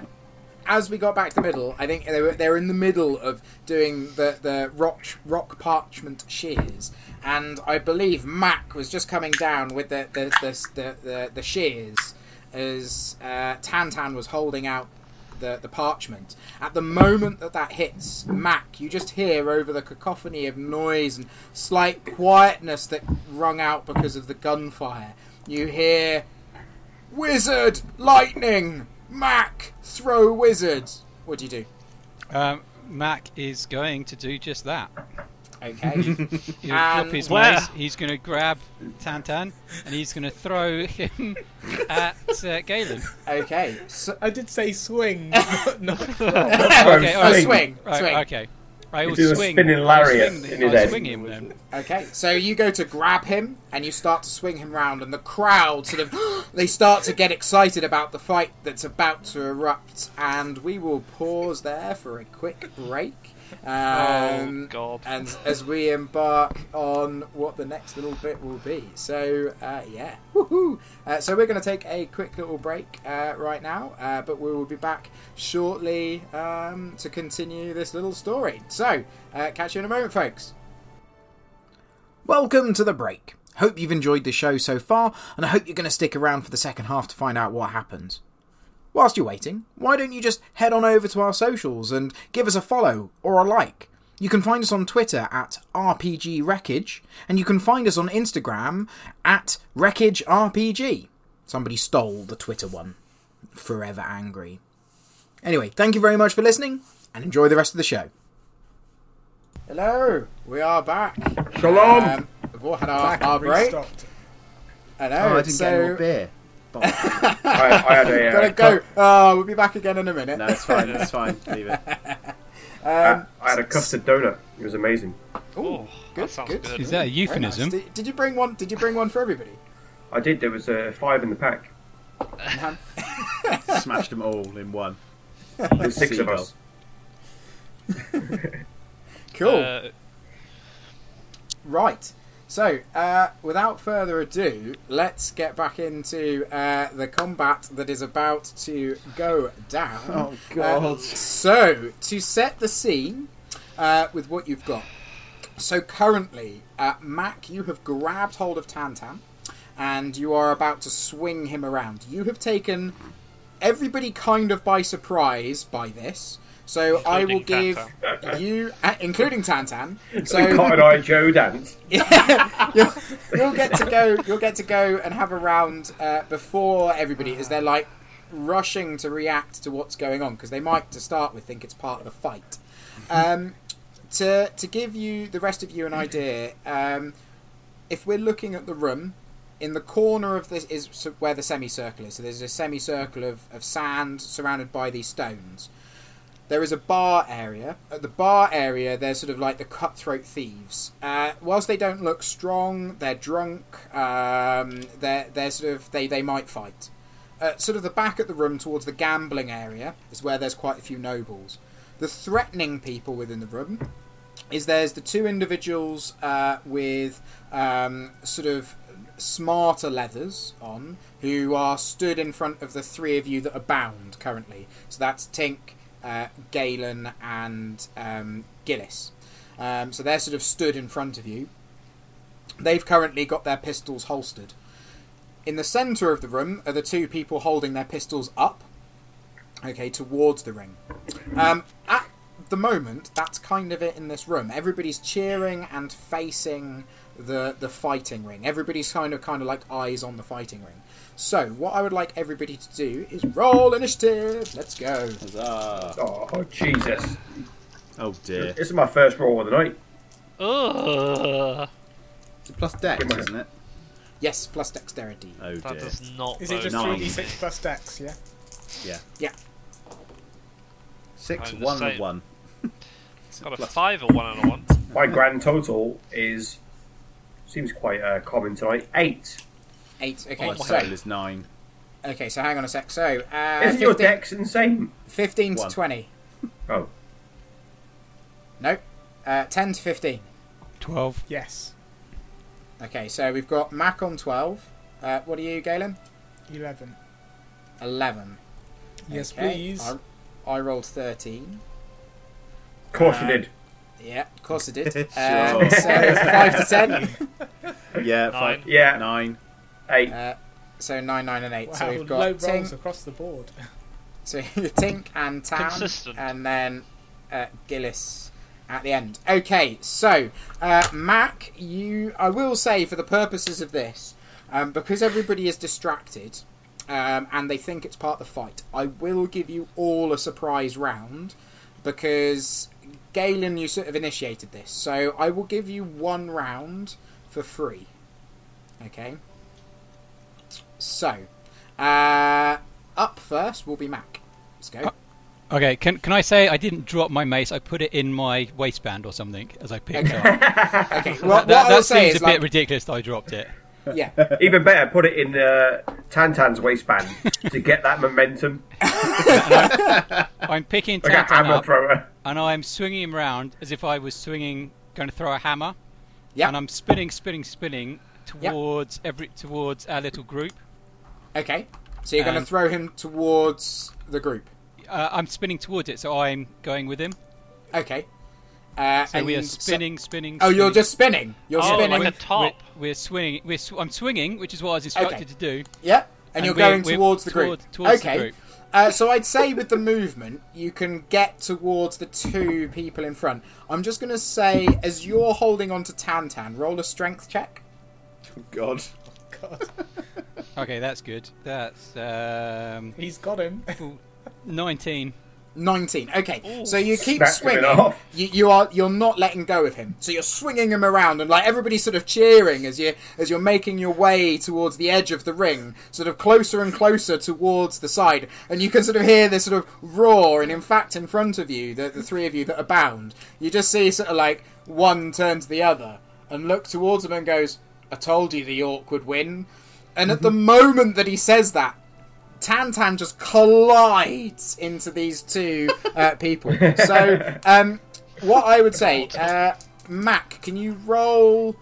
S2: as we got back to the middle, I think they were they're in the middle of doing the the rock rock parchment shears, and I believe Mac was just coming down with the the the the, the, the shears as uh, Tantan was holding out. The, the parchment. At the moment that that hits Mac, you just hear over the cacophony of noise and slight quietness that rung out because of the gunfire. You hear Wizard, lightning, Mac, throw wizard. What do you do?
S7: Um, Mac is going to do just that.
S2: [LAUGHS] Okay.
S7: He'll flip
S2: Um,
S7: his
S4: where-
S7: mace. He's going to grab Tantan and he's going to
S2: [LAUGHS]
S7: throw him at uh, Galen.
S2: okay. So,
S6: I did say swing, but not throw.
S7: Okay,
S5: Oh,
S7: all
S2: swing.
S7: right.
S2: swing.
S7: Right, okay. I
S5: You
S7: will
S5: do a
S7: swing.
S5: spinning
S7: I'll
S5: lariat
S7: swing Oh, the-
S5: in his
S7: I'll
S5: head.
S7: swing him then.
S2: Okay. So you go to grab him and you start to swing him round and the crowd sort of [GASPS] they start to get excited about the fight that's about to erupt and we will pause there for a quick break. Um,
S4: oh god.
S2: and as we embark on what the next little bit will be. So, uh, yeah. Woohoo! Uh, so, we're going to take a quick little break uh, right now, uh, but we will be back shortly um, to continue this little story. So, uh, catch you in a moment, folks. Welcome to the break. Hope you've enjoyed the show so far, and I hope you're going to stick around for the second half to find out what happens. Whilst you're waiting, why don't you just head on over to our socials and give us a follow or a like? You can find us on Twitter at RPG Wreckage, and you can find us on Instagram at Wreckage RPG. Somebody stole the Twitter one. Forever angry. Anyway, thank you very much for listening, and enjoy the rest of the show. Hello, we are back.
S5: Shalom.
S2: Um, we've all had our, our break.
S6: Stopped.
S2: Hello.
S3: Oh, I didn't
S2: so
S3: get any more beer. Bollocks.
S5: I, I had a,
S2: [LAUGHS]
S5: uh,
S2: gotta go. Oh, we'll be back again in a minute.
S3: no, it's fine. It's [LAUGHS] fine. Leave it.
S5: I, uh, I had a custard donut. It was amazing.
S4: Oh,
S2: good,
S4: that sounds
S2: good.
S4: good.
S7: Is that
S2: Very
S7: a
S2: nice.
S7: euphemism?
S2: Did, did you bring one? Did you bring one for everybody?
S5: I did. There was uh, five in the pack.
S3: Smashed them all in one.
S5: There's six of
S3: Seagull.
S5: us.
S2: Cool.
S4: Uh,
S2: Right. So, uh, without further ado, let's get back into uh, the combat that is about to go down.
S3: [LAUGHS] Oh, God.
S2: Uh, so, to set the scene uh, with what you've got. So, currently, uh, Mac, you have grabbed hold of Tantan and you are about to swing him around. You have taken everybody kind of by surprise by this. So, I will
S4: Including
S2: give you, uh, including
S3: [LAUGHS]
S2: Tantan. So,
S5: Cotton Eye Joe dance.
S2: you'll, you'll get to go. You'll get to go and have a round uh, before everybody, as they're like rushing to react to what's going on because they might, to start with, think it's part of the fight. Um, to to give you the rest of you an idea, um, if we're looking at the room, in the corner of this is s- where the semicircle is. So there's a semicircle of, of sand surrounded by these stones. There is a bar area. At the bar area, they're sort of like the cutthroat thieves. Uh, whilst they don't look strong, they're drunk. Um, they're they're sort of they they might fight. At sort of the back of the room, towards the gambling area, is where there's quite a few nobles. The threatening people within the room is there's the two individuals uh, with um, sort of smarter leathers on who are stood in front of the three of you that are bound currently. So that's Tink, uh, Galen, and um, Gillis. Um, so they're sort of stood in front of you. They've currently got their pistols holstered. In the centre of the room are the two people holding their pistols up, okay, towards the ring. Um, at the moment, that's kind of it in this room. Everybody's cheering and facing the the fighting ring. Everybody's kind of kind of like eyes on the fighting ring. So, what I would like everybody to do is roll initiative. Let's go.
S3: Huzzah.
S5: Oh, Jesus.
S3: Oh dear.
S5: This is my first roll of the night.
S7: Oh.
S4: Ugh,
S3: Plus dex,
S5: Come on.
S3: isn't it?
S2: Yes, plus dexterity.
S3: Oh
S4: that
S3: dear.
S4: does not.
S6: Is it just
S4: bode
S3: Nine.
S6: three d six plus dex? Yeah.
S3: Six,
S4: I'm the
S3: one, and
S4: same.
S3: one.
S4: Got a
S3: Plus-
S4: five or one and a one.
S5: My grand total is seems quite uh, common tonight. Eight.
S2: Eight. Okay,
S3: My
S2: so
S3: total is nine.
S2: okay, so hang on a sec. So, uh,
S5: Isn't your
S2: 15
S5: dex insane?
S2: 15 to
S3: One.
S2: twenty.
S5: Oh,
S2: No, uh, ten to fifteen.
S7: Twelve.
S6: Yes.
S2: Okay, so we've got Mac on twelve. Uh, what are you, Galen?
S6: Eleven.
S2: Eleven.
S6: Yes,
S2: Okay,
S6: please.
S2: I, I rolled thirteen.
S5: of course you
S2: Uh,
S5: did.
S2: Yeah, of course I did.
S3: [LAUGHS] Sure.
S2: um, so
S6: [LAUGHS]
S2: five to ten.
S3: Yeah,
S4: Nine.
S3: five,
S5: Yeah,
S3: nine.
S5: eight.
S2: Uh, so nine, nine, and eight.
S6: Wow,
S2: so we've
S6: low
S2: got
S6: rolls
S2: Tink,
S6: across the board. [LAUGHS]
S2: so [LAUGHS] Tink and Tan,
S4: Consistent.
S2: and then uh, Gillis at the end. Okay, so uh, Mac, you, I will say for the purposes of this, um, because everybody is distracted um, and they think it's part of the fight, I will give you all a surprise round because Galen, you sort of initiated this. So I will give you one round for free. Okay. So, uh, up first will be Mac. Let's
S7: Oh,
S2: go.
S7: Okay, can can I say I didn't drop my mace? I put it in my waistband or something as I picked
S2: Okay.
S7: it up. [LAUGHS]
S2: Okay. What, [LAUGHS]
S7: That,
S2: what
S7: that,
S2: I'll
S7: that
S2: say
S7: seems
S2: is
S7: a
S2: like,
S7: bit ridiculous. That I dropped
S2: [LAUGHS]
S7: it.
S2: yeah.
S7: [LAUGHS]
S5: Even better, put it in uh, Tantan's waistband to get that momentum.
S7: I'm picking
S5: Like a
S7: Tantan
S5: hammer
S7: up
S5: thrower.
S7: and I'm swinging him round as if I was swinging, going to throw a hammer.
S2: Yeah.
S7: And I'm spinning, spinning, spinning towards every towards our little group.
S2: Okay. So you're going to
S7: And-
S2: throw him towards the group.
S7: Uh, I'm spinning towards it, so I'm going with him.
S2: Okay. Uh,
S7: So we are
S2: and so-
S7: spinning, spinning.
S2: oh, you're
S7: spinning.
S2: just spinning. You're
S4: Oh,
S2: spinning.
S4: like a top.
S7: We're, we're swinging. We're sw- I'm swinging, which is what I was instructed
S2: Okay.
S7: to do.
S2: Yeah, and,
S7: And
S2: you're
S7: we're-
S2: going
S7: we're
S2: towards the group.
S7: toward- towards the
S2: okay.
S7: group.
S2: Uh, so I'd say with the movement, you can get towards the two people in front. I'm just going to say, as you're holding on to Tantan, roll a strength check.
S3: God.
S6: God,
S7: Okay, that's good. That's um,
S6: he's got him. [LAUGHS]
S7: 19.
S2: 19. Okay, so you keep
S5: Smacked him in
S2: swinging.
S5: half.
S2: You, you are you're not letting go of him. So you're swinging him around, and like everybody's sort of cheering as you as you're making your way towards the edge of the ring, sort of closer and closer towards the side, and you can sort of hear this sort of roar. And in fact, in front of you, the, the three of you that are bound, you just see sort of like one turn to the other and look towards him and goes, "I told you the York would win." And at the moment that he says that, Tantan just collides into these two uh, people. So, um, what I would say, uh, Mac, can you roll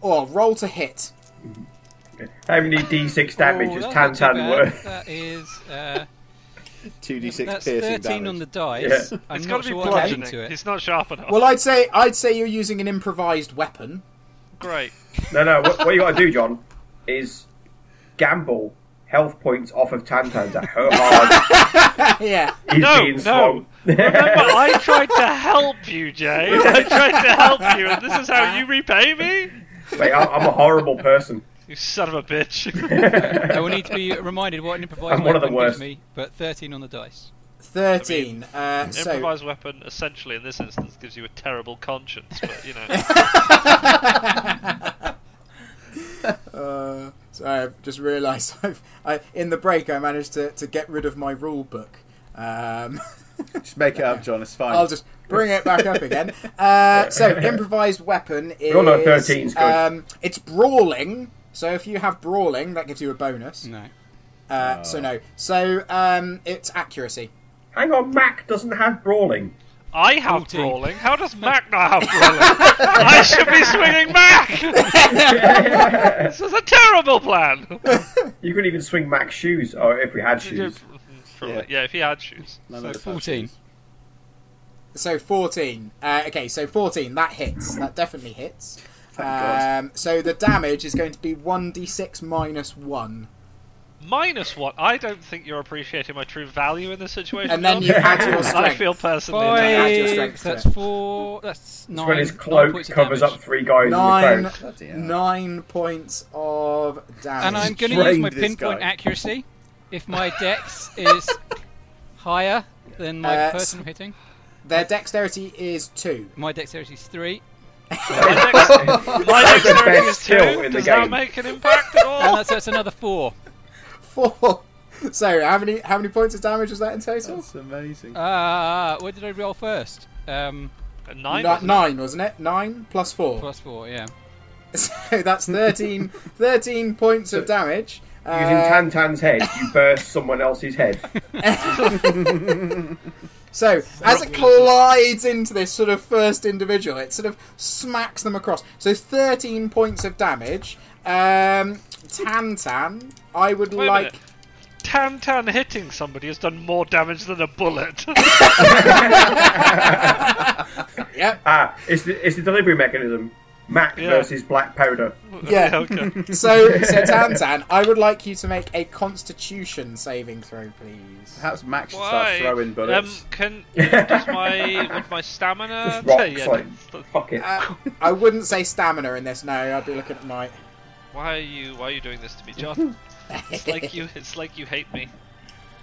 S2: or roll to hit?
S5: How many d6 damage
S7: Oh,
S5: is
S7: that's not too
S5: Tantan
S7: bad.
S5: worth?
S7: That is. Uh,
S3: [LAUGHS] 2d6
S7: that's
S3: piercing
S7: 13
S3: damage.
S7: on the dice.
S5: Yeah.
S7: I'm
S4: It's got to
S7: not
S4: be
S7: sure what I'm adding
S4: bludgeoning.
S7: to it.
S4: It's not sharp enough.
S2: Well, I'd say I'd say you're using an improvised weapon.
S4: Great.
S5: No, no. What, what you got to do, John, is gamble health points off of Tantan to
S7: [LAUGHS]
S5: how hard
S2: yeah.
S5: he's
S4: No,
S5: being
S4: no.
S5: swung.
S4: Remember, I tried to help you, Jay.
S7: [LAUGHS]
S4: I tried to help you, and this is how you repay me?
S5: Mate, I, I'm a horrible person.
S4: You son of a bitch.
S7: I will need to be reminded what an improvised
S5: [LAUGHS] I'm one of the
S7: weapon gives
S5: worst.
S7: me, but 13 on the dice.
S2: Thirteen. Uh, so
S4: Improvised weapon, essentially, in this instance, gives you a terrible conscience, but, you know.
S2: Uh, so I've just realised [LAUGHS] I've I, in the break I managed to, to get rid of my rule book. Um, [LAUGHS]
S3: Just make it up, John. It's fine.
S2: I'll just bring it back up again. Uh, so improvised
S5: [LAUGHS]
S2: weapon is
S5: all know 13 's good.
S2: Um, it's brawling. So if you have brawling, that gives you a bonus.
S7: No.
S5: Oh.
S2: Uh, so no. So um, it's accuracy.
S5: Hang on, Mac doesn't have brawling.
S4: I have
S7: Faulty.
S4: brawling. How does Mac not have
S5: [LAUGHS]
S4: brawling? I should be swinging Mac. [LAUGHS] this is a terrible plan.
S5: You could even swing Mac's shoes, or if we had shoes.
S4: Probably. Yeah, if he had shoes.
S3: None
S7: So
S3: of us have
S7: 14.
S3: shoes.
S2: So 14. Uh, okay, so 14. That hits. That definitely hits. Um, so the damage is going to be 1d6 minus 1.
S4: Minus what? I don't think you're appreciating my true value in this situation.
S2: And then you
S4: John.
S2: add your
S4: [LAUGHS] I
S2: strength.
S4: feel personally.
S2: Five.
S5: [LAUGHS]
S4: attacked.
S2: add your
S7: Five.
S2: strength to
S7: That's
S2: it.
S7: four. That's
S5: It's
S7: nine.
S5: when his
S7: nine
S5: cloak
S7: points of
S5: covers
S7: damage.
S5: up three guys in
S2: Nine,
S5: the cloak.
S3: Bloody hell.
S2: nine points of damage.
S7: And I'm going to use
S3: Trained
S7: my
S3: this
S7: pinpoint
S3: guy.
S7: accuracy. If my dex is higher than my
S2: Uh,
S7: person I'm hitting,
S2: Their dexterity is 2.
S7: my dexterity is three,
S4: My dex- my
S5: That's the
S4: dexterity
S5: best
S4: is
S5: skill
S4: two.
S5: in the
S4: Does that
S5: game.
S4: make an impact at
S7: and
S4: all?
S7: that's, that's another four.
S2: [LAUGHS] 4. So how many how many points of damage was that in total?
S3: That's amazing.
S7: Uh, what did I roll first? Um,
S4: A Nine.
S2: Ni-
S4: isn't it?
S2: nine, wasn't it? Nine plus 4.
S7: plus four, yeah.
S2: [LAUGHS] So that's
S4: [LAUGHS]
S2: 13, 13 points of damage.
S5: Using
S2: Uh,
S5: Tan Tan's head, [LAUGHS] you burst someone else's head.
S2: So as it collides into this sort of first individual, it sort of smacks them across. So thirteen points of damage. Um, Tan Tan, I would
S4: Wait a
S2: like.
S4: minute. Tan Tan hitting somebody has done more damage than a bullet.
S2: Yep.
S5: Ah, it's the, it's the delivery mechanism. Mac
S4: Yeah.
S5: versus Black Powder.
S2: Yeah.
S4: [LAUGHS] okay.
S2: So
S4: [LAUGHS]
S2: so Tan Tan, I would like you to make a Constitution saving throw,
S4: [LAUGHS]
S2: please.
S3: Perhaps Max should
S4: Why?
S3: start throwing bullets.
S4: Um,
S3: [LAUGHS]
S4: can does my would my stamina?
S5: Just rocks,
S4: yeah,
S5: like,
S4: that's- that's-
S5: Fuck it.
S2: Uh, I wouldn't say stamina in this. No, I'd be looking at my.
S4: why are you Why are you doing this to me, John? It's like you. It's like you hate me.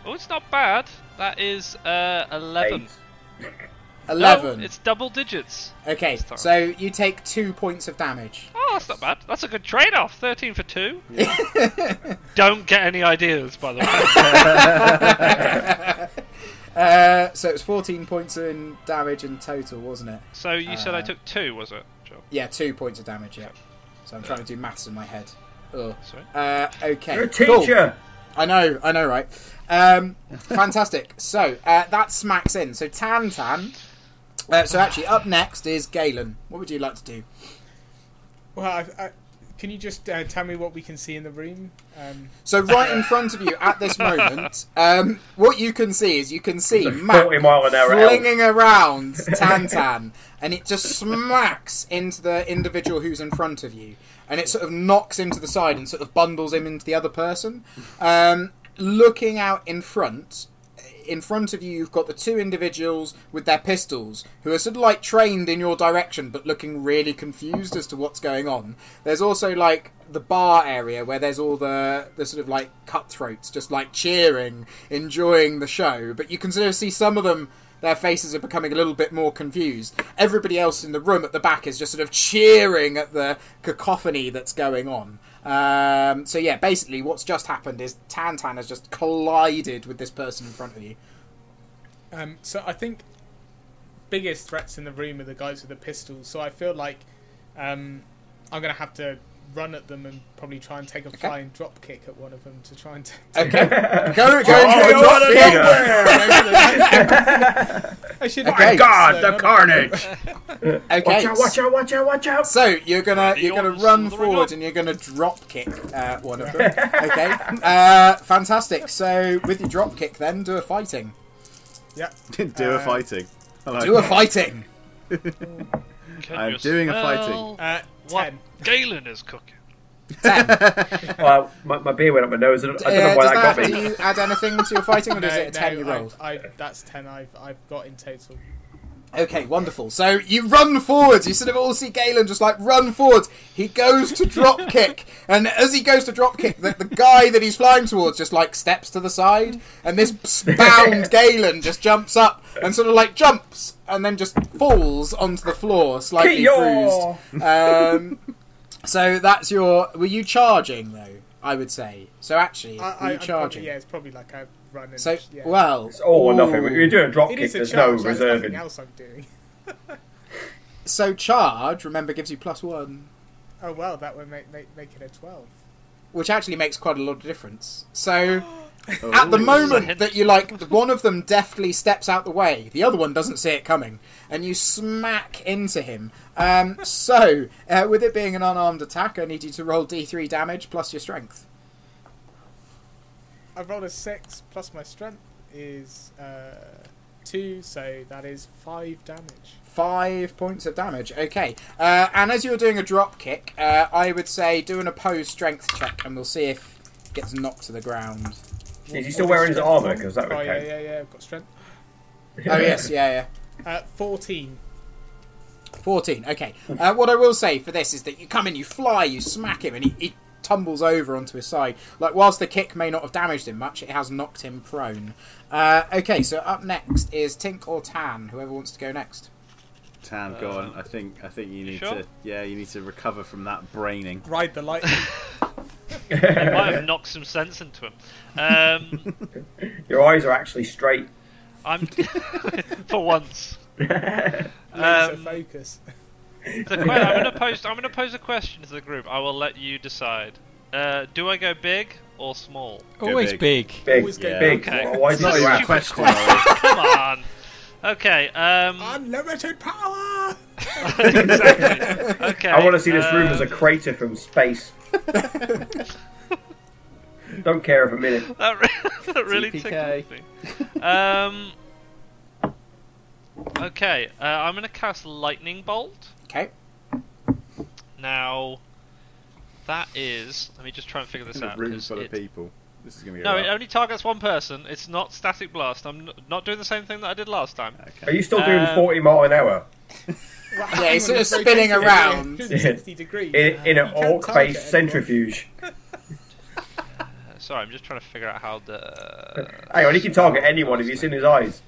S4: Oh, it's not bad. That is uh, eleven.
S5: Eight.
S2: Eleven.
S4: No, it's double digits.
S2: okay,
S4: it's
S2: so you take two points of damage.
S4: Oh, that's not bad. That's a good trade-off. Thirteen for two.
S3: [LAUGHS]
S4: Don't get any ideas, by the way.
S2: Uh, so it's fourteen points in damage in total, wasn't it?
S4: so you said I
S3: Uh,
S4: took two, was it? John?
S2: Yeah, two points of damage. Yeah. So I'm trying to do maths in my head. Ugh.
S4: Sorry.
S2: Uh, okay.
S5: You're a
S2: cool.
S5: teacher!
S2: I know. I know. Right. Um, [LAUGHS] fantastic. So uh, that smacks in. So Tan Tan. Uh, so actually, up next is Galen. What would you like to do?
S6: Well, I, I, can you just uh, tell me what we can see in the room? Um,
S2: So right in front of you at
S5: [LAUGHS]
S2: this moment, um, what you can see is you can see
S5: It's a
S2: Matt
S5: 40 mile an hour
S2: flinging around Tan Tan, and it just smacks into the individual who's in front of you, and it sort of knocks him to the side and sort of bundles him into the other person. Um, looking out in front, in front of you, you've got the two individuals with their pistols who are sort of like trained in your direction but looking really confused as to what's going on. There's also like the bar area where there's all the, the sort of like cutthroats just like cheering, enjoying the show, but you can sort of see some of them. Their faces are becoming a little bit more confused. Everybody else in the room at the back is just sort of cheering at the cacophony that's going on. Um, so yeah, basically, what's just happened is Tan Tan has just collided with this person in front of you.
S6: um, so I think biggest threats in the room are the guys with the pistols. So I feel like um, I'm going to have to run at them and probably try and take a flying drop kick at one of them to try and. [LAUGHS] T-
S5: [LAUGHS]
S2: Okay, go, go, go,
S5: Oh,
S2: go,
S5: you wanna
S2: go.
S5: know
S6: I should.
S2: Okay.
S6: So
S3: God, the
S6: not-
S3: [LAUGHS]
S4: Um,
S3: carnage!
S2: [LAUGHS] Okay,
S5: Watch out, watch out, watch out, watch out!
S2: So you're gonna you're gonna run
S4: slithering
S2: forward
S4: up.
S2: and you're gonna drop kick uh, one of
S5: [LAUGHS]
S2: them. Okay, uh, fantastic. So with your drop kick, then do a fighting.
S6: Yeah.
S3: Do a fighting. I like
S2: Uh, Do a
S3: that.
S2: fighting.
S4: Can
S3: I'm
S4: you
S3: doing a fighting.
S4: smell
S6: Uh,
S4: What
S6: ten.
S4: Galen is cooking.
S2: Ten.
S5: Well, my, my beer went up my nose. I don't, I don't
S2: Uh,
S5: know why
S2: does
S5: that
S2: that,
S5: got
S2: do
S5: me.
S2: you add anything to your
S6: [LAUGHS]
S2: fighting, or is it a ten year old?
S6: I, I, that's ten. I've I've got in total.
S2: Okay, wonderful. So you run forwards. You sort of all see Galen just like run forwards. He goes to
S5: [LAUGHS]
S2: drop kick, and as he goes to drop kick, the, the guy that he's flying towards just like steps to the side, and this
S5: [LAUGHS]
S2: bound Galen just jumps up and sort of like jumps and then just falls onto the floor, slightly
S5: Ki-yaw!
S2: bruised. Um, so that's your. Were you charging though? I would say. So actually,
S6: I, I,
S2: were you
S6: I'm
S2: charging?
S6: Probably, yeah, it's probably like a run. And,
S2: So
S6: yeah.
S2: well,
S5: It's all or Oh, nothing.
S2: ooh.
S5: We're doing a drop
S6: it
S5: kick.
S6: is a
S5: There's
S6: charge.
S5: no
S6: There's nothing
S5: reserving.
S6: else I'm doing.
S2: So charge, remember, gives you plus one,
S6: Oh well, that would make make, make it a twelve.
S2: which actually makes quite a lot of difference. So At the
S4: Ooh.
S2: moment that you like, one of them deftly steps out the way, the other one doesn't see it coming, and you smack into him. Um, so, uh, with it being an unarmed attack, I need you to roll d3 damage plus your strength.
S6: I rolled a six plus my strength is uh, two, so that is five damage.
S2: Five points of damage. Okay. Uh, and as you're doing a drop kick, uh, I would say do an opposed strength check, and we'll see if it gets knocked to the ground.
S5: Is he still wearing his armour? Because that would
S6: Oh yeah,
S5: count.
S6: yeah, yeah. I've got strength.
S2: Oh
S5: [LAUGHS]
S2: yes, yeah, yeah.
S6: Uh, Fourteen.
S2: 14. Okay. Uh, what I will say for this is that you come in, you fly, you smack him, and he, he tumbles over onto his side. Like, whilst the kick may not have damaged him much, it has knocked him prone. Uh, okay, so up next is Tink or Tan, whoever wants to go next.
S3: Tan, go on. I think I think you need
S4: sure?
S3: to. Yeah, you need to recover from that braining.
S6: Ride the light.
S4: It might have knocked some sense into him. Um,
S5: [LAUGHS] Your eyes are actually straight.
S4: I'm [LAUGHS] for
S5: [LAUGHS]
S4: once.
S6: laser
S4: Um,
S6: focus.
S4: The que- I'm gonna pose. I'm gonna pose a question to the group. I will let you decide. Uh, do I go big or small?
S3: Go
S7: Always big.
S5: Big,
S6: Always go
S3: Yeah.
S5: big.
S4: Okay.
S5: Why
S3: It's
S5: is he
S3: not even
S4: Stupid
S5: crap?
S3: a question.
S4: question.
S3: Ollie.
S4: [LAUGHS] Come on. Okay. Um,
S6: Unlimited power.
S4: [LAUGHS] exactly. [LAUGHS] Okay.
S5: I want to see this room as a
S4: um,
S5: crater from [LAUGHS] space. Don't care if a minute.
S4: That, re- [LAUGHS] that really
S3: TPK.
S4: tickled me. Um. Okay, uh, I'm gonna cast lightning bolt.
S2: Okay.
S4: Now, that is. Let me just try and figure this
S3: In a
S4: out.
S3: room
S4: 'cause
S3: full of
S4: it-
S3: people. This is gonna go.
S4: No, it
S3: well.
S4: only targets one person. It's not static blast. I'm n- not doing the same thing that I did last time.
S5: Are you still doing
S4: Um,
S5: 40 mile an hour
S2: Yeah, he's sort of spinning around.
S6: 160 degrees.
S5: in, in an
S6: You can't
S5: orc based
S6: target anyone.
S5: centrifuge?
S4: Uh, sorry, I'm just trying to figure out how the.
S5: Hang on, he can target anyone. Have you seen his eyes?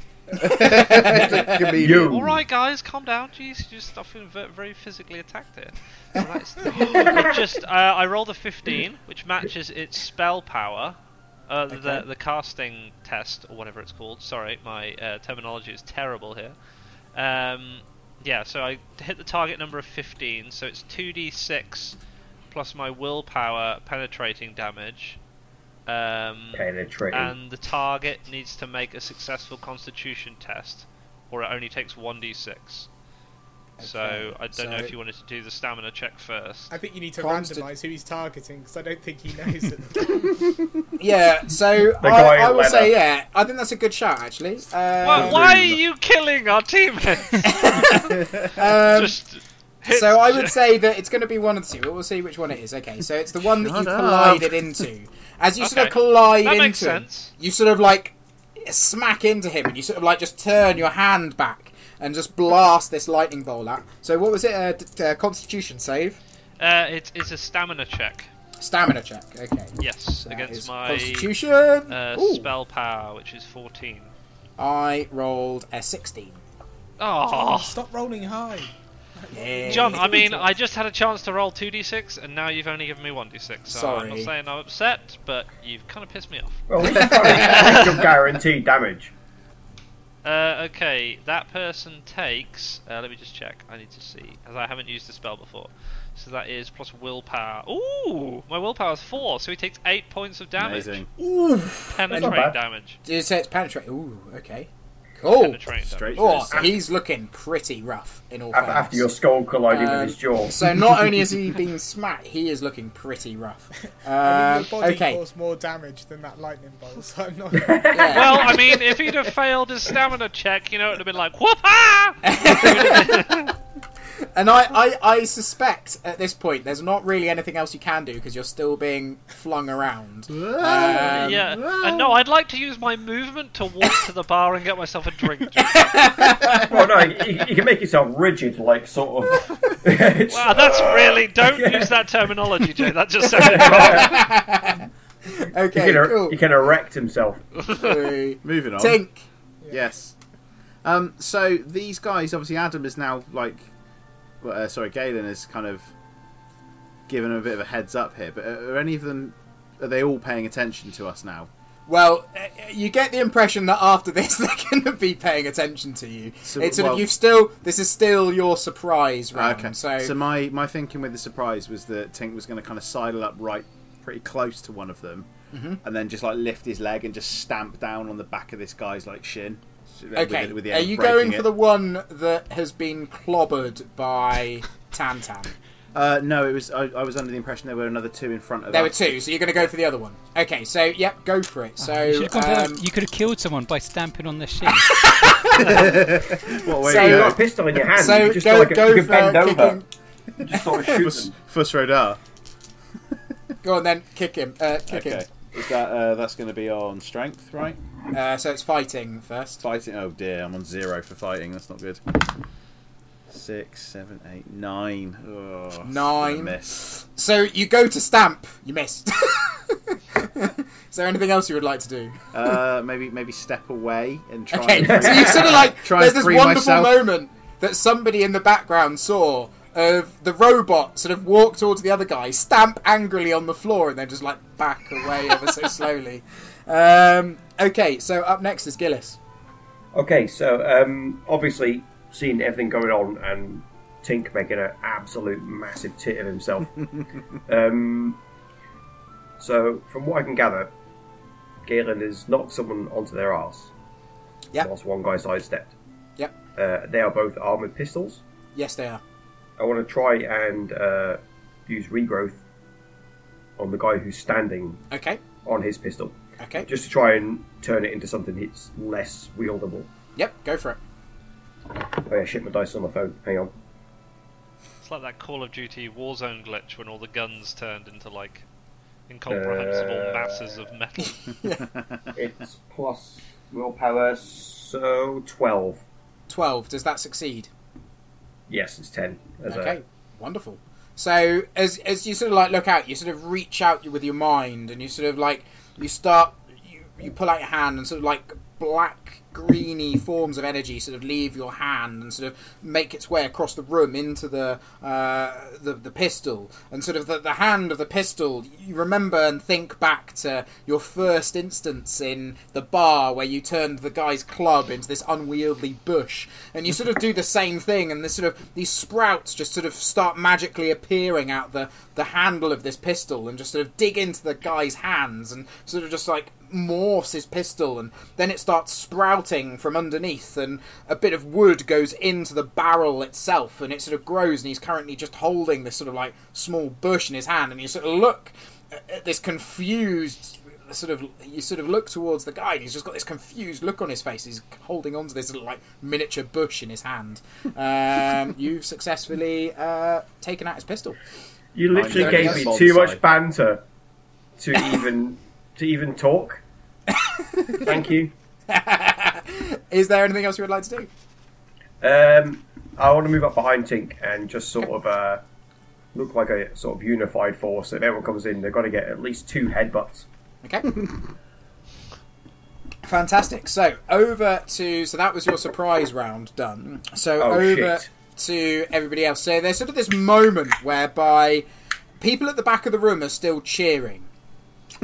S3: Comedian.
S5: You.
S4: All right, guys, calm down. Jeez, you just I feel ve- very physically attacked here. All right, it's- it just uh, I rolled a 15, which matches its spell power, uh, the
S2: Okay.
S4: the casting test or whatever it's called. Sorry, my uh, terminology is terrible here. Um, yeah, so I hit the target number of 15, so it's 2d6 plus my willpower penetrating damage. Um,
S5: Penetrating.
S4: and the target needs to make a successful constitution test, or it only takes 1d6. So
S2: Okay,
S4: I don't know
S2: so-
S4: if you wanted to do the stamina check first.
S6: I think you need to
S2: Constant-
S6: randomise who he's targeting because I don't think he knows. It.
S2: Yeah, so
S5: The
S2: I,
S5: guy
S2: I
S5: in
S2: will say,
S5: leather.
S2: yeah, I think that's a good shout, actually.
S4: Why,
S2: Uh,
S4: why are you killing our teammates?
S2: um,
S4: Just hit
S2: so I
S4: [LAUGHS]
S2: would
S4: check.
S2: say that it's going to be one of the two, but we'll see which one it is. Okay, so it's the one that you
S3: Shut up.
S2: collided into. As you sort of
S4: Okay.
S2: collide
S4: That
S2: into
S4: makes
S2: him,
S4: sense.
S2: you sort of like smack into him, and you sort of like just turn your hand back and just blast this lightning bolt out. So what was it? Uh, d- uh, Constitution save,
S4: Uh, it is a stamina check.
S2: stamina check. Okay.
S4: Yes,
S2: That is
S4: against my
S2: Constitution.
S4: uh,
S2: Ooh,
S4: spell power, which is 14.
S2: I rolled a sixteen.
S4: Oh,
S6: Stop rolling high.
S2: Yeah.
S4: John, I mean, I just had a chance to roll 2d6, and now you've only given me 1d6. So I'm not
S2: Sorry.
S4: saying I'm upset, but you've kind of pissed me off.
S5: Well, we just [LAUGHS] can't take your guaranteed damage.
S4: Uh, okay, that person takes. Uh, let me just check. I need to see, as I haven't used the spell before. So that is plus willpower. Ooh, my willpower is four, so he takes eight points of damage.
S3: Amazing.
S4: Penetrate
S5: bad.
S4: damage.
S2: Did you say it's penetrate? Ooh, okay. Cool.
S4: Penetrate damage.
S3: Straight to
S2: Oh,
S3: the sack.
S2: he's looking pretty rough in all
S5: Af-
S2: fairness.
S5: After your skull colliding
S2: Um,
S5: with his jaw.
S2: [LAUGHS] So not only is he being smacked, he is looking pretty rough.
S6: [LAUGHS] I
S2: Um,
S6: mean, your body
S2: okay.
S6: caused more damage than that lightning bolt, so I'm not.
S2: yeah.
S4: Well, I mean, if he'd have failed his stamina check, you know, it'd have been like, whoop ah!
S2: and I, I, I suspect at this point there's not really anything else you can do because you're still being flung around. Um,
S4: yeah, and no, I'd like to use my movement to walk to the bar and get myself a drink.
S5: Well, no, you, you can make yourself rigid, like [LAUGHS] sort of.
S4: Wow, that's
S5: [LAUGHS]
S4: really. Don't use that terminology, Jay. That just sounded wrong.
S5: he,
S2: Okay.
S5: can er-
S2: Cool.
S5: he can erect himself.
S2: Uh,
S3: Moving on.
S2: Tink.
S3: Yes. Um, so these guys, obviously, Adam is now like, well, uh, sorry, Galen is kind of given a bit of a heads up here. But are, are any of them? Are they all paying attention to us now?
S2: Well, uh, you get the impression that after this [LAUGHS] they're going to be paying attention to you.
S3: So,
S2: it's sort of
S3: well-
S2: you've still this is still your surprise round.
S3: okay.
S2: Um, So,
S3: my my thinking with the surprise was that Tink was going to kind of sidle up right, pretty close to one of them,
S2: Mm-hmm.
S3: and then just like lift his leg and just stamp down on the back of this guy's like shin. So, with
S2: Okay.
S3: the- with the
S2: Are
S3: aim of
S2: you
S3: breaking
S2: going
S3: it.
S2: for the one that has been clobbered by
S3: [LAUGHS]
S2: Tantan?
S3: Uh, no, it was. I, I was under the impression there were another two in front of.
S2: There were
S3: us.
S2: two, so you're going to go for the other one. Okay, so yep, go for
S3: Uh,
S2: it. So
S7: You, should have gone for
S2: um,
S7: that. you could have killed someone by stamping on
S2: [LAUGHS]
S7: their shin.
S3: What way
S2: So-
S3: to
S5: You've
S3: go? [LAUGHS]
S5: got a pistol in your hand.
S2: so
S5: you just
S2: go
S5: like
S2: go
S5: you can
S2: for
S5: bend
S2: kicking.
S5: over. Just sort of shoot
S3: Fuss,
S5: them.
S3: fuss radar.
S2: Go on then, kick him. Uh, kick
S3: Okay, is that uh, that's going to be on strength, right?
S2: him. Uh, so it's fighting first.
S3: Fighting. Oh dear, I'm on zero for fighting. That's not good. Six, seven, eight, nine. Oh, that's
S2: Nine.
S3: a miss.
S2: So you go to stamp. You missed. [LAUGHS] Is there anything else you would like to
S3: [LAUGHS]
S2: do?
S3: Uh, maybe maybe step away and try.
S2: Okay,
S3: And
S2: so [LAUGHS] you sort of like
S3: Try
S2: there's
S3: and
S2: this
S3: free
S2: wonderful
S3: myself.
S2: moment that somebody in the background saw of the robot sort of walk towards the other guy, stamp angrily on the floor, and then just like back away ever
S3: [LAUGHS]
S2: so slowly. Um, okay, so up next is Gillis.
S5: Okay, so um, obviously, seeing everything going on and Tink making an absolute massive tit of himself. um, so, from what I can gather, Galen has knocked someone onto their arse.
S2: Yeah.
S5: Whilst one guy sidestepped.
S2: Yep.
S5: Uh, they are both armed with pistols.
S2: Yes, they are.
S5: I want to try and uh, use regrowth on the guy who's standing
S2: Okay,
S5: on his pistol,
S2: okay.
S5: just to try and turn it into something that's less wieldable.
S2: Yep, go for it.
S5: Oh yeah, shit, my dice on my phone. Hang on.
S4: It's like that Call of Duty Warzone glitch when all the guns turned into like incomprehensible
S5: Uh,
S4: masses of metal.
S5: It's plus willpower, so 12.
S2: Twelve. Does that succeed?
S5: Yes, it's 10. As
S2: Okay, wonderful. So as as you sort of like look out, you sort of reach out with your mind, and you sort of like you start you, you pull out your hand, and sort of like black greeny forms of energy sort of leave your hand and sort of make its way across the room into the uh, the, the pistol and sort of the, the hand of the pistol you remember and think back to your first instance in the bar where you turned the guy's club into this unwieldy bush and you sort of do the same thing and this sort of these sprouts just sort of start magically appearing out the the handle of this pistol and just sort of dig into the guy's hands and sort of just like morphs his pistol and then it starts sprouting from underneath and a bit of wood goes into the barrel itself and it sort of grows and he's currently just holding this sort of like small bush in his hand and you sort of look at- at this confused sort of you sort of look towards the guy and he's just got this confused look on his face he's holding onto this little like miniature bush in his hand um, [LAUGHS] you've successfully uh, taken out his pistol
S5: a, you literally
S2: Mine
S5: gave
S2: goes
S5: me
S3: bonsai.
S5: too much banter
S2: [LAUGHS]
S5: to even to even talk. Thank you.
S2: is there anything else you would like to do
S5: Um, I want to move up behind Tink and just sort of uh, look like a sort of unified force. If everyone comes in, they've got to get at least two headbutts.
S2: Okay. [LAUGHS] Fantastic. So over to so that was your surprise round done. So
S5: Oh,
S2: over
S5: shit.
S2: to everybody else. So there's sort of this moment whereby people at the back of the room are still cheering.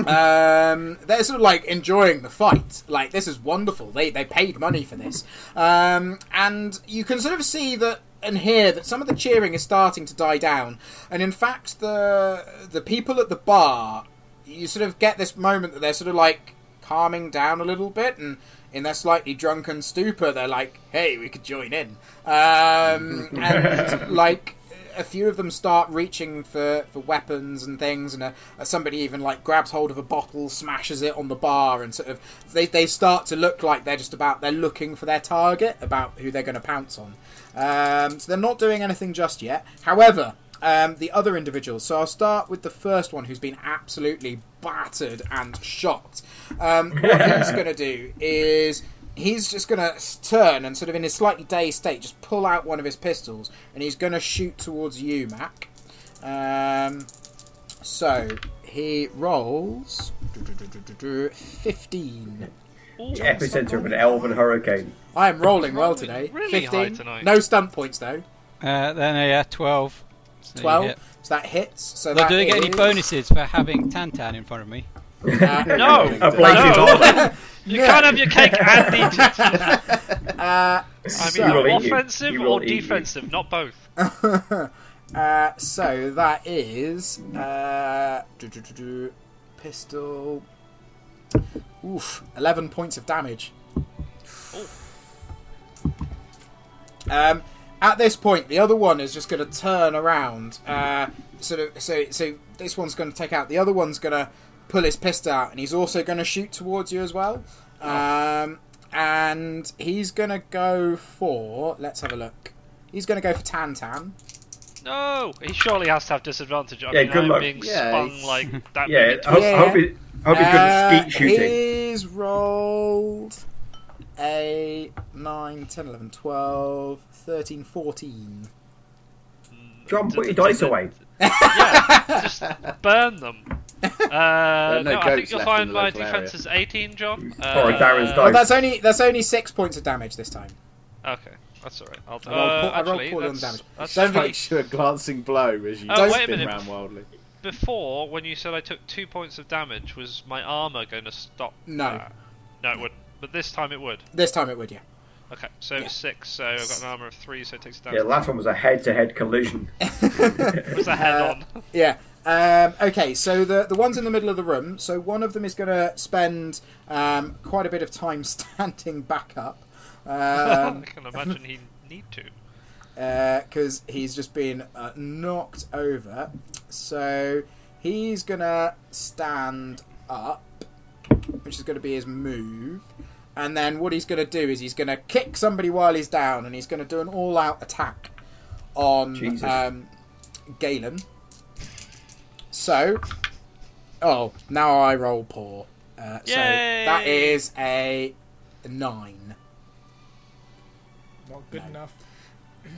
S2: um, they're sort of like enjoying the fight. Like this is wonderful. They they paid money for this, um, and you can sort of see that and hear that some of the cheering is starting to die down. And in fact, the the people at the bar, you sort of get this moment that they're sort of like calming down a little bit, and in their slightly drunken stupor, they're like, "Hey, we could join in," um, and like a few of them start reaching for, for weapons and things, and uh somebody even like grabs hold of a bottle, smashes it on the bar, and sort of they, they start to look like they're just about they're looking for their target, about who they're going to pounce on. Um, so they're not doing anything just yet. However, um, the other individuals. So I'll start with the first one who's been absolutely battered and shocked. Um, what he's going to do is he's just going to turn and sort of in his slightly dazed state just pull out one of his pistols and he's going to shoot towards you, Mac. Um, so he rolls 15.
S4: Ooh,
S5: Epicenter of an elven hurricane.
S2: I am rolling well
S4: Rolling
S2: today.
S4: really high
S2: 15.
S4: tonight.
S2: No stunt points though.
S7: uh, then uh, yeah, twelve. So you
S2: 12.
S7: hit.
S2: So that hits. So
S7: Although,
S2: that
S7: do they get any
S2: is-
S7: bonuses for having Tantan in front of me?
S2: [LAUGHS]
S7: [LAUGHS]
S2: Uh,
S4: [LAUGHS] No,
S5: A blanket
S4: no.
S5: off.
S4: [LAUGHS] you can't have your cake and eat it. [LAUGHS]
S5: [LAUGHS]
S4: I
S2: so-
S4: mean,
S5: You will eat you.
S4: offensive
S5: You Uh, will
S4: or
S5: eat you.
S4: defensive, not both.
S2: Uh, so that is uh, do, do, do, do, pistol Oof, 11 points of damage. Um, at this point, the other one is just going to turn around. Uh, sort of, so, so this one's going to take out. The other one's going to pull his pistol out, and he's also going to shoot towards you as well. Um, and he's going to go for. Let's have a look. He's going to go for Tan Tan.
S4: No, he surely has to have disadvantage. I
S5: Yeah,
S4: mean,
S5: good
S4: I'm
S5: luck.
S4: being
S3: Yeah,
S4: spun
S3: he's-
S5: [LAUGHS]
S4: like that.
S5: Yeah,
S4: many
S5: I hope,
S4: times.
S5: I hope, it, I hope he's good
S2: Uh,
S5: at skeet shooting.
S2: He's rolled a 9, 10, 11, 12, 13, 14.
S5: John, put your dice away.
S4: [LAUGHS]
S2: [LAUGHS]
S4: yeah, just
S3: [LAUGHS]
S4: burn them. Uh,
S3: are no
S4: no, I
S3: goats
S4: think you'll
S3: left in
S4: find
S3: the
S4: my
S3: local
S4: defense
S3: area.
S4: is 18, John. Uh,
S5: Sorry, Darren's
S2: Oh,
S5: dice.
S2: that's only that's only six points of damage this time.
S4: Okay, that's alright. I'll do
S2: I rolled
S4: uh,
S2: poor- I rolled
S4: actually,
S2: poor on
S4: that's,
S2: damage.
S4: that's
S2: Don't forget-
S4: fine.
S3: Takes you a glancing blow as you
S4: Oh, wait a
S3: spin
S4: minute.
S3: round wildly.
S4: Before, when you said I took two points of damage, was my armor going to stop?
S2: No.
S4: that? No, it wouldn't. But this time it would.
S2: This time it would, yeah.
S4: Okay, so six, so I've got an armor of three, so it takes down.
S5: Yeah, last one was a head-to-head collision.
S4: was a
S2: Uh,
S4: head on.
S2: Yeah. Um, okay, so the the ones in the middle of the room. So one of them is going to spend um, quite a bit of time [LAUGHS] standing back up Um,
S4: I [LAUGHS]
S2: because
S4: can imagine he'd need to.
S2: uh, he's just been uh, knocked over. So he's going to stand up, which is going to be his move. And then what he's going to do is he's going to kick somebody while he's down, and he's going to do an all-out attack on
S5: Jesus.
S2: um, Galen. So, oh, now I roll poor. Uh, so that
S4: Yay!
S2: is a nine.
S6: Not good enough.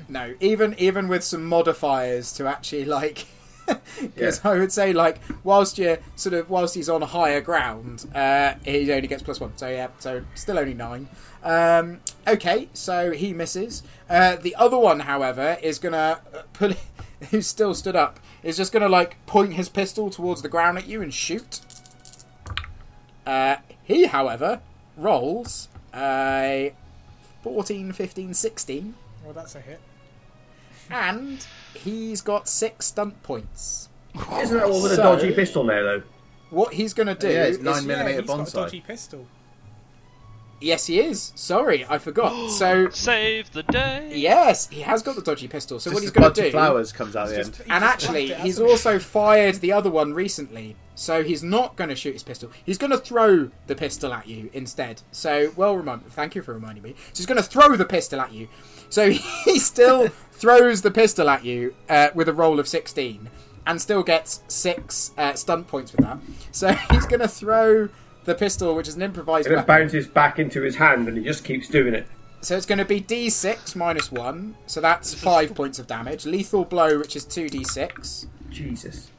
S2: No, even even with some modifiers to actually like, [LAUGHS] because
S5: Yeah.
S2: I would say like whilst you're sort of whilst he's on higher ground, uh, he only gets plus one. So yeah, so still only nine. Um, okay, so he misses. Uh, the other one, however, is gonna uh, pull. [LAUGHS] Who's still stood up is just gonna like point his pistol towards the ground at you and shoot. Uh, he, however, rolls a 14, 15, 16.
S6: Well, that's a hit.
S2: And he's got six stunt points.
S5: Isn't that all with a
S2: So-
S5: dodgy pistol now, though?
S2: What he's going to do.
S3: Yeah, it's
S2: is-
S3: nine
S6: Yeah,
S3: millimeter
S6: he's got a
S3: bonsai.
S6: dodgy pistol.
S2: Yes, he is. Sorry, I
S3: [GASPS]
S2: forgot. so,
S4: Save the day.
S2: yes, he has got the dodgy pistol. So,
S3: Just
S2: what he's
S3: a
S2: going
S3: bunch
S2: to do.
S3: of flowers comes out the
S6: Just-
S3: end.
S6: he
S2: and
S6: just
S2: actually,
S6: whacked it,
S2: he's
S6: hasn't he?
S2: also fired the other one recently. So, he's not going to shoot his pistol. He's going to throw the pistol at you instead. So, well, remind- thank you for reminding me. So, he's going to throw the pistol at you. So, [LAUGHS] he
S6: [LAUGHS]
S2: still throws the pistol at you uh, with a roll of 16 and still gets six uh, stunt points with that. So, [LAUGHS] he's going to throw. The pistol, which is an improvised
S5: If it
S2: weapon.
S5: bounces back into his hand and he just keeps doing it.
S2: So it's going to be d6 minus 1. So that's 5 points of damage. Lethal blow, which is 2d6.
S5: Jesus.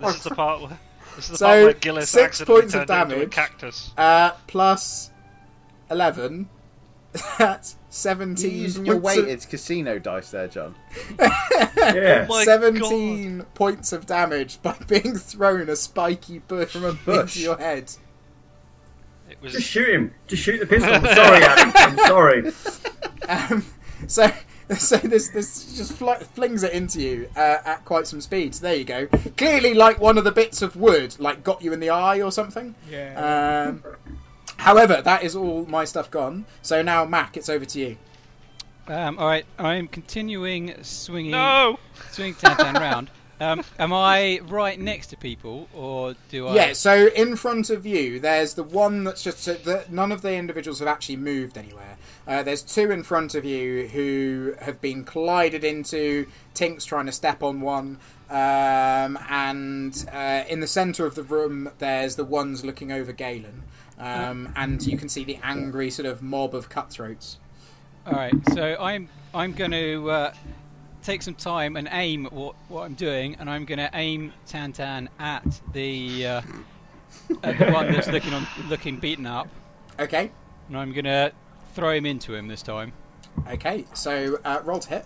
S4: This is the part where. This is the
S2: So,
S4: part where Gillis
S2: six
S4: accidentally
S2: points of
S4: turned into a
S2: damage.
S4: cactus.
S2: Uh, plus 11. [LAUGHS] That's 17
S3: You're using your
S2: points of-
S3: weighted casino dice there, John.
S4: [LAUGHS]
S5: Yeah.
S4: Oh my
S2: 17 points of damage by [LAUGHS] being thrown a spiky bush from a
S3: bush.
S2: into your head.
S4: It was
S5: Just shoot him. Just shoot the pistol. I'm sorry, Adam. I'm sorry.
S2: So, [LAUGHS] so this this just fl- flings it into you uh, at quite some speed. So there you go. Clearly, like one of the bits of wood, like got you in the eye or something.
S6: Yeah.
S2: Um, however, that is all my stuff gone. So now, Mac, it's over to you.
S7: Um, all right, I'm continuing swinging,
S4: no.
S7: swing tan tan round. Um, am I right next to people, or do I?
S2: Yeah. So in front of you, there's the one that's just so the, none of the individuals have actually moved anywhere. Uh, there's two in front of you who have been collided into. Tink's trying to step on one. Um, and uh, in the centre of the room, there's the ones looking over Galen. Um, and you can see the angry sort of mob of cutthroats.
S7: All right, so I'm I'm going to uh, take some time and aim at what, what I'm doing, and I'm going to aim Tan Tan at the uh, at the one that's looking on looking beaten up,
S2: Okay.
S7: and I'm going to throw him into him this time.
S2: Okay. So uh, roll to hit.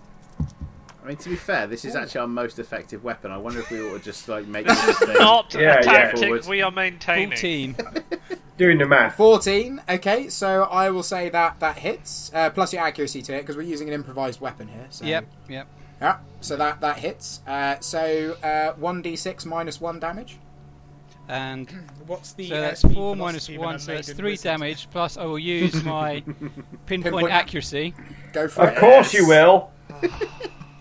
S3: I mean, to be fair, this is actually our most effective weapon. I wonder if we ought to just like
S4: [LAUGHS]
S3: make this thing.
S4: Not
S5: [LAUGHS] Yeah,
S4: a
S5: yeah.
S4: tactic
S3: Forward.
S4: we are maintaining.
S7: Fourteen.
S5: Doing the math.
S2: 14 okay so i will say that that hits uh, plus your accuracy to it because we're using an improvised weapon here so
S7: Yep, yep.
S2: yeah so that that hits uh, so uh, 1d6 minus 1 damage
S7: and
S6: What's the
S7: so that's
S6: SP
S7: four
S6: philosophy
S7: minus
S6: of an
S7: one, so that's
S6: unmated
S7: three
S6: wizard?
S7: damage. Plus, I will use my pinpoint
S2: Pinpoint.
S7: accuracy,
S2: Go for
S5: Of
S2: it.
S5: course you will.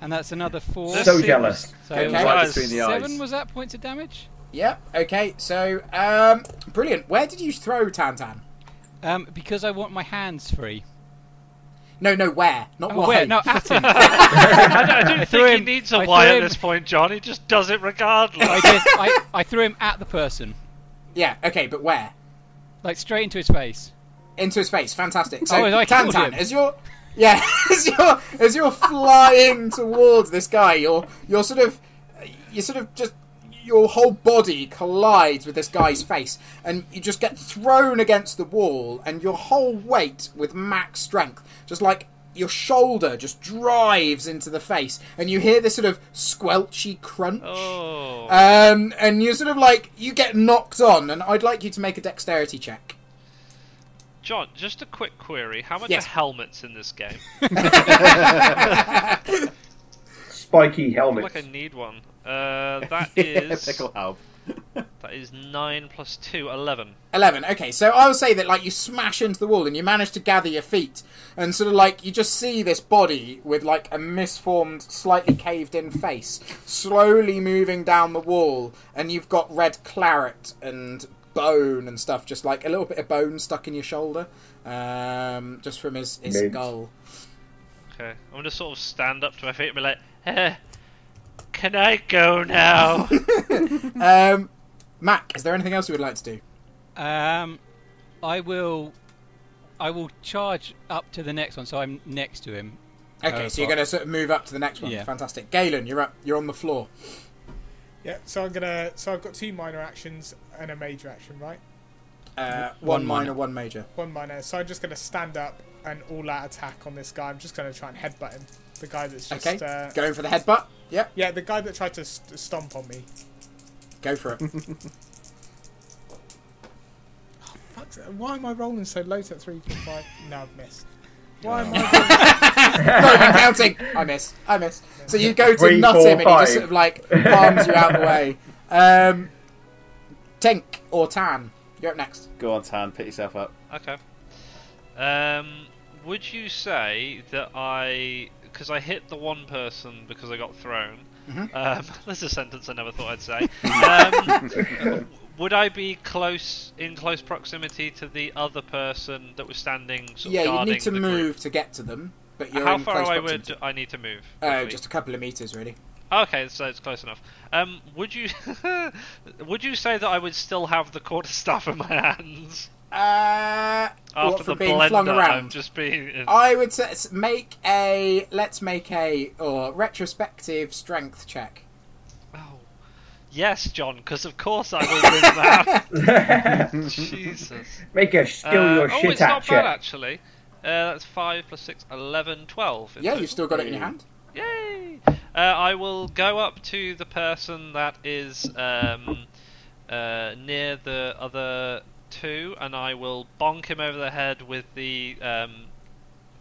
S7: and that's another four.
S5: So jealous.
S7: So
S2: Okay.
S7: it was
S2: Right
S7: like
S3: between the
S7: seven
S3: eyes.
S7: was that points of damage?
S2: Yep. Okay. So, um, brilliant. Where did you throw Tantan?
S7: Um, because I want my hands free.
S2: No, no. Where? Not
S7: Oh,
S2: why.
S7: where? No, at him.
S4: I don't,
S2: [LAUGHS]
S4: I don't
S7: threw
S4: think he
S7: him-
S4: needs
S7: I
S4: a
S7: threw
S4: why at
S7: him-
S4: this point, John. He just does it regardless.
S7: I, did, I, I threw him at the person,
S2: Yeah. Okay, but where?
S7: like straight into his face.
S2: into his face. Fantastic. So
S7: Oh, and I
S2: Tan
S7: killed
S2: Tan,
S7: him.
S2: as you're yeah, [LAUGHS] as you're as you're flying towards this guy, you're you're sort of you sort of just your whole body collides with this guy's face, and you just get thrown against the wall, and your whole weight with max strength, just like your shoulder just drives into the face, and you hear this sort of squelchy crunch.
S4: Oh.
S2: Um, and you're sort of like you get knocked on, and I'd like you to make a dexterity check.
S4: John, just a quick query. How much
S2: Yes.
S4: are helmets in
S2: [LAUGHS]
S4: this game? I
S5: Spiky
S4: feel
S5: helmet.
S4: like I need one. Uh,
S2: [LAUGHS]
S4: that
S3: [LAUGHS]
S4: is
S3: Pickle help.
S4: that is nine plus two, eleven.
S2: 11 okay so i will say that like you smash into the wall and you manage to gather your feet and sort of like you just see this body with like a misformed slightly caved in face slowly moving down the wall and you've got red claret and bone and stuff just like a little bit of bone stuck in your shoulder um, just from his, his
S5: Mint.
S2: skull
S4: Okay, I'm gonna sort of stand up to my feet and be like, eh, "Can I go now?"
S2: um, mac is there anything else you would like to do
S7: Um, I will, I will charge up to the next one, so I'm next to him.
S2: okay
S7: Uh,
S2: so you're
S7: well-
S2: going to sort of move up to the next one
S7: Yeah.
S2: fantastic galen you're up you're on the floor
S6: Yeah, so I'm gonna. So I've got two minor actions and a major action, right?
S2: uh,
S7: One
S2: one minor
S7: minor.
S2: one major
S6: One minor. So I'm just gonna stand up and all out attack on this guy. I'm just gonna try and headbutt him. The guy that's just.
S2: okay
S6: Uh,
S2: going for the headbutt yep
S6: yeah, the guy that tried to st- stomp on me.
S2: Go for it.
S6: Fuck's- Why am I rolling so low at three, four, five? No, I've missed. Why am I?
S2: Not even counting. I miss. I miss. So you go to
S5: Three,
S2: nut
S5: four,
S2: him, and he
S5: five.
S2: just sort of like palms you out the
S5: [LAUGHS]
S2: way. Um, Tink or Tan, you're up next.
S3: Go on, Tan. Pick yourself up.
S4: okay. Um, would you say that I, because I hit the one person because I got thrown?
S2: Mm-hmm.
S4: Um, [LAUGHS] that's a sentence I never thought
S2: [LAUGHS]
S4: I'd say. Um, would I be close in close proximity to the other person that was standing? Sort of
S2: Yeah, you
S4: guarding
S2: need to
S4: the group?
S2: move to get to them, but you're
S4: How
S2: in
S4: far
S2: close
S4: away
S2: proximity.
S4: would I need to move?
S2: Uh,
S4: roughly?
S2: just a couple of meters, really.
S4: [LAUGHS] Okay, so it's close enough. Um, would you [LAUGHS] would you say that I would still have the quarterstaff in my [LAUGHS] hands
S2: Uh,
S4: after
S2: what, for
S4: the
S2: being
S4: blender?
S2: flung
S4: I'm
S2: around?
S4: just being.
S2: I would say s- make a let's make a or retrospective strength check.
S4: Oh, yes, John, because of course I will win
S5: [LAUGHS]
S4: that. Jesus.
S5: Make a
S4: Uh,
S5: skill your
S4: oh,
S5: shit
S4: it's
S5: at
S4: not
S5: check.
S4: bad actually. Uh, that's five plus six, eleven, twelve. in
S2: Yeah,
S4: total.
S2: you've still got it in your hand.
S4: Yay! Uh, I will go up to the person that is um, uh, near the other two, and I will bonk him over the head with the um,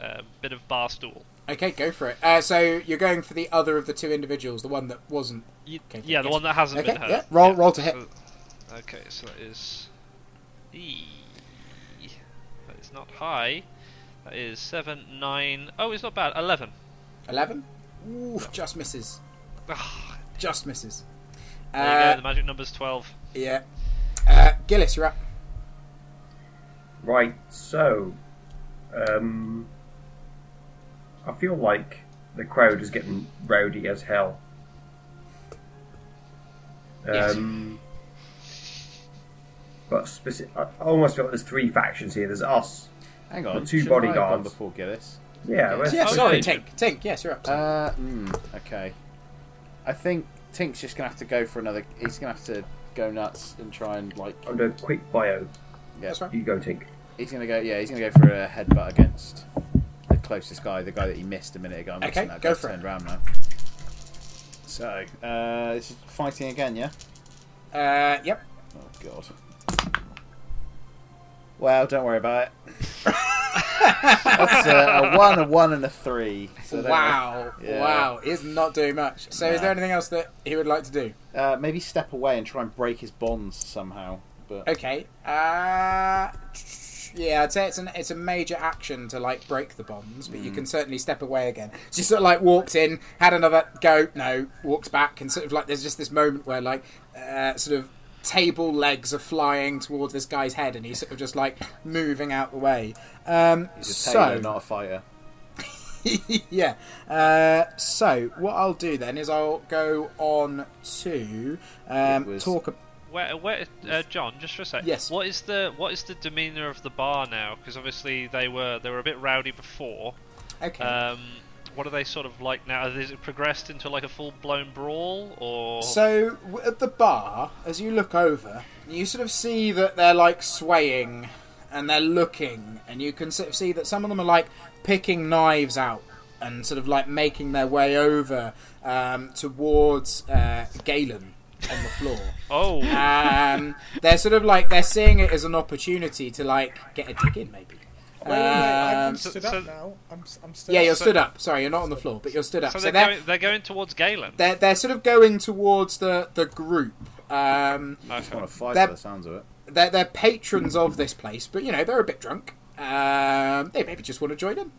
S4: uh, bit of bar stool.
S2: Okay, go for it. Uh, so you're going for the other of the two individuals, the one that wasn't.
S4: You-
S2: Okay, okay,
S4: yeah, the
S2: yes.
S4: one that hasn't
S2: Okay,
S4: been hurt.
S2: yeah, roll- roll to hit.
S4: So- okay, so that is. Eee. That is not high. That is seven, nine. Oh, it's not bad. Eleven.
S2: 11? Ooh, just misses.
S4: Ah,
S2: Just misses.
S4: there you go.
S2: Uh,
S4: The magic number's twelve.
S2: yeah. Uh, Gillis, you're up.
S5: Right, so um, I feel like the crowd is getting rowdy as hell.
S2: Yes.
S5: Um, but speci- I I almost feel like there's three factions here. There's us.
S3: Hang on.
S5: The two
S3: shouldn't I have
S5: bodyguards.
S3: gone Before Gillis.
S5: Yeah, we're-
S2: Yeah,
S4: Oh,
S2: sorry,
S4: yeah.
S2: Tink. Tink, yes, you're up. sorry.
S3: Uh, mm, okay. I think Tink's just gonna have to go for another. He's gonna have to go nuts and try and like.
S5: I'm doing a quick bio.
S2: That's right.
S5: You go, Tink.
S3: He's gonna go. Yeah, he's gonna go for a headbutt against the closest guy, the guy that he missed a minute ago. I'm
S2: Okay,
S3: guessing that
S2: go
S3: guy's
S2: for it.
S3: turned around now. So, uh, this is fighting again, yeah.
S2: Uh, yep. [LAUGHS]
S3: Oh god. Well, don't worry about it. That's a, a one, a one, and a three. So there-
S2: Wow,
S3: Yeah.
S2: wow, he is not doing much. So, is
S3: Nah.
S2: there anything else that he would like to do?
S3: Uh, maybe step away and try and break his bonds somehow. But
S2: Okay. Uh, yeah, I'd say it's an it's a major action to like break the bonds, but you
S3: Hmm.
S2: can certainly step away again. So you sort of like walked in, had another go, no, walked back, and sort of like there's just this moment where like uh, sort of table legs are flying towards this guy's head, and he's sort of just like moving out the way. Um,
S3: he's a
S2: so
S3: tailor, not a fighter.
S2: [LAUGHS] yeah. Uh, so what I'll do then is I'll go on to um,
S3: It was-
S2: talk. ab-
S4: Where, where, uh, John, just for a sec.
S2: Yes.
S4: What is the what is the demeanour of the bar now? Because obviously they were they were a bit rowdy before.
S2: Okay.
S4: Um, what are they sort of like now? Has it progressed into like a full blown brawl or?
S2: So w- at the bar, as you look over, you sort of see that they're like swaying and they're looking, and you can sort of see that some of them are like picking knives out and sort of like making their way over um, towards uh, Galen on the
S4: [LAUGHS]
S2: floor.
S4: oh,
S2: [LAUGHS] Um, they're sort of like they're seeing it as an opportunity to like get a dig in, maybe.
S6: Wait, wait, wait,
S4: [LAUGHS]
S6: I'm
S2: Um,
S4: so-
S6: stood
S4: so-
S6: up now. I'm, s- I'm stood
S2: yeah,
S6: up.
S2: you're stood up. Sorry, you're not on the floor, but you're stood up.
S4: so
S2: So,
S4: they're
S2: they're
S4: going they're going towards Galen.
S2: they're they're sort of going towards the the group. Um,
S3: Just want to fight
S2: That-
S3: by the sounds of it.
S2: they're, they're patrons of this place, but you know they're a bit drunk. Um, they maybe just want to join in,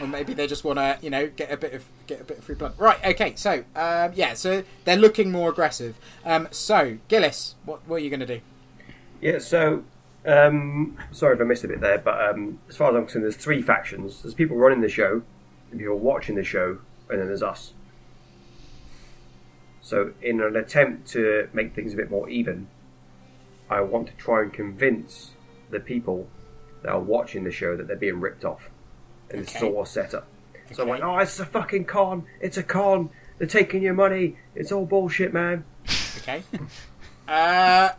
S2: or maybe they just want to you know get a bit of get a bit of free blood. Right? Okay. So um, yeah, so they're looking more aggressive. Um, so Gillis, what what are you going to do?
S5: Yeah, so um, sorry if I missed a bit there, but um, as far as I'm concerned, there's three factions. There's people running the show, and people watching the show, and then there's us. So, in an attempt to make things a bit more even, I want to try and convince the people that are watching the show that they're being ripped off. And this is
S2: Okay.
S5: all a setup. So I'm like,
S2: Okay.
S5: oh, it's a fucking con. It's a con. They're taking your money. It's all bullshit, man.
S2: Okay. Uh,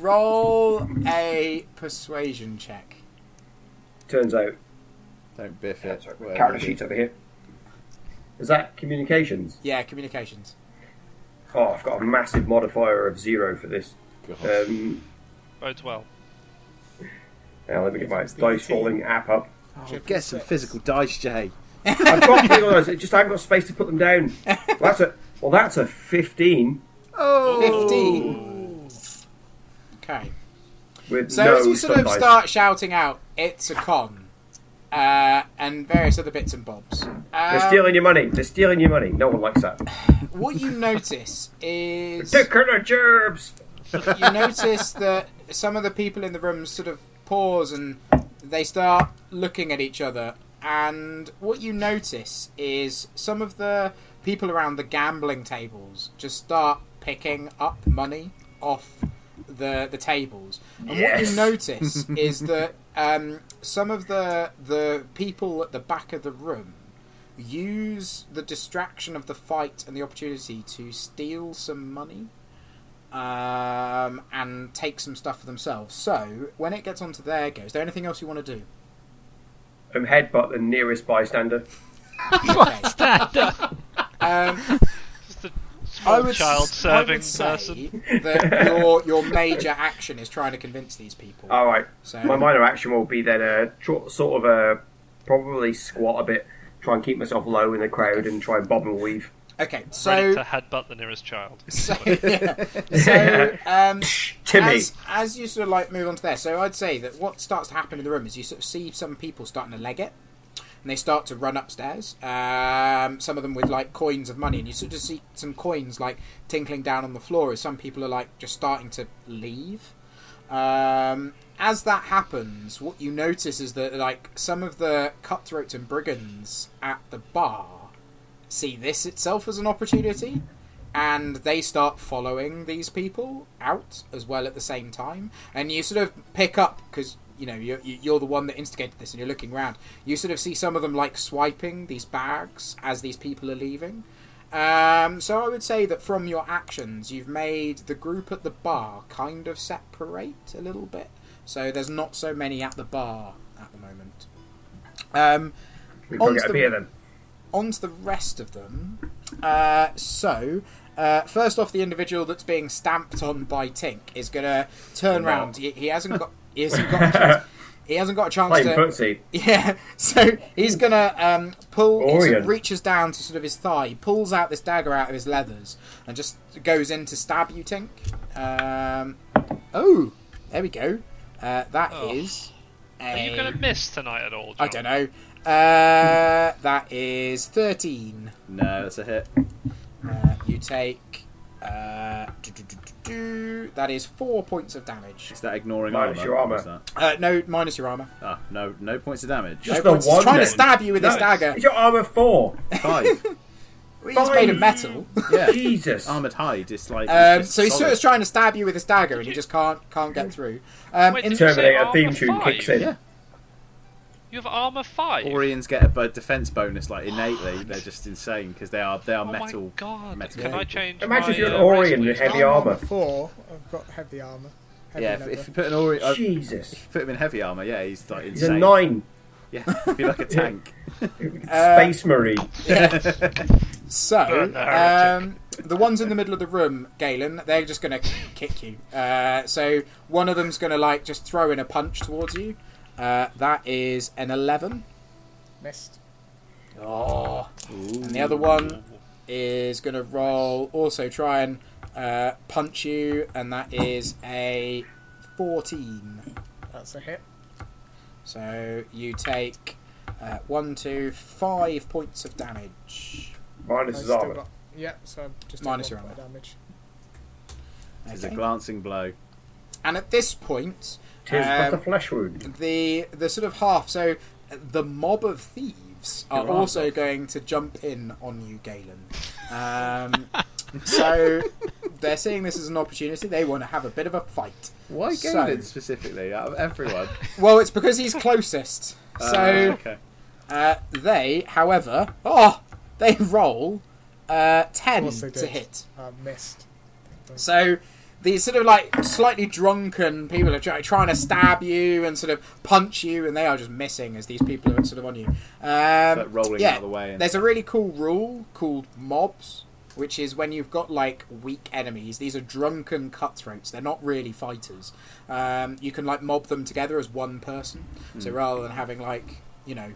S2: roll a persuasion check.
S5: Turns out
S3: Don't biff
S5: Yeah,
S3: it.
S5: sorry,
S3: Whatever
S5: character
S3: it is.
S5: sheets over here. Is that communications?
S2: Yeah, communications.
S5: Oh, I've got a massive modifier of zero for this.
S3: God.
S5: Um,
S4: Bodes well.
S5: now let me get my
S6: It's the
S5: dice
S6: 18.
S5: rolling app up.
S6: Triple
S3: Get some
S6: six.
S3: physical dice, Jay.
S5: I've got three of those. It just I haven't got space to put them down. Well, that's a well, that's a fifteen
S2: Fifteen. Okay.
S5: with
S2: So
S5: no
S2: as you sort
S5: sub
S2: of
S5: dice.
S2: start shouting out, "It's a con," uh, and various other bits and bobs,
S5: They're
S2: um,
S5: stealing your money. They're stealing your money. No one likes that.
S2: what you notice
S5: [LAUGHS]
S2: is
S5: Take her to gerbs.
S2: you notice that some of the people in the room sort of pause and they start looking at each other. And what you notice is some of the people around the gambling tables just start picking up money off the the tables. And what you
S5: Yes.
S2: notice is that um, some of the the people at the back of the room use the distraction of the fight and the opportunity to steal some money um, and take some stuff for themselves. So when it gets onto their go, is there anything else you want to do?
S5: Um, headbutt the nearest bystander.
S2: Okay.
S7: Stand up.
S2: Um,
S4: Just the
S2: I
S4: small
S2: would
S4: child
S2: I
S4: serving
S2: would say
S4: person.
S2: that your your major action is trying to convince these people.
S5: All right.
S2: so
S5: My minor action will be then uh, tr- sort of uh, probably squat a bit, try and keep myself low in the crowd, and try and bob and weave.
S2: okay,
S4: Ready to
S2: so
S4: headbutt the nearest child.
S2: so, yeah. so um,
S5: Timmy.
S2: As, as you sort of like move on to there, so I'd say that what starts to happen in the room is you sort of see some people starting to leg it, and they start to run upstairs. Um, some of them with like coins of money, and you sort of see some coins like tinkling down on the floor as some people are like just starting to leave. Um, as that happens, what you notice is that like some of the cutthroats and brigands at the bar see this itself as an opportunity and they start following these people out as well at the same time and you sort of pick up because you know you're, you- you're the one that instigated this and you're looking round. you sort of see some of them like swiping these bags as these people are leaving um, so i would say that from your actions you've made the group at the bar kind of separate a little bit so there's not so many at the bar at the moment um,
S5: We go
S2: onto
S5: get a
S2: the-
S5: beer then.
S2: on to the rest of them. Uh, so, uh, first off, the individual that's being stamped on by Tink is going to turn round. He, he hasn't got. He hasn't got. a chance. He hasn't got a chance
S5: Playing
S2: to.
S5: footsie.
S2: [LAUGHS] Yeah, so he's gonna um, pull. He sort of
S5: Orion.
S2: reaches down to sort of his thigh, he pulls out this dagger out of his leathers, and just goes in to stab you, Tink. Um, oh, there we go. Uh, that is.
S4: Oh. Are
S2: a-
S4: you going to miss tonight at all?
S2: I
S4: John?
S2: don't know. Uh, that is thirteen.
S3: No, that's a hit.
S2: Uh, you take. Uh, do, do, do, do, do. That is four points of damage.
S3: Is that ignoring
S5: Minus
S3: armor?
S5: your
S3: What
S5: armor.
S3: was that?
S2: Uh, no, minus your armor.
S3: Ah, no, no points of damage.
S5: Just
S2: no
S5: the
S2: points. He's
S5: one
S2: trying
S5: then.
S2: to stab you with this dagger.
S5: Is your armor four?
S3: Five.
S2: It's made of metal.
S3: [LAUGHS] Yeah.
S5: Jesus.
S3: Armored hide is like.
S2: Um,
S3: just
S2: so he's sort
S3: solid.
S2: of trying to stab you with his dagger, and he just can't can't get through. Um,
S4: Wait,
S2: in-
S4: did you say
S5: [LAUGHS] Terminator theme
S4: armor
S5: tune
S4: five?
S5: kicks in.
S3: Yeah.
S4: You have armor five.
S3: Orions get a bo- defense bonus like [SIGHS] innately. They're just insane because they are they are
S4: oh
S3: metal.
S4: my god!
S3: metal
S4: Can I
S3: people.
S4: change?
S5: Imagine
S4: my,
S5: if you're an
S4: uh,
S5: Orion
S4: race,
S5: with heavy
S6: I'm on
S5: armor.
S6: Four. I've got heavy armor. Heavy
S3: Yeah, if,
S6: leather.
S3: if you put an Orion, uh, if
S5: Jesus.
S3: you put him in heavy armor, yeah, he's like
S5: He's a
S3: insane.
S5: nine.
S3: [LAUGHS] Yeah, he'd be like a tank.
S5: Space Marine.
S2: so
S4: the heretic.
S2: um, the ones in the middle of the room, Galen, they're just gonna kick you. Uh, so one of them's gonna like just throw in a punch towards you. Uh, that is an eleven.
S6: Missed.
S2: Oh. And the other one is going to roll, also try and uh, punch you, and that is a 14.
S6: That's a hit.
S2: So you take uh, one, two, five points of damage.
S6: I
S5: Minus his
S6: still
S5: armor.
S6: got- yeah, so I've just
S2: Minus
S6: done
S2: your
S6: one point of damage.
S3: It's a
S2: Okay.
S3: glancing blow.
S2: And at this point,
S5: Tis but a
S2: um,
S5: flesh wound.
S2: the the sort of half, so uh, the mob of thieves are
S3: Your arms
S2: also
S3: off.
S2: going to jump in on you, Galen. Um, so they're seeing this as an opportunity. They want to have a bit of a fight.
S3: Why
S2: So-
S3: Galen specifically? Out of everyone. [LAUGHS]
S2: Well, it's because he's closest.
S3: Uh,
S2: So
S3: okay.
S2: uh, they, however, oh, they roll uh, ten
S6: course they
S2: to
S6: did.
S2: hit.
S6: Uh, missed.
S2: So these sort of like slightly drunken people are try- trying to stab you and sort of punch you, and they are just missing as these people are sort of on you. Um,
S3: But rolling
S2: yeah,
S3: out of the way. And...
S2: There's a really cool rule called mobs, which is when you've got like weak enemies. These are drunken cutthroats. They're not really fighters. Um, you can like mob them together as one person.
S3: Hmm.
S2: So rather than having like you know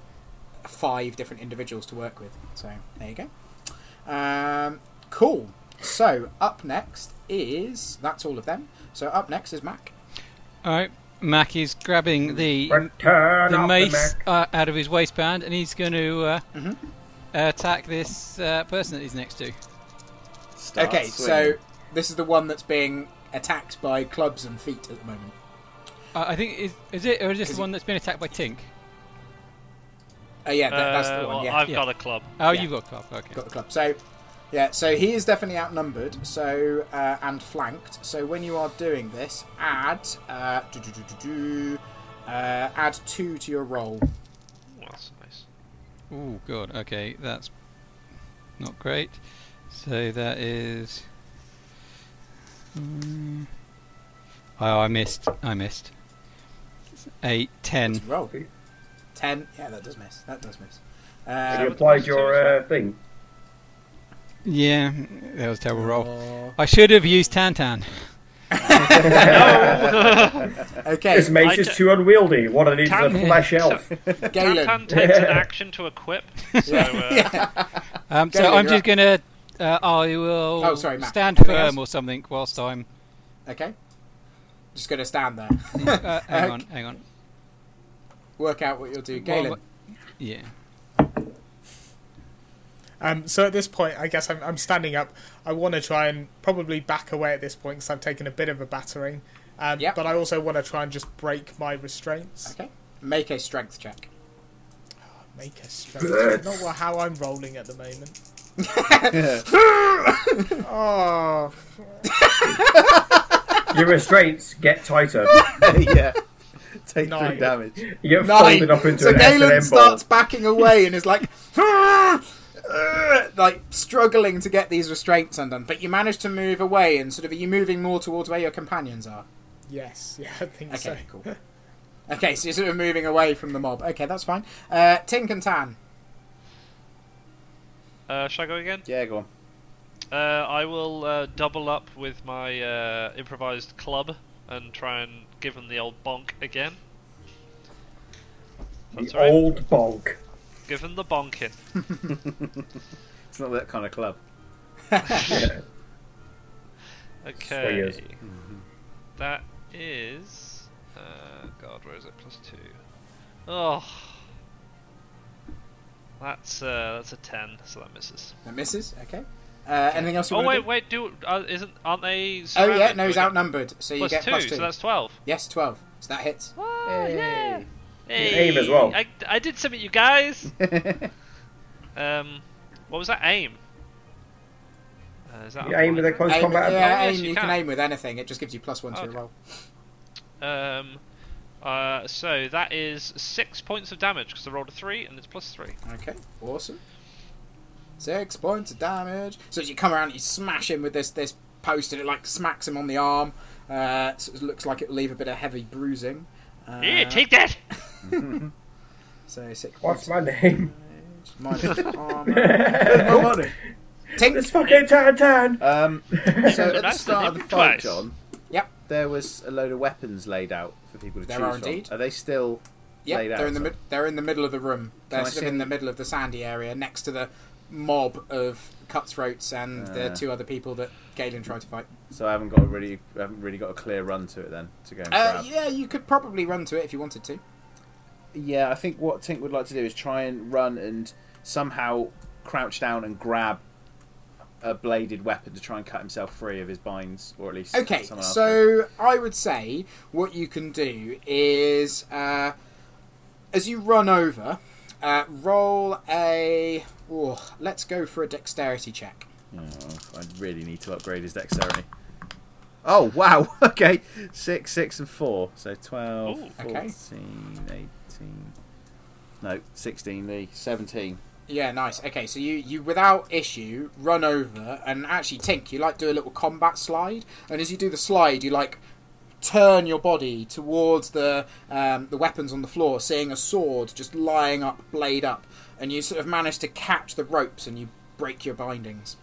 S2: five different individuals to work with. So there you go. Um, cool. So up next is that's all of them. So up next is Mac.
S7: All right, Mac is grabbing the
S5: Return
S7: the
S5: of
S7: mace
S5: the Mac.
S7: uh, out of his waistband, and he's going to uh,
S2: Mm-hmm.
S7: attack this uh, person that he's next to.
S3: Start
S2: okay,
S3: swinging.
S2: so this is the one that's being attacked by clubs and feet at the moment.
S7: Uh, I think is, is it or is this
S2: Is
S7: the
S2: it-
S7: one that's been attacked by Tink?
S2: Oh yeah, that, that's
S4: Uh,
S2: the one.
S4: well,
S2: yeah,
S4: I've
S7: yeah.
S4: got a club.
S7: Oh,
S2: Yeah.
S7: you've got twelve. Okay.
S2: got the club. So, yeah, so he is definitely outnumbered. So uh, and flanked. So when you are doing this, add uh, do, do, do, do, do, uh, add two to your roll.
S4: Well, that's nice.
S7: Oh god. Okay, that's not great. So that is. Mm. Oh, I missed. I missed. Eight, ten.
S2: Roll ten. Yeah, that does miss. That does miss.
S5: Have you
S2: Um,
S5: applied your uh, thing?
S7: Yeah, that was a terrible roll.
S2: or-
S7: I should have used Tantan.
S5: [LAUGHS]
S2: Okay,
S5: This mace
S4: I
S5: is
S4: ju-
S5: too unwieldy. What I need is a
S4: Tan-
S5: flesh elf.
S2: Galen.
S4: Tantan takes an action
S2: [LAUGHS]
S4: to equip. So, uh,
S2: yeah.
S7: Um, so
S2: Galen,
S7: I'm
S2: you're
S7: just gonna. Uh, I will
S2: Oh, sorry, Matt.
S7: stand
S2: Anything else?
S7: firm or something whilst I'm.
S2: Okay. Just gonna stand there.
S7: [LAUGHS]
S2: [LAUGHS]
S7: Uh, hang
S2: Uh,
S7: on, hang on.
S2: Work out what you'll do,
S7: Well,
S2: Galen.
S7: wh- yeah.
S6: Um, so at this point, I guess I'm, I'm standing up. I want to try and probably back away at this point because I've taken a bit of a battering. Um,
S2: Yep.
S6: But I also want to try and just break my restraints.
S2: Okay. Make a strength check.
S6: Make
S5: [LAUGHS]
S6: a strength. Not what, how I'm rolling at the moment. [LAUGHS] oh,
S5: Your restraints get tighter.
S3: [LAUGHS] yeah. Take
S6: Nine.
S3: three damage.
S5: You get
S2: Nine.
S5: folded up into
S2: so
S5: an
S2: Galen
S5: S&M ball.
S2: starts backing away and is like, [LAUGHS] "Argh! Argh!" like struggling to get these restraints undone. But you manage to move away and sort of are you moving more towards where your companions are?
S6: yes. Yeah, I think
S2: Okay,
S6: so.
S2: cool. Okay, so you're sort of moving away from the mob. Okay, that's fine. Uh, Tink and Tan.
S4: uh, shall I go again?
S3: Yeah, go on.
S4: Uh, I will uh, double up with my uh, improvised club and try and give him the old bonk again. That's
S5: the
S4: right.
S5: old bonk.
S4: Give him the bonking.
S3: It's not that kind of
S5: [LAUGHS]
S3: club.
S5: Yeah.
S4: Okay. Mm-hmm.
S5: Swingers.
S4: That is. Uh, God, where is it? Plus two. Oh. That's uh, that's a ten, so that misses.
S2: That misses. Okay. Uh, anything else? You
S4: Oh
S2: wanna
S4: wait,
S2: do?
S4: wait, do uh, isn't aren't they?
S2: Oh yeah,
S4: surrounded?
S2: no, he's
S4: We get
S2: outnumbered, so you
S4: plus
S2: get
S4: two,
S2: plus two.
S4: so that's twelve.
S2: Yes, twelve. So that hits.
S4: Oh, yeah.
S5: Hey. Aim as well.
S4: I, I did something,
S2: [LAUGHS]
S4: you guys. um, what was that aim? Uh, is that
S5: You aim with a
S4: online?
S5: close
S2: Aim,
S5: combat.
S2: yeah,
S4: Oh, yes,
S2: aim,
S4: you
S2: you can
S4: can. Oh,
S2: aim with anything. It just gives you plus one to
S4: Okay.
S2: your roll.
S4: Um, uh, so that is six points of damage because I rolled a three and it's plus three.
S2: Okay, awesome. Six points of damage. So as you come around, you smash him with this this post, and it like smacks him on the arm. Uh, so it looks like it'll leave a bit of heavy bruising. Uh,
S8: yeah, take that.
S2: so six
S5: What's
S2: points
S5: my name?
S2: minus armor.
S5: it's
S2: Tink.
S5: fucking Tan Tan. [LAUGHS]
S3: Um, so at the
S4: That's
S3: start of the fight,
S4: the twice.
S3: John.
S2: Yep.
S3: There was a load of weapons laid out for people to
S2: There
S3: choose
S2: are
S3: from.
S2: indeed.
S3: Are they still? laid
S2: Yep,
S3: out,
S2: they're in the
S3: so-
S2: mid- they're in the middle of the room. They're
S3: Can I
S2: sort
S3: see
S2: of in the
S3: them?
S2: middle of the sandy area, next to the mob of cutthroats and the
S3: Uh.
S2: two other people that Galen tried to fight.
S3: So I haven't got a really, I haven't really got a clear run to it then to go and
S2: Uh,
S3: grab.
S2: yeah, you could probably run to it if you wanted to.
S3: Yeah, I think what Tink would like to do is try and run and somehow crouch down and grab a bladed weapon to try and cut himself free of his binds, or at least
S2: Okay,
S3: someone else can.
S2: so I would say what you can do is uh, as you run over, uh, roll a. Oh, let's go for a dexterity check.
S3: Oh, I really need to upgrade his dexterity. Oh wow! [LAUGHS] Okay, six, six, and four, so 12,
S4: Ooh.
S2: Okay.
S3: 14, 18... No, sixteen. The seventeen.
S2: Yeah, nice. Okay, so you, you without issue run over and actually Tink, you like do a little combat slide, and as you do the slide, you like turn your body towards the um, the weapons on the floor, seeing a sword just lying up, blade up, and you sort of manage to catch the ropes and you break your bindings.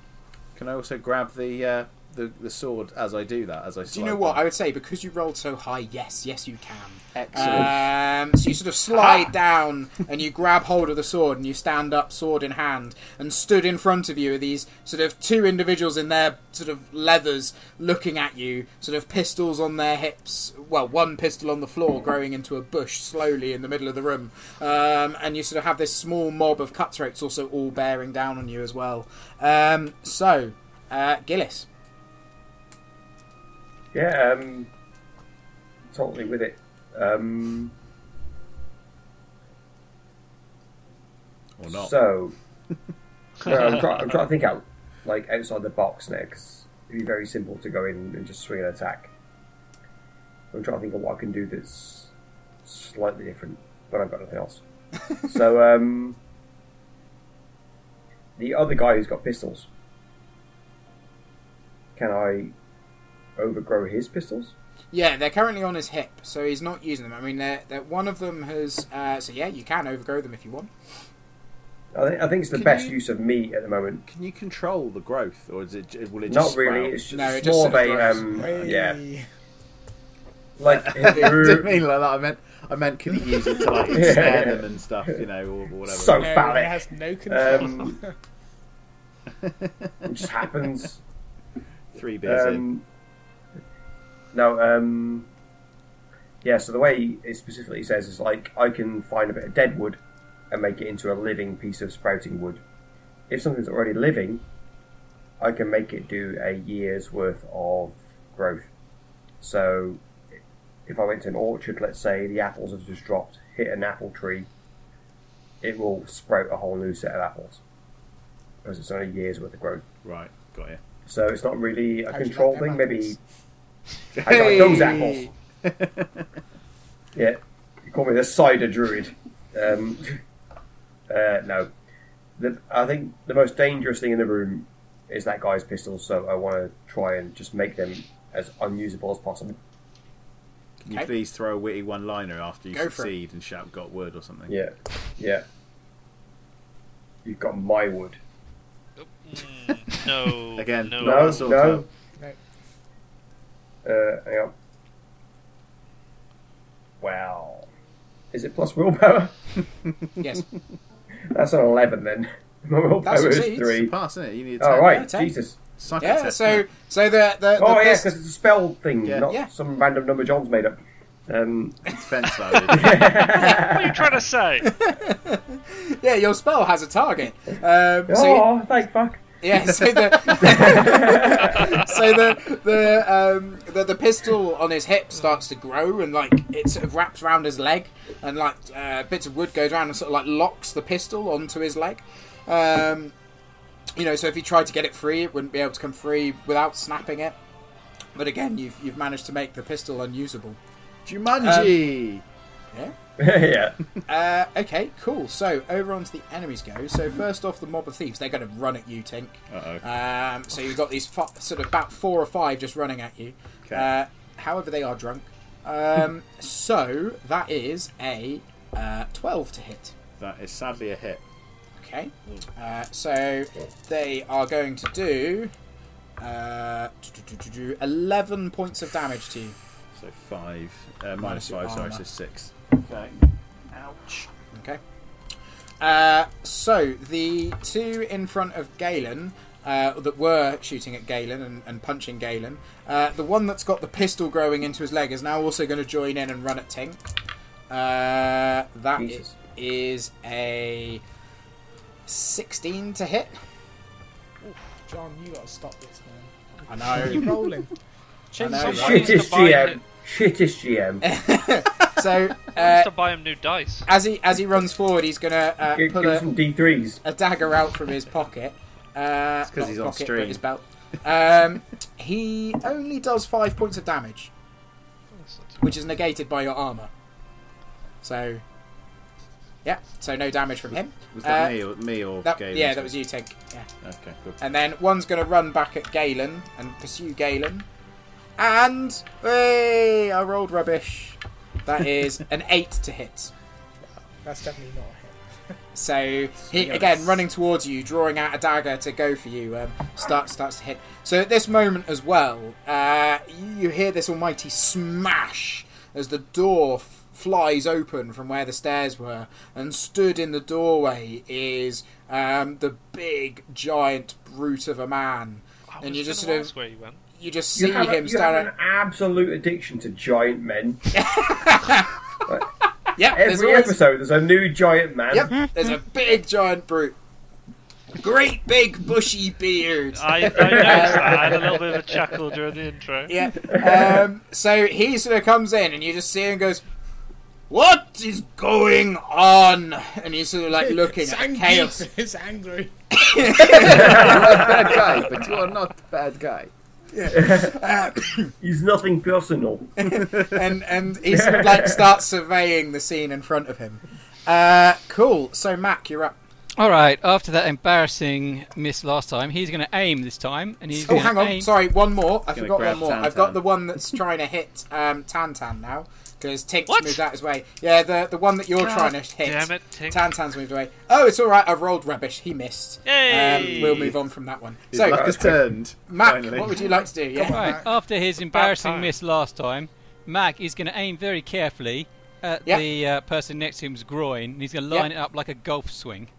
S3: Can I also grab the uh, the the sword as I do that? As I
S2: Do you know
S3: slide
S2: what? I
S3: down?
S2: would say because you rolled so high, yes, yes, you can.
S3: Excellent.
S2: Um, so you sort of slide down and you grab hold of the sword and you stand up, sword in hand. And stood in front of you are these sort of two individuals in their sort of leathers looking at you, sort of pistols on their hips. Well, one pistol on the floor growing into a bush slowly in the middle of the room. Um, and you sort of have this small mob of cutthroats also all bearing down on you as well. Um, so, uh, Gillis.
S5: Yeah, um, totally with it. Um,
S3: or not.
S5: So, [LAUGHS] no, I'm, try- I'm trying to think out like outside the box next. It'd be very simple to go in and just swing an attack. I'm trying to think of what I can do that's slightly different, but I've got
S3: [LAUGHS]
S5: nothing else. so, um, the other guy who's got pistols, can I overgrow his pistols?
S2: Yeah, they're currently on his hip, so he's not using them. I mean, they're, they're, one of them has. Uh, so yeah, you can overgrow them if you want.
S5: I, think I think it's the
S3: Can
S5: best
S3: you-
S5: use of me at the moment.
S3: Can you control the growth, or is it j- will it
S5: Not
S3: just
S5: really.
S3: sprout?
S5: It's just,
S2: No, it
S5: it's
S2: just
S5: more of
S2: sort of
S5: a
S2: grows.
S5: um,
S6: Hey.
S5: yeah, like
S3: I didn't mean like that. I meant I meant can you use it to
S5: [LAUGHS]
S3: like
S5: Yeah.
S3: snare them and stuff, you know, or, or whatever.
S5: So-
S6: No,
S5: Phallic.
S6: it has no control.
S5: Um, it just happens.
S3: three beers in.
S5: Um, no, um, yeah. So the way it specifically says is like I can find a bit of dead wood and make it into a living piece of sprouting wood. If something's already living, I can make it do a year's worth of growth. So if I went to an orchard, let's say the apples have just dropped, hit an apple tree, it will sprout a whole new set of apples because it's only a year's worth of growth.
S3: Right, got you.
S5: So it's not really a
S2: How'd you like
S5: control
S2: them
S5: thing. Maybe
S2: apples?
S5: I got those apples. Yeah, you call me the cider druid. Um, [LAUGHS] uh, no, the, I think the most dangerous thing in the room is that guy's pistol. So I want to try and just make them as unusable as possible.
S3: Can you
S2: Okay.
S3: please throw a witty one-liner after you
S2: Go for it.
S3: succeed and shout "Got word" or something?
S5: Yeah, yeah. You've got my wood.
S4: Mm,
S3: [LAUGHS]
S4: no.
S3: Again,
S4: No.
S3: not
S5: No,
S3: that sort
S5: no.
S3: of-
S5: Uh, hang on. Well, Is it plus willpower? [LAUGHS]
S2: Yes.
S5: That's an 11 then. [LAUGHS] My willpower is
S2: succeeds.
S5: 3.
S3: Pass, isn't it? You need a
S5: All
S3: ten.
S5: right,
S2: ten.
S5: Jesus.
S3: Psychic
S2: Yeah.
S3: test,
S2: So so the the, the
S5: Oh, yeah,
S2: best-
S5: because it's a spell thing,
S3: Yeah.
S5: not
S2: Yeah.
S5: some random number John's made up. Um,
S2: [LAUGHS]
S3: defense value.
S4: What are you trying
S3: [LAUGHS]
S4: to say?
S2: yeah, your spell has a target. Um, so
S5: oh, thank fuck. [LAUGHS]
S2: Yeah, so the so the the, um, the the pistol on his hip starts to grow and like it sort of wraps around his leg and like uh, bits of wood goes around and sort of like locks the pistol onto his leg. Um, you know, so if he tried to get it free, it wouldn't be able to come free without snapping it. But again, you've you've managed to make the pistol unusable.
S3: Jumanji.
S2: Um,
S5: yeah.
S2: Uh, okay, cool. So over onto the enemies go. So first off, the mob of thieves—they're going to run at you, Tink.
S3: Uh-oh.
S2: Um, so you've got these fo- sort of about four or five just running at you.
S3: Okay.
S2: Uh, however, they are drunk. Um, so that is a uh, twelve to hit.
S3: that is sadly a hit.
S2: Okay. Uh, so they are going to do uh, 11 points of damage to you.
S3: So five, uh,
S2: Minus
S3: minus
S2: your
S3: five. Sorry,
S2: armour.
S3: so six.
S2: Okay. Uh, so the two in front of Galen uh, that were shooting at Galen and, and punching Galen, uh, the one that's got the pistol growing into his leg is now also going to join in and run at Tink. Uh, that i-
S5: Jesus.
S2: is a 16 to hit.
S6: [LAUGHS] John, you gotta stop this, man.
S2: I
S6: Are you
S2: know.
S6: rolling?
S2: I know,
S7: Someone
S2: right?
S7: needs to
S5: Shittest
S7: buy
S5: GM.
S7: him-
S5: Shittest GM.
S2: so [LAUGHS]
S4: I
S2: uh,
S4: used to buy him new dice.
S2: as he as he runs forward, he's going to uh,
S5: Give,
S2: pull
S5: give me
S2: a,
S5: some D3s.
S2: a dagger out from his pocket. Uh,
S3: 'cause
S2: not
S3: he's
S2: his
S3: on
S2: pocket,
S3: stream.
S2: But his belt. Um, he only does five points of damage, which is negated by your armor. So, yeah, so no damage from him.
S3: Was that
S2: Uh,
S3: me or me or
S2: That-
S3: Galen?
S2: yeah, that was you, Uh, Tink. Yeah.
S3: Okay, good.
S2: And then one's going to run back at Galen and pursue Galen. And hey, I rolled rubbish. That is an eight to hit.
S6: That's definitely not a
S2: So he again running towards you, drawing out a dagger to go for you. Um, starts starts to hit. So at this moment as well, uh, you hear this almighty smash as the door f- flies open from where the stairs were, and stood in the doorway is um, the big giant brute of a man,
S4: I
S2: and
S4: was
S2: you just
S4: gonna
S2: sort
S4: ask
S2: of
S4: where you went.
S2: you just see
S5: You have, a-
S2: him
S5: you have
S2: staring.
S5: an absolute addiction to giant men.
S2: Yep, there's
S5: Every
S2: always-
S5: episode, there's a new giant man.
S2: Yep, there's a big giant brute. Great big bushy beard.
S4: I, I noticed that. I had a
S2: [LAUGHS]
S4: little bit of a chuckle during the intro.
S2: Yeah. Um, so he sort of comes in, and you just see him goes, "What is going on?" And he's sort of
S5: [LAUGHS]
S2: like looking at
S6: hit.
S2: chaos.
S6: [LAUGHS] It's angry.
S3: bad guy, but you are not a bad guy.
S5: He's nothing personal.
S2: and and he sort
S5: [LAUGHS]
S2: of like starts surveying the scene in front of him. Uh, cool. So Mac, you're up.
S7: All right. After that embarrassing miss last time, he's going to aim this time, and he's
S2: Oh,
S7: going
S2: hang
S7: to
S2: on.
S7: aim.
S2: Sorry, one more. I
S3: Gonna
S2: forgot
S3: grab
S2: one more.
S3: Tan
S2: I've got
S3: Tan.
S2: the one that's trying to hit um, Tantan now because Tink's moved out his way. Yeah, the the one that you're trying to hit.
S4: Damn it, Tink.
S2: Tantan's moved away. Oh, it's all right. I've rolled rubbish. He missed.
S4: Yay!
S2: Um, we'll move on from that one.
S3: His
S2: so,
S3: luck has turned.
S2: Mac,
S3: finally.
S2: what would you like to do? Yeah.
S7: Right.
S6: Mac.
S7: After his embarrassing
S4: time.
S7: miss last time, Mac is going to aim very carefully at
S2: Yeah.
S7: the uh, person next to him's groin, and he's going to line it up like a golf swing.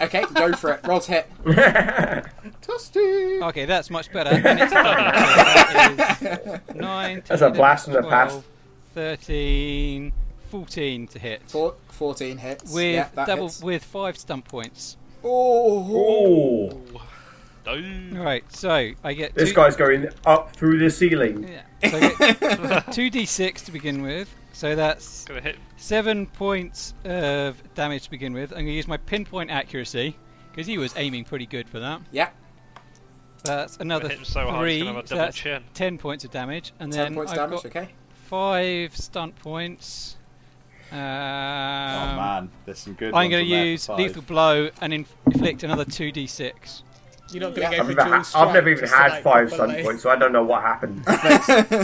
S2: Okay, go for it. Roll to hit.
S3: Toasty.
S7: Okay, that's much better.
S4: [LAUGHS]
S7: And it's done. So that is nine,
S5: That's a
S7: 10,
S5: blast from the
S7: 12,
S5: past.
S7: 13, 14 to hit.
S2: Four, 14 hits.
S7: With
S2: yeah, that
S7: double
S2: hits.
S7: with five stun points.
S2: Oh,
S5: Oh,
S4: No.
S7: All right, so I get
S5: this
S7: two,
S5: guy's going up through the ceiling.
S7: Yeah, so I get two d6 to begin with. So that's
S4: Gonna hit.
S7: seven points of damage to begin with. I'm going to use my pinpoint accuracy because he was aiming pretty good for that.
S2: yeah.
S7: That's another
S4: hit him so hard, he's
S7: three.
S4: gonna have a
S7: so
S4: double
S7: that's
S4: chin.
S7: ten points of damage, and
S2: 10
S7: then
S2: points
S7: I've
S2: damage.
S7: got
S2: Okay.
S7: five stunt points.
S3: Oh
S7: Um,
S2: Um,
S3: man, there's some good.
S7: I'm
S3: going to
S7: use lethal blow and inf- inflict another 2d6.
S6: You're not
S2: Yeah,
S6: gonna
S5: I've never,
S6: go for dual
S5: ha- I've
S6: strike
S5: never even
S6: just to,
S5: had
S6: like,
S5: five
S6: proper,
S5: stun
S6: like-
S5: points, so I don't know
S2: [LAUGHS]
S5: what happened.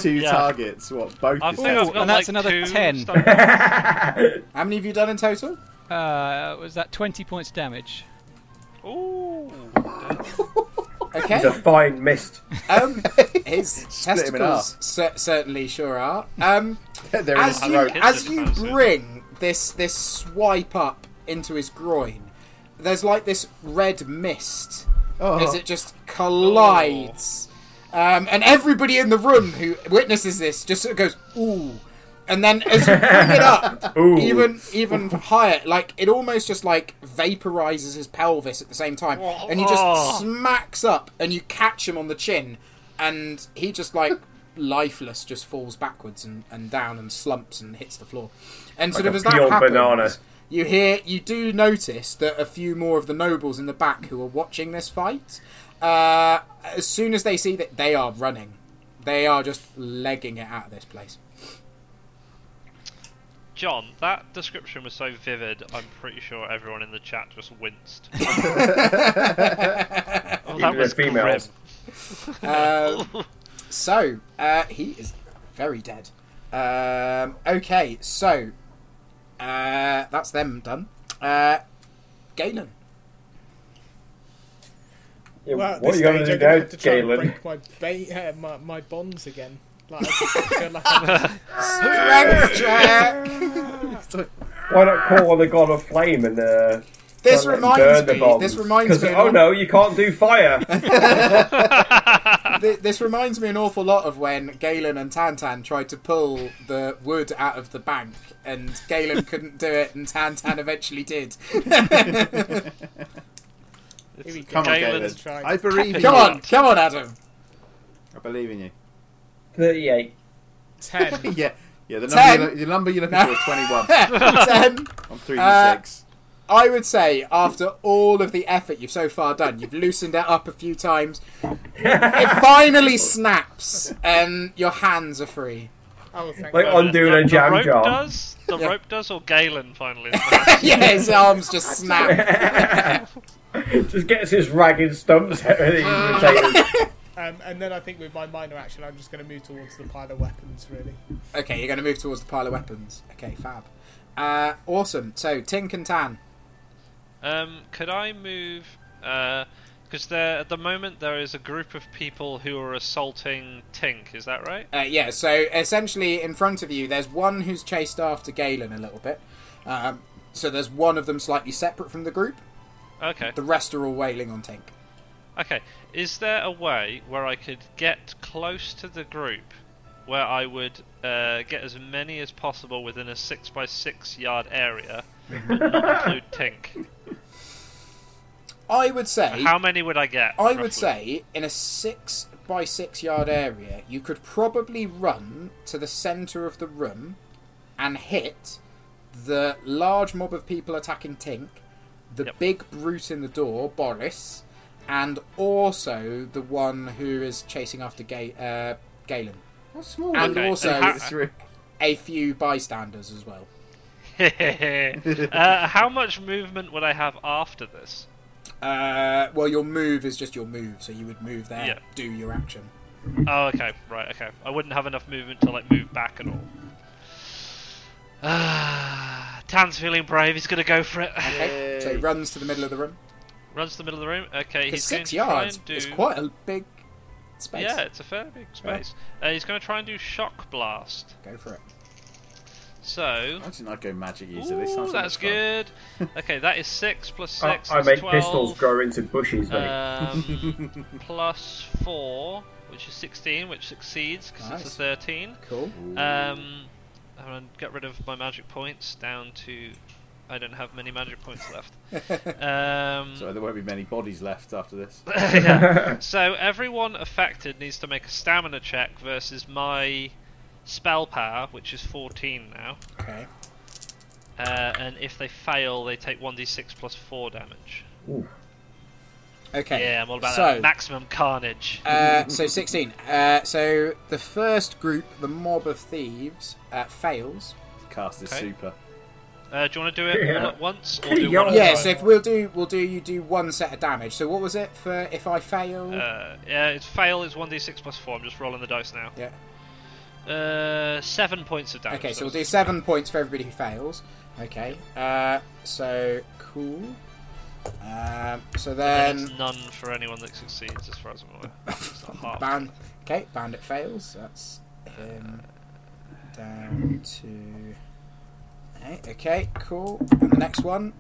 S3: two
S4: Yeah.
S3: targets. What both?
S4: I
S3: is
S2: Oh,
S4: think
S3: that-
S4: I've got
S7: And
S4: like
S7: that's another
S4: two
S2: [LAUGHS]
S7: 10.
S4: stun-
S2: How many have you done in total?
S7: Uh, was that 20 points of damage?
S4: Ooh.
S3: [LAUGHS]
S5: It's a
S2: Okay.
S5: fine mist.
S2: um, his
S3: him in half.
S2: testicles cer- certainly sure are. Um,
S3: They're in
S2: as
S3: a
S2: you,
S3: row.
S4: Kids
S2: as
S4: are
S2: you
S4: massive.
S2: bring this this swipe up into his groin. There's like this red mist
S3: Oh.
S2: as it just collides. Um, and everybody in the room who witnesses this just sort of goes, ooh. And then as you bring it up,
S5: Ooh.
S2: even even higher, like it almost just like vaporizes his pelvis at the same time, and he just smacks up, and you catch him on the chin, and he just like lifeless just falls backwards and, and down and slumps and hits the floor, and sort
S5: Like
S2: of
S5: a
S2: as that
S5: peeled
S2: happens,
S5: banana.
S2: you hear you do notice that a few more of the nobles in the back who are watching this fight uh, as soon as they see that they are running they are just legging it out of this place
S4: John, that description was so vivid. I'm pretty sure everyone in the chat just winced. oh, that
S5: Even the
S4: was grim.
S5: females.
S2: Uh, so uh, he is very dead um, okay so uh, that's them done uh, galen
S5: Yeah,
S6: Well, at
S5: what are
S6: this
S5: you going
S6: stage,
S5: to do
S6: I'm gonna
S5: now,
S6: have to try and
S5: Galen?
S6: break my, ba- [LAUGHS] uh, my my bonds again. Like, I feel like
S5: [LAUGHS]
S6: I'm-
S2: strength check
S5: Why not call on the god of flame and uh,
S2: this
S5: don't let him burn
S2: reminds
S5: the
S2: me
S5: bombs?
S2: this reminds
S5: 'Cause,
S2: me
S5: Oh
S2: of-
S5: no, you can't
S2: [LAUGHS]
S5: do fire.
S2: Th- this reminds me an awful lot of when Galen and Tantan tried to pull the wood out of the bank, and
S5: [LAUGHS]
S2: Galen couldn't do it, and Tantan eventually did. [LAUGHS]
S6: Here we
S4: [LAUGHS]
S3: [LAUGHS]
S6: go.
S3: Come on,
S4: Galen's
S3: Galen.
S6: trying.
S3: I believe in you.
S2: come on, come on, Adam. [LAUGHS]
S3: I believe in you.
S5: Thirty-eight.
S6: Ten.
S3: Yeah, yeah. The
S2: Ten.
S3: number, you're, lo- the number you're looking for is
S2: [LAUGHS]
S3: 21.
S2: Ten.
S3: I'm three
S2: Uh,
S3: d six.
S2: I would say after all of the effort you've so far done, you've loosened it up a few times. It finally snaps, and your hands are free. [LAUGHS]
S6: Oh, thank
S5: Like
S6: God.
S5: undoing
S4: the,
S5: a jam
S4: the rope
S5: jar.
S4: does? The
S2: Yeah.
S4: rope does, or Galen finally?
S5: [LAUGHS]
S4: snaps?
S2: Yeah, his arms just snap.
S5: Just gets his ragged stumps [LAUGHS]
S2: Ah.
S5: out of these potatoes.
S6: Um, and then I think with my minor action, I'm just going to move towards the pile of weapons. Really.
S2: Okay, you're going to move towards the pile of weapons. Okay, fab. Uh, awesome. So, Tink and Tan.
S4: um, could I move? Because there, at the moment, there is a group of people who are assaulting Tink. Is that right?
S2: Uh, yeah, so essentially in front of you, there's one who's chased after Galen a little bit. Um, so there's one of them slightly separate from the group.
S4: Okay.
S2: The rest are all wailing on Tink.
S4: Okay, is there a way where I could get close to the group, where I would uh, get as many as possible within a six by six yard area, but not include Tink?
S2: I would say,
S4: How many would I get?
S2: I
S4: roughly?
S2: would say in a six by six yard area, you could probably run to the centre of the room and hit the large mob of people attacking Tink, the
S4: Yep.
S2: big brute in the door, Boris, and also the one who is chasing after Ga- uh, Galen.
S3: How small?
S2: and
S4: Okay,
S2: also-
S4: and how-
S3: It's re-
S2: a few bystanders as well.
S4: [LAUGHS] uh, how much movement would I have after this?
S2: Uh, well, your move is just your move, so you would move there,
S4: Yeah.
S2: do your action.
S4: Oh, okay, right, okay. I wouldn't have enough movement to like move back at all. [SIGHS] Ah, Tan's feeling brave. He's gonna go for it. [LAUGHS]
S2: Okay, so he
S3: Yay.
S2: runs to the middle of the room.
S4: Runs to the middle of the room. Okay,
S2: Because
S4: he's going
S2: six
S4: to try
S2: yards
S4: and do.
S2: is quite a big space.
S4: Yeah, it's a fair big space. Uh, he's going to try and do shock blast.
S2: Go for it.
S4: So,
S2: Oh,
S3: I didn't. I'd go magic user this time.
S4: ooh,
S3: so
S4: that's
S2: [LAUGHS]
S3: fun.
S4: good. okay, that is six plus
S5: I,
S4: six.
S5: I
S4: that's
S5: make
S4: 12,
S5: pistols grow into bushes, mate.
S4: Um,
S5: [LAUGHS]
S4: plus four, which is sixteen, which succeeds because it's
S2: Nice.
S4: a thirteen.
S2: Cool.
S4: Um, I'm gonna get rid of my magic points down to. I don't have many magic points left.
S2: [LAUGHS]
S4: Um,
S3: So there won't be many bodies left after this.
S4: [LAUGHS]
S2: [LAUGHS]
S4: Yeah. So everyone affected needs to make a stamina check versus my spell power, which is 14 now.
S2: Okay.
S4: Uh, and if they fail, they take 1d6 plus 4 damage.
S2: Okay.
S4: Yeah, I'm all about
S2: so,
S4: that. Maximum carnage.
S2: Uh, so 16. Uh, so the first group, the mob of thieves, uh, fails.
S3: Cast is
S4: Okay.
S3: super.
S4: Uh, do you want to do it
S5: yeah.
S4: all at once? Or do
S5: Yeah.
S4: one at a
S2: Yeah,
S4: time?
S2: so if we'll do, we'll do. You do one set of damage. So what was it for? If I fail,
S4: Uh, yeah, it's fail is 1d6 plus 4. I'm just rolling the dice now.
S2: yeah.
S4: Uh, 7 points of damage.
S2: Okay, so we'll
S4: that's-
S2: do seven points for everybody who fails. Okay. Uh, so cool. Um, so
S4: and
S2: then
S4: it's none for anyone that succeeds, as far as I'm aware. It's
S2: [LAUGHS]
S4: a half.
S2: band. Okay, bandit fails. That's him down to Okay, okay, cool. And the next one.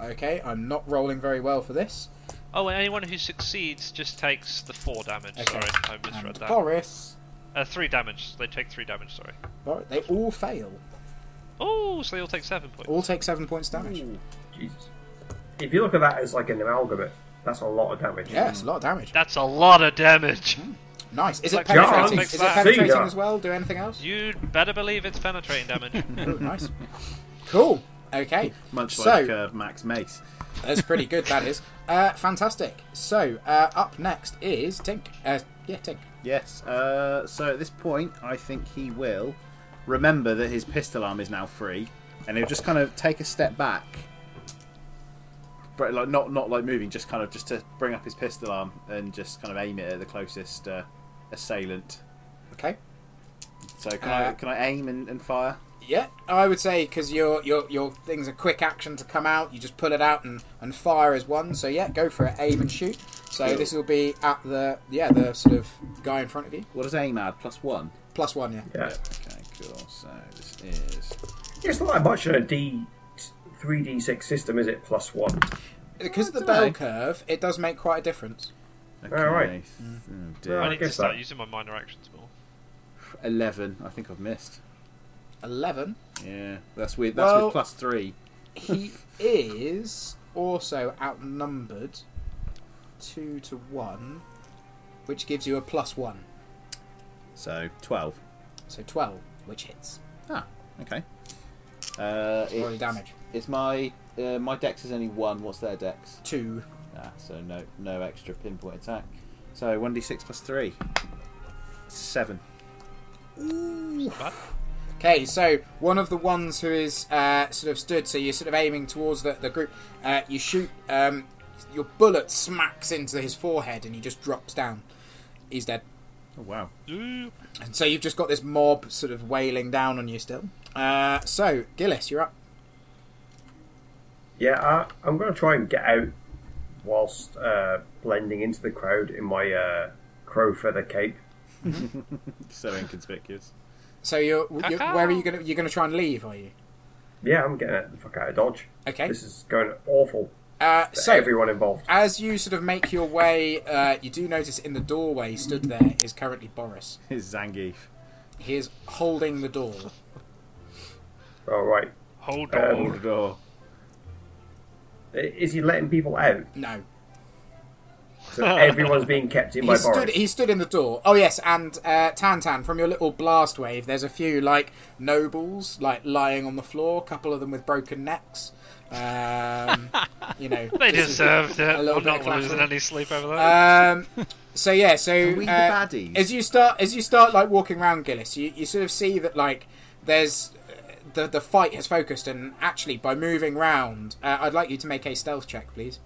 S2: Okay, I'm not rolling very well for this.
S4: Oh, and anyone who succeeds just takes the four damage.
S2: Okay.
S4: Sorry, I
S2: And
S4: misread that.
S2: Boris.
S4: Uh, three damage. They take three damage. Sorry.
S2: Boris. They all fail.
S4: Oh, so they all take seven points.
S2: All take seven points damage.
S5: Jesus. If you look at that as like an amalgamate, that's a lot of damage.
S2: Yeah, it's a lot of damage.
S4: That's a lot of damage.
S2: Hmm. Nice. Is it
S4: Like
S2: penetrating?
S5: John,
S2: Is it
S4: see
S2: penetrating
S5: ya.
S2: as well? Do anything else?
S4: You'd better believe it's
S2: [LAUGHS]
S4: penetrating damage.
S2: Ooh, nice. Cool. Okay.
S3: Much
S2: so,
S3: like uh, Max Mace.
S2: That's pretty good. That is uh, fantastic. So uh, up next is Tink. Uh, yeah, Tink.
S3: Yes. Uh, so at this point, I think he will remember that his pistol arm is now free, and he'll just kind of take a step back, but like not not like moving, just kind of just to bring up his pistol arm and just kind of aim it at the closest uh, assailant.
S2: Okay.
S3: So can
S2: Uh,
S3: I can I aim and, and fire?
S2: Yeah, I would say because your your your thing's a quick action to come out. You just pull it out and, and fire as one. So yeah, go for it. Aim and shoot. So
S3: Cool.
S2: this will be at the yeah the sort of guy in front of you.
S3: What does aim add? Plus one.
S2: Plus one. Yeah.
S5: Yeah.
S3: Okay, cool. So this is
S5: It's not that much a D, 3D6 system, is it? Plus one.
S2: Because of the
S3: I dunno.
S2: bell curve, it does make quite a difference.
S3: okay.
S5: right.
S3: th- oh dear.
S4: I
S5: Right.
S4: need to
S5: guess
S4: start
S5: that-
S4: using my minor actions more.
S3: Eleven. I think I've missed.
S2: Eleven.
S3: Yeah, that's with that's
S2: Well-
S3: with plus three.
S2: He is also outnumbered two to one, which gives you a plus one.
S3: So twelve.
S2: So 12, which hits.
S3: Ah, okay. Uh,
S2: Roll your
S3: it's,
S2: damage.
S3: It's my uh, my dex is only one. What's their dex?
S2: Two.
S3: Ah, so no no extra pinpoint attack. So one d six plus three. Seven.
S2: Okay, so one of the ones who is uh, sort of stood, so you're sort of aiming towards the, the group, uh, you shoot, um, your bullet smacks into his forehead and he just drops down. He's dead.
S3: Oh wow.
S2: And so you've just got this mob sort of wailing down on you still. Uh, so, Gillis, you're up.
S5: Yeah, I, I'm going to try and get out whilst uh, blending into the crowd in my uh, crow feather cape.
S3: So inconspicuous.
S2: So you're, you're where are you gonna you're gonna try and leave? Are you
S5: Yeah, I'm getting the fuck out of Dodge.
S2: okay?
S5: This is going awful
S2: Uh,
S5: for
S2: so
S5: everyone involved.
S2: as you sort of make your way, uh, you do notice in the doorway stood there is currently Boris.
S3: [LAUGHS] His Zangief.
S2: He is holding the door.
S5: All right.
S4: Hold
S5: Um,
S4: on.
S3: Hold the door.
S5: I- Is he letting people out?
S2: No, [LAUGHS]
S5: So everyone's being kept in
S2: he
S5: by
S2: stood.
S5: Boris.
S2: He stood in the door. Oh yes, and uh, Tantan from your little blast wave. There's a few like nobles like lying on the floor. A couple of them with broken necks.
S5: [LAUGHS]
S2: Um, you know
S4: They
S2: this is-
S4: deserved it.
S2: a little
S4: I'm
S2: bit of
S4: not losing
S2: collateral.
S4: any sleep over that.
S2: Um, so yeah, so
S3: we the
S2: uh,
S3: baddies?
S2: As you start, as you start like walking around Gillis, you, you sort of see that like there's uh, the the fight has focused, and actually by moving round, uh, I'd like you to make a stealth check, please.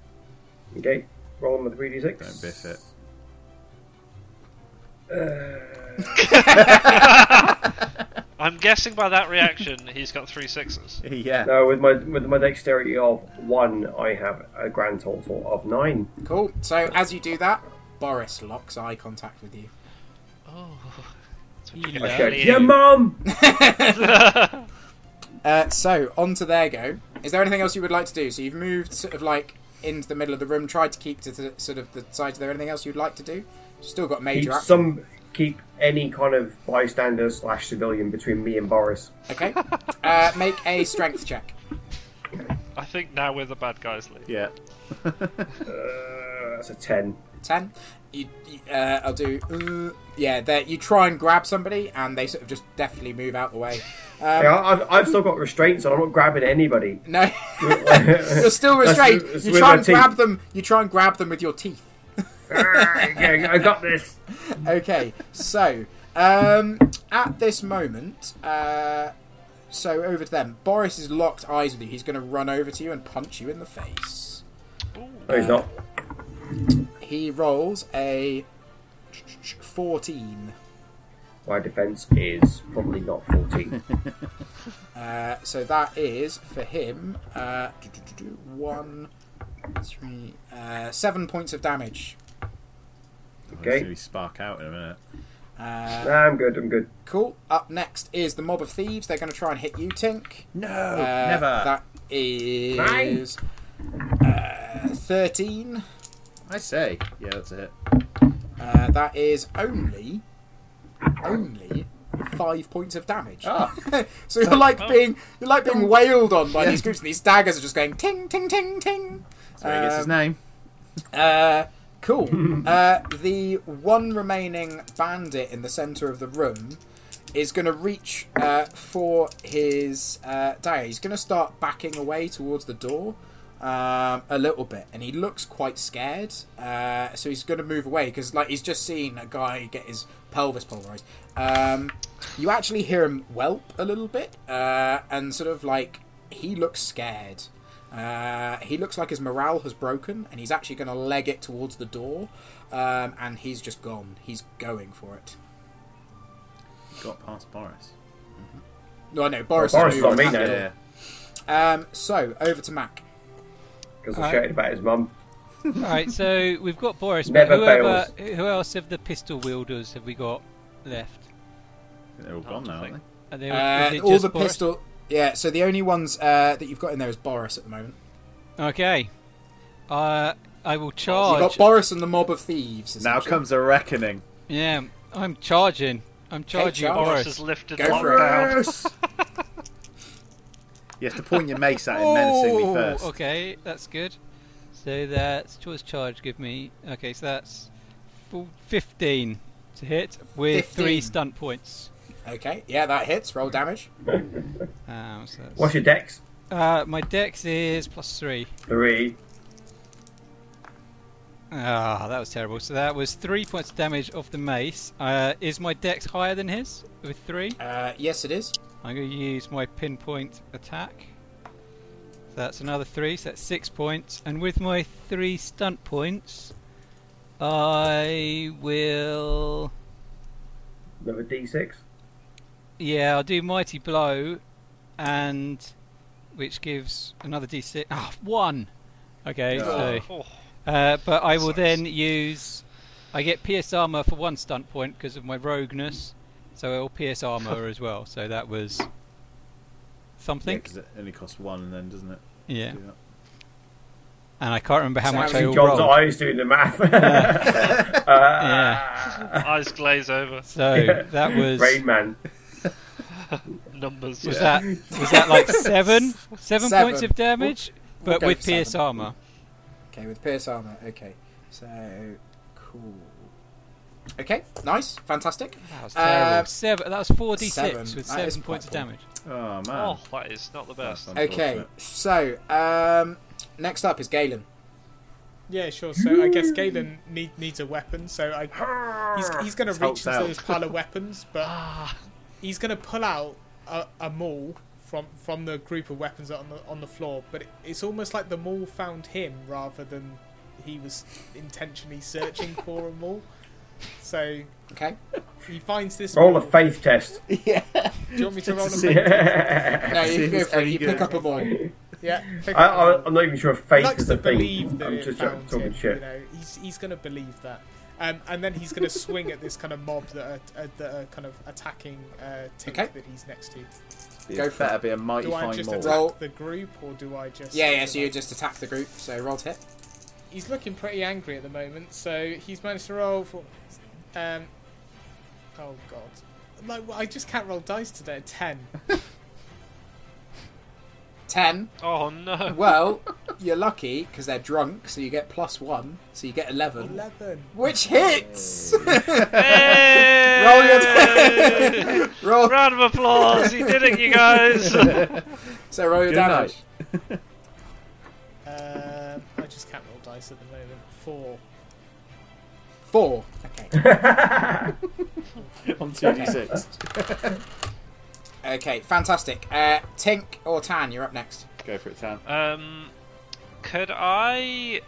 S5: Okay, rolling with 3d6.
S3: Don't biff it.
S4: I'm guessing by that
S2: [LAUGHS]
S4: reaction, he's got three sixes.
S3: [LAUGHS] Yeah.
S5: No, Uh, with my with my dexterity of one, I have a grand total of nine.
S2: Cool. So as you do that, Boris locks eye contact with you.
S4: Oh.
S5: I
S7: You lovely.
S5: shout,
S4: Lovely.
S5: "Yeah, mum!"
S2: Uh, so on to their go. Is there anything else you would like to do? So you've moved sort of like into the middle of the room, tried to keep to the sort of the sides. Is there anything else you'd like to do? Still got major
S5: Keep
S2: action.
S5: some keep any kind of bystander slash civilian between me and Boris.
S4: [LAUGHS]
S2: Okay. Uh, make a strength check.
S4: I think now we're the bad guys, Lee.
S3: Yeah.
S5: Uh, that's a ten.
S2: 10 you, you- uh, i'll do uh, yeah there you try and grab somebody and they sort of just definitely move out the way
S5: Hey, I, I've, I've still got restraints, and I'm not grabbing anybody.
S2: Um, [LAUGHS] no
S5: [LAUGHS]
S2: you're still
S5: That's
S2: restrained
S5: with- it's
S2: you
S5: with
S2: try
S5: my
S2: and grab
S5: teeth.
S2: them you try and grab them with your teeth
S5: [LAUGHS] yeah, I got this.
S2: okay so um at this moment uh so over to them boris is locked eyes with you he's going to run over to you and punch you in the face
S5: No, he's not.
S2: he rolls a 14
S5: My defense is probably not fourteen.
S2: Uh, so that is for him uh, do, do, do, do, one, three, uh, seven points of damage.
S3: It's [LAUGHS]
S5: Okay.
S3: gonna spark out in a minute.
S2: Uh,
S5: Nah, I'm good. I'm good.
S2: cool. Up next is the mob of thieves. They're going to try and hit you, Tink.
S3: No,
S2: Uh,
S3: never.
S2: That is uh, thirteen.
S3: I say, yeah, that's a hit.
S2: Uh, that is only only five points of damage.
S3: Ah.
S2: [LAUGHS] so you're like being you're like being wailed on by these groups, and these daggers are just going ting ting ting ting.
S3: So he gets his
S2: Um,
S3: name.
S2: Uh, cool. uh, the one remaining bandit in the center of the room is going to reach uh, for his uh, dagger. He's going to start backing away towards the door um, a little bit, and he looks quite scared. Uh, so he's going to move away because, like, he's just seen a guy get his pelvis pulverized. Um, you actually hear him whelp a little bit, uh, and sort of like he looks scared. Uh, he looks like his morale has broken, and he's actually going to leg it towards the door, um, and he's just gone. He's going for it.
S3: Got past Boris.
S2: No, Oh, no, Boris.
S5: Boris
S2: has
S5: is on
S2: moved
S5: me
S2: past
S5: now.
S2: the
S3: Yeah.
S2: door. Um, so over to Mac.
S5: Because I
S7: Alright.
S5: shouted about his mum.
S7: Right, so we've got Boris. but
S5: Never
S7: whoever, Who else of the pistol wielders have we got left?
S3: They're all gone now, aren't they?
S7: Are they,
S2: Uh,
S7: is it
S2: all
S7: just
S2: the
S7: Boris?
S2: pistol. Yeah. So the only ones uh, that you've got in there is Boris at the moment.
S7: Okay. Uh, I will
S2: You've
S7: charge.
S2: got Boris and the mob of thieves.
S3: Now
S2: essentially.
S3: comes a reckoning.
S7: yeah, I'm charging. I'm charging
S2: charge.
S4: Boris
S7: Boris.
S4: has lifted
S2: Go for
S4: lockdown.
S7: [LAUGHS]
S3: You have to point your mace at him menacingly
S7: Oh,
S3: first.
S7: Okay, that's good. So that's choice charge. Give me. Okay, so that's full- 15 to hit with three
S2: 15.
S7: stunt points.
S2: Okay. Yeah, that hits. Roll damage.
S7: Um, so that's-
S5: What's your dex?
S7: uh, my dex is plus three.
S5: Three.
S7: Ah, that was terrible. So that was three points of damage of the mace. Uh, is my dex higher than his with three?
S2: Uh, yes, it is.
S7: I'm going to use my pinpoint attack. So that's another three, so that's six points. And with my three stunt points, I will.
S5: Another d6.
S7: Yeah, I'll do Mighty Blow, and. which gives another d6. Ah, one! Okay, so.
S4: Oh,
S7: Uh, but I will
S4: Sucks.
S7: then use. I get PS armor for one stunt point because of my rogueness, so it'll
S4: [LAUGHS]
S7: PS armor as well. So that was
S3: Yeah,
S7: something.
S3: 'cause it only costs one, and then doesn't it?
S7: Yeah.
S3: Do that.
S7: And I can't remember how
S2: So
S7: much
S2: how
S7: I
S2: many
S7: all
S5: John's
S7: rolled.
S5: eyes doing the math. [LAUGHS] uh,
S4: eyes glaze over. [LAUGHS]
S7: So that was
S5: Rain Man.
S4: Numbers.
S7: was that was
S4: [LAUGHS]
S7: that like seven seven
S2: Seven.
S7: points of damage,
S2: we'll
S7: but
S2: go
S7: with
S2: for
S7: PS
S2: seven.
S7: armor.
S2: Okay, with Pierce armor. Okay, so cool. Okay, nice, fantastic.
S7: That was
S2: Uh,
S7: terrible. seven. That was four d
S2: seven.
S7: six with
S2: That is
S7: seven points of
S2: quite poor.
S7: damage.
S3: Oh man.
S4: Oh, that is not the
S3: That's
S4: best.
S2: Okay, so um, next up is Galen.
S6: Yeah, sure. So I guess Galen need, needs a weapon. So I, he's, he's going to reach
S3: Hulk's
S6: into
S3: out.
S6: his pile of weapons, but he's going to pull out a, a maul from from the group of weapons that are on the on the floor. But it, it's almost like the maul found him rather than he was intentionally searching for a maul. So
S2: Okay,
S6: he finds this.
S5: Roll a
S6: maul.
S5: faith test.
S6: Do you
S5: [LAUGHS]
S6: want me to roll a
S3: see
S6: faith?
S2: no,
S3: [LAUGHS]
S2: you
S3: if
S2: go
S3: it's
S2: for it.
S3: any
S2: You
S3: good.
S2: pick up a ball.
S3: [LAUGHS]
S6: Yeah.
S5: I,
S6: faith roll.
S5: I, I'm not even sure if faith
S6: likes
S5: is
S6: to
S5: a
S6: believe
S5: thing.
S6: that
S5: I'm
S6: it
S5: just
S6: found
S5: talking
S6: him.
S5: shit.
S6: You know, he's he's going to believe that, um, and then he's going to swing at this kind of mob that are, uh, that are kind of attacking uh, Tink
S2: Okay.
S6: that he's next to.
S2: Go
S3: Go
S2: for
S3: better
S2: it.
S3: be a mighty
S6: Do I
S3: fine
S6: just
S3: maul.
S6: attack
S2: Roll.
S6: the group, or do I just?
S2: Yeah, yeah. So you
S6: like-
S2: just attack the group. So roll to hit.
S6: He's looking pretty angry at the moment, so he's managed to roll for. Um, oh god, like well, I just can't roll dice today. Ten.
S2: Ten.
S4: Oh no.
S2: Well, [LAUGHS] you're lucky because they're drunk, so you get plus one, so you get eleven,
S6: Eleven.
S2: which hits. [LAUGHS]
S4: Roll
S2: roll your roll.
S4: Round of applause! He did it,
S2: [LAUGHS]
S4: you guys.
S2: So roll your
S3: Good
S2: damage.
S3: night.
S6: Um, I just can't roll dice at the moment. Four.
S2: Four. Okay.
S3: On two d six.
S2: Okay, fantastic. Uh, Tink or Tan, you're up next.
S3: Go for it, Tan.
S4: um, could I?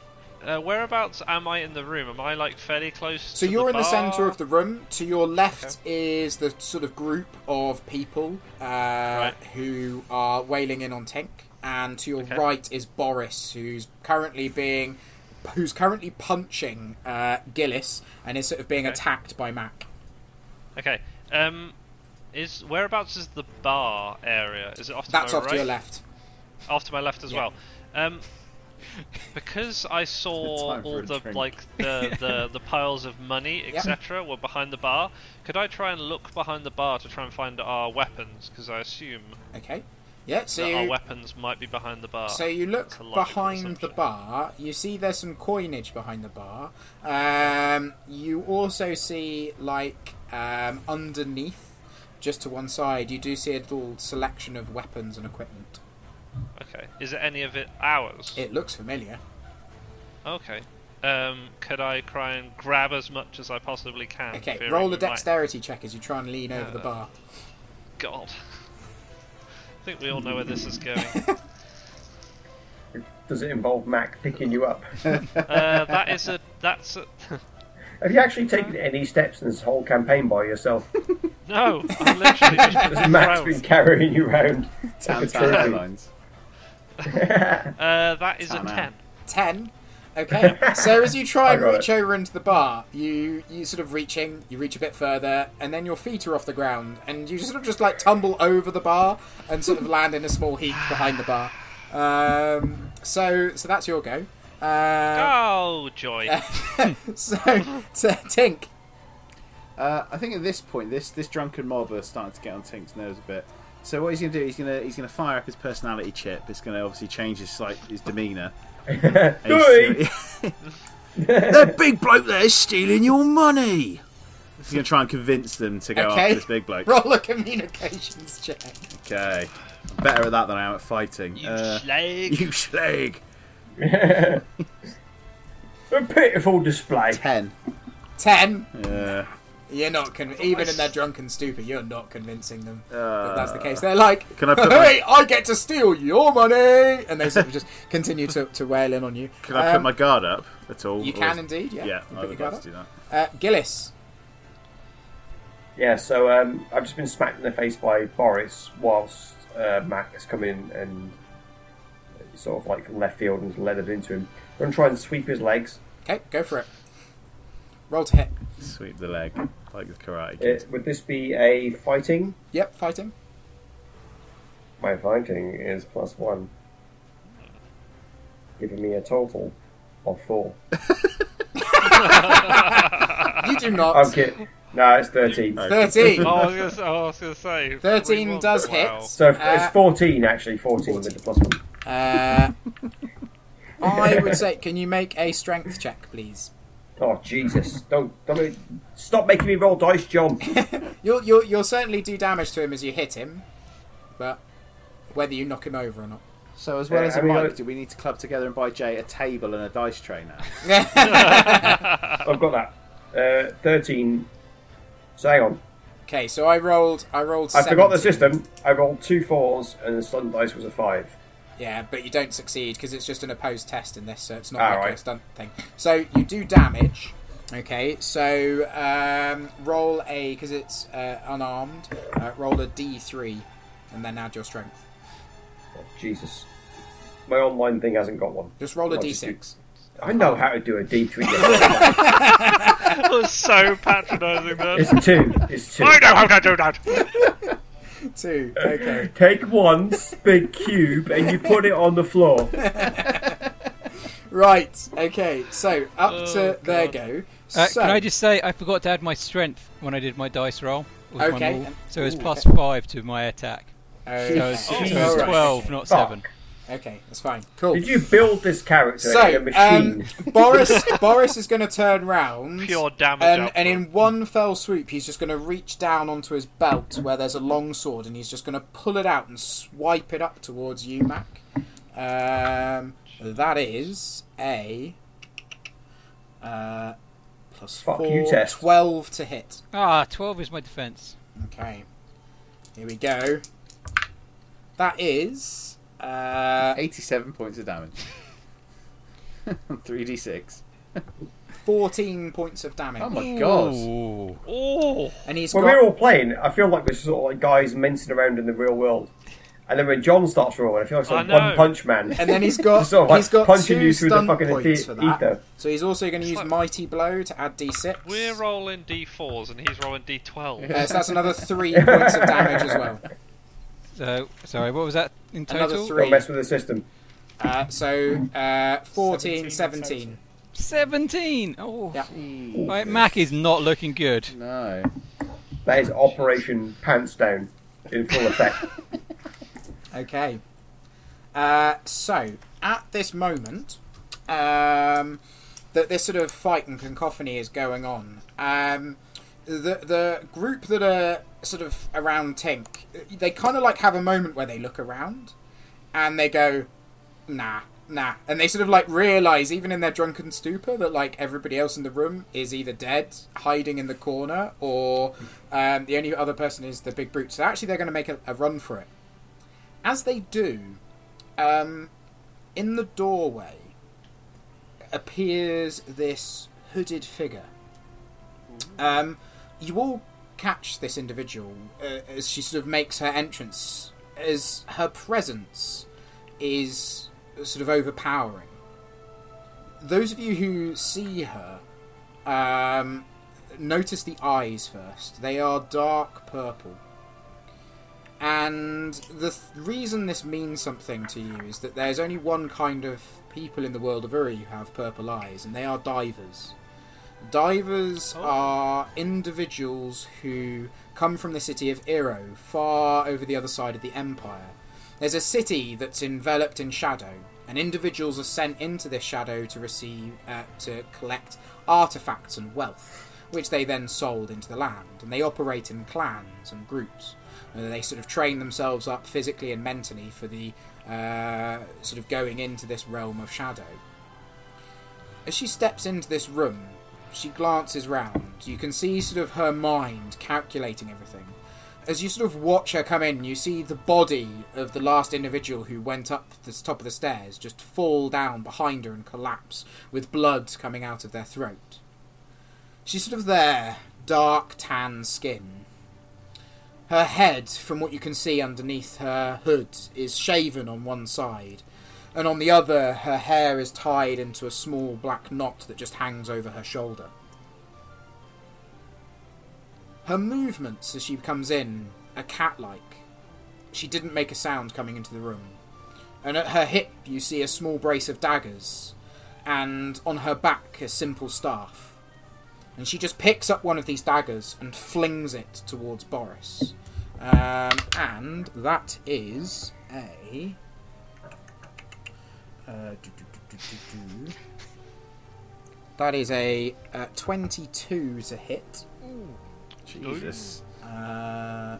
S4: Uh, whereabouts am I in the room? Am I like fairly close?
S2: So
S4: to
S2: you're
S4: the
S2: in the centre of the room. To your left is the sort of group of people uh, who are wailing in on Tink, and to your
S4: Okay.
S2: right is Boris, who's currently being, who's currently punching uh, Gillis, and is sort of being attacked by Mac.
S4: Okay. Um, is whereabouts is the bar area? Is it off to
S2: That's
S4: my
S2: off
S4: right?
S2: to your left.
S4: Off to my left as
S2: Yeah.
S4: well. Um, because
S3: [LAUGHS]
S4: I saw
S3: Time for
S4: all
S3: a
S4: the
S3: drink. [LAUGHS]
S4: like the, the the piles of money
S2: Yeah.
S4: etc. were behind the bar. Could I try and look behind the bar to try and find our weapons? Because I assume
S2: Okay. Yeah. So
S4: that our
S2: you,
S4: weapons might be behind the bar.
S2: so you look
S4: That's a logical
S2: behind the
S4: assumption.
S2: bar. You see there's some coinage behind the bar. Um, you also see like um, underneath, just to one side, you do see a little selection of weapons and equipment.
S4: Okay. Is it any of it ours?
S2: It looks familiar.
S4: Okay. Um, could I try and grab as much as I possibly can?
S2: Okay.
S4: fearing
S2: Roll
S4: we
S2: a
S4: might-
S2: dexterity check as you try and lean over the
S4: Uh,
S2: bar.
S4: God. [LAUGHS] I think we all know where this
S2: [LAUGHS]
S4: is going.
S5: Does it involve Mac picking you up?
S4: uh, that is a. That's a. [LAUGHS]
S5: Have you actually taken any steps in this whole campaign by
S6: [LAUGHS]
S5: yourself?
S4: No,
S2: [LAUGHS]
S4: I'm literally just been
S5: Has Mac's been
S4: aroused.
S5: carrying you around?
S3: Tam
S5: It's a
S3: Tam
S5: trophy.
S3: Airlines.
S4: Uh, that is a
S3: Time out.
S4: ten.
S2: 10.
S5: [LAUGHS]
S2: Okay. so as you try
S5: I
S2: and
S5: got
S2: reach
S5: it.
S2: over into the bar, you you sort of reaching, you reach a bit further, and then your feet are off the ground, and you sort of just like tumble over the bar and
S5: [LAUGHS]
S2: sort of land in a small heap behind the bar. Um, so so that's your go. Uh,
S4: Oh joy!
S2: [LAUGHS] so t- Tink,
S3: Uh, I think at this point, this this drunken mob are starting to get on Tink's nerves a bit. So what he's going to do? He's going to he's going to fire up his personality chip. It's going to obviously change his like
S2: [LAUGHS]
S3: his demeanour. And he's- [LAUGHS] that big bloke there is stealing your money. He's going to try and convince them to go
S2: Okay.
S3: after this big bloke.
S2: roll a communications check.
S3: Okay, I'm better at that than I am at fighting.
S8: You
S3: Uh,
S8: slag.
S3: you slag.
S5: [LAUGHS] A pitiful
S6: [LAUGHS]
S5: display.
S3: Ten.
S2: 10.
S3: Yeah.
S2: You're not con- even in their drunken stupor, you're not convincing them.
S3: Uh,
S2: If that's the case. They're like,
S3: Can I
S2: [LAUGHS]
S3: put
S2: hey, I get to steal your money, and they sort of just continue to, to wail in on you.
S3: Can I put
S2: Um,
S3: my guard up at all?
S2: You
S3: Or-
S2: can indeed, yeah.
S3: Yeah,
S2: You put
S3: I would
S2: your
S3: like
S2: guard
S3: to do that.
S2: up. Uh, Gillis,
S5: Yeah, so um, I've just been smacked in the face by Boris whilst uh, Mac has come in and sort of like left field and leathered into him. I'm going to try and sweep his legs
S2: okay, go for it. Roll to hit.
S3: Sweep the leg like the karate
S5: Uh,
S3: kid.
S5: would this be a fighting?
S2: Yep, fighting.
S5: My fighting is plus one, giving me a total of four.
S2: You do not.
S5: I'm kidding. No, it's thirteen.
S4: Oh,
S5: [LAUGHS]
S2: 13.
S4: [LAUGHS] I was gonna say. Oh, I was gonna say
S2: 13
S4: we won.
S2: does
S4: Wow. [LAUGHS]
S2: hit.
S5: So
S2: Uh,
S5: it's fourteen actually. Fourteen with the plus one.
S2: Uh, I would say, can you make a strength check, please?
S5: Oh Jesus! Don't don't make- stop making me roll dice, John.
S2: You'll, you'll, you'll certainly do damage to him as you hit him, but whether you knock him over or not.
S3: So as well
S5: Yeah,
S3: as
S5: I
S3: a
S5: mean,
S3: mic,
S5: I-
S3: do we need to club together and buy Jay a table and a dice tray [LAUGHS] now?
S5: I've got that. Uh, Thirteen. So hang on.
S2: Okay, so I rolled. I rolled.
S5: I forgot the
S2: 17.
S5: system. I rolled two fours and the stunt dice was a five.
S2: Yeah, but you don't succeed because it's just an opposed test in this, so it's not
S5: Ah,
S2: like a
S5: right.
S2: stunt thing. So you do damage. Okay, so um, roll a because it's uh, unarmed. Uh, roll a d3, and then add your strength.
S5: Oh, Jesus. My online thing hasn't got one.
S2: Just roll a
S5: I'll just
S2: d6.
S5: I know how to do a D three. [LAUGHS] it's
S4: That was so patronising. Then
S5: two. It's two.
S4: I know how to
S2: [LAUGHS]
S4: do that.
S5: [LAUGHS]
S2: Two. Okay.
S5: Take one big cube and you put it on the floor.
S2: right. Okay. So up to
S4: Oh,
S2: there
S4: God.
S2: go.
S7: Uh,
S2: so
S7: can I just say I forgot to add my strength when I did my dice roll? with my
S2: Okay.
S7: maul, so it's
S2: Ooh,
S7: plus
S2: okay.
S7: five to my attack.
S2: okay.
S7: So it's, so it's
S5: Jesus.
S2: Alright.
S7: twelve, not
S5: Fuck.
S7: seven.
S2: Okay, that's fine. Cool.
S5: Did you build this character in a
S2: So um,
S5: machine?
S2: Boris Boris is going to turn round.
S4: Pure damage.
S2: and,
S4: output.
S2: and in one fell swoop, he's just going to reach down onto his belt where there's a long sword, and he's just going to pull it out and swipe it up towards you, Mac. Um, that is a uh, plus
S5: Fuck
S2: four,
S5: you, Tess.
S2: 12 to hit.
S7: Ah, 12 is my defense.
S2: Okay, here we go. That is uh,
S3: 87 points of damage. [LAUGHS] 3d6.
S2: 14 points of damage,
S3: Oh my god.
S7: Ooh.
S4: Oh,
S2: and he's
S5: When
S2: got
S5: we're all playing, I feel like we're sort of like guys mincing around in the real world. And then when John starts rolling, I feel like
S4: I
S5: some
S4: know.
S5: One Punch Man.
S2: And then he's got
S5: sort of like
S2: he's got
S5: punching
S2: two
S5: you through the
S2: stun
S5: fucking
S2: points
S5: ether-
S2: for that.
S5: ether.
S2: So he's also going to use
S4: like-
S2: mighty blow to add d6.
S4: We're rolling d4s and he's rolling d12.
S2: Uh, so that's another three points of damage as well.
S7: So sorry, what was that in total?
S2: Another three.
S5: Don't mess with the system.
S2: Uh, so uh, 14, 17.
S6: 17.
S7: Seventeen. Oh,
S2: Yeah.
S7: right, Mac is not looking good.
S3: No.
S5: That is Operation Pants Down in full effect.
S2: Okay. Uh, so at this moment, um, that this sort of fight and cacophony is going on. Um, the the group that are sort of around Tink, they kind of like have a moment where they look around, and they go, "Nah, nah," and they sort of like realize, even in their drunken stupor, that like everybody else in the room is either dead, hiding in the corner, or um, the only other person is the big brute. So actually, they're going to make a, a run for it as they do, um, in the doorway appears this hooded figure. Um, you all catch this individual uh, as she sort of makes her entrance, as her presence is sort of overpowering. Those of you who see her um, notice the eyes first. They are dark purple. And the th- reason this means something to you is that there's only one kind of people in the world of Uri who have purple eyes, and they are divers. Divers are individuals who come from the city of Iro, far over the other side of the Empire. There's a city that's enveloped in shadow, and individuals are sent into this shadow to receive, uh, to collect artifacts and wealth, which they then sold into the land. And they operate in clans and groups. And they sort of train themselves up physically and mentally for the uh, sort of going into this realm of shadow. As she steps into this room, she glances round. You can see sort of her mind calculating everything. As you sort of watch her come in, you see the body of the last individual who went up the top of the stairs just fall down behind her and collapse, with blood coming out of their throat. She's sort of there, dark tan skin. Her head, from what you can see underneath her hood, is shaven on one side, and on the other, her hair is tied into a small black knot that just hangs over her shoulder. Her movements as she comes in are cat like. She didn't make a sound coming into the room. And at her hip, you see a small brace of daggers, and on her back, a simple staff. And she just picks up one of these daggers and flings it towards Boris. Um, and that is a. Uh, do, do, do, do, do, do. That is a uh, 22 to hit.
S3: Jesus.
S2: Uh,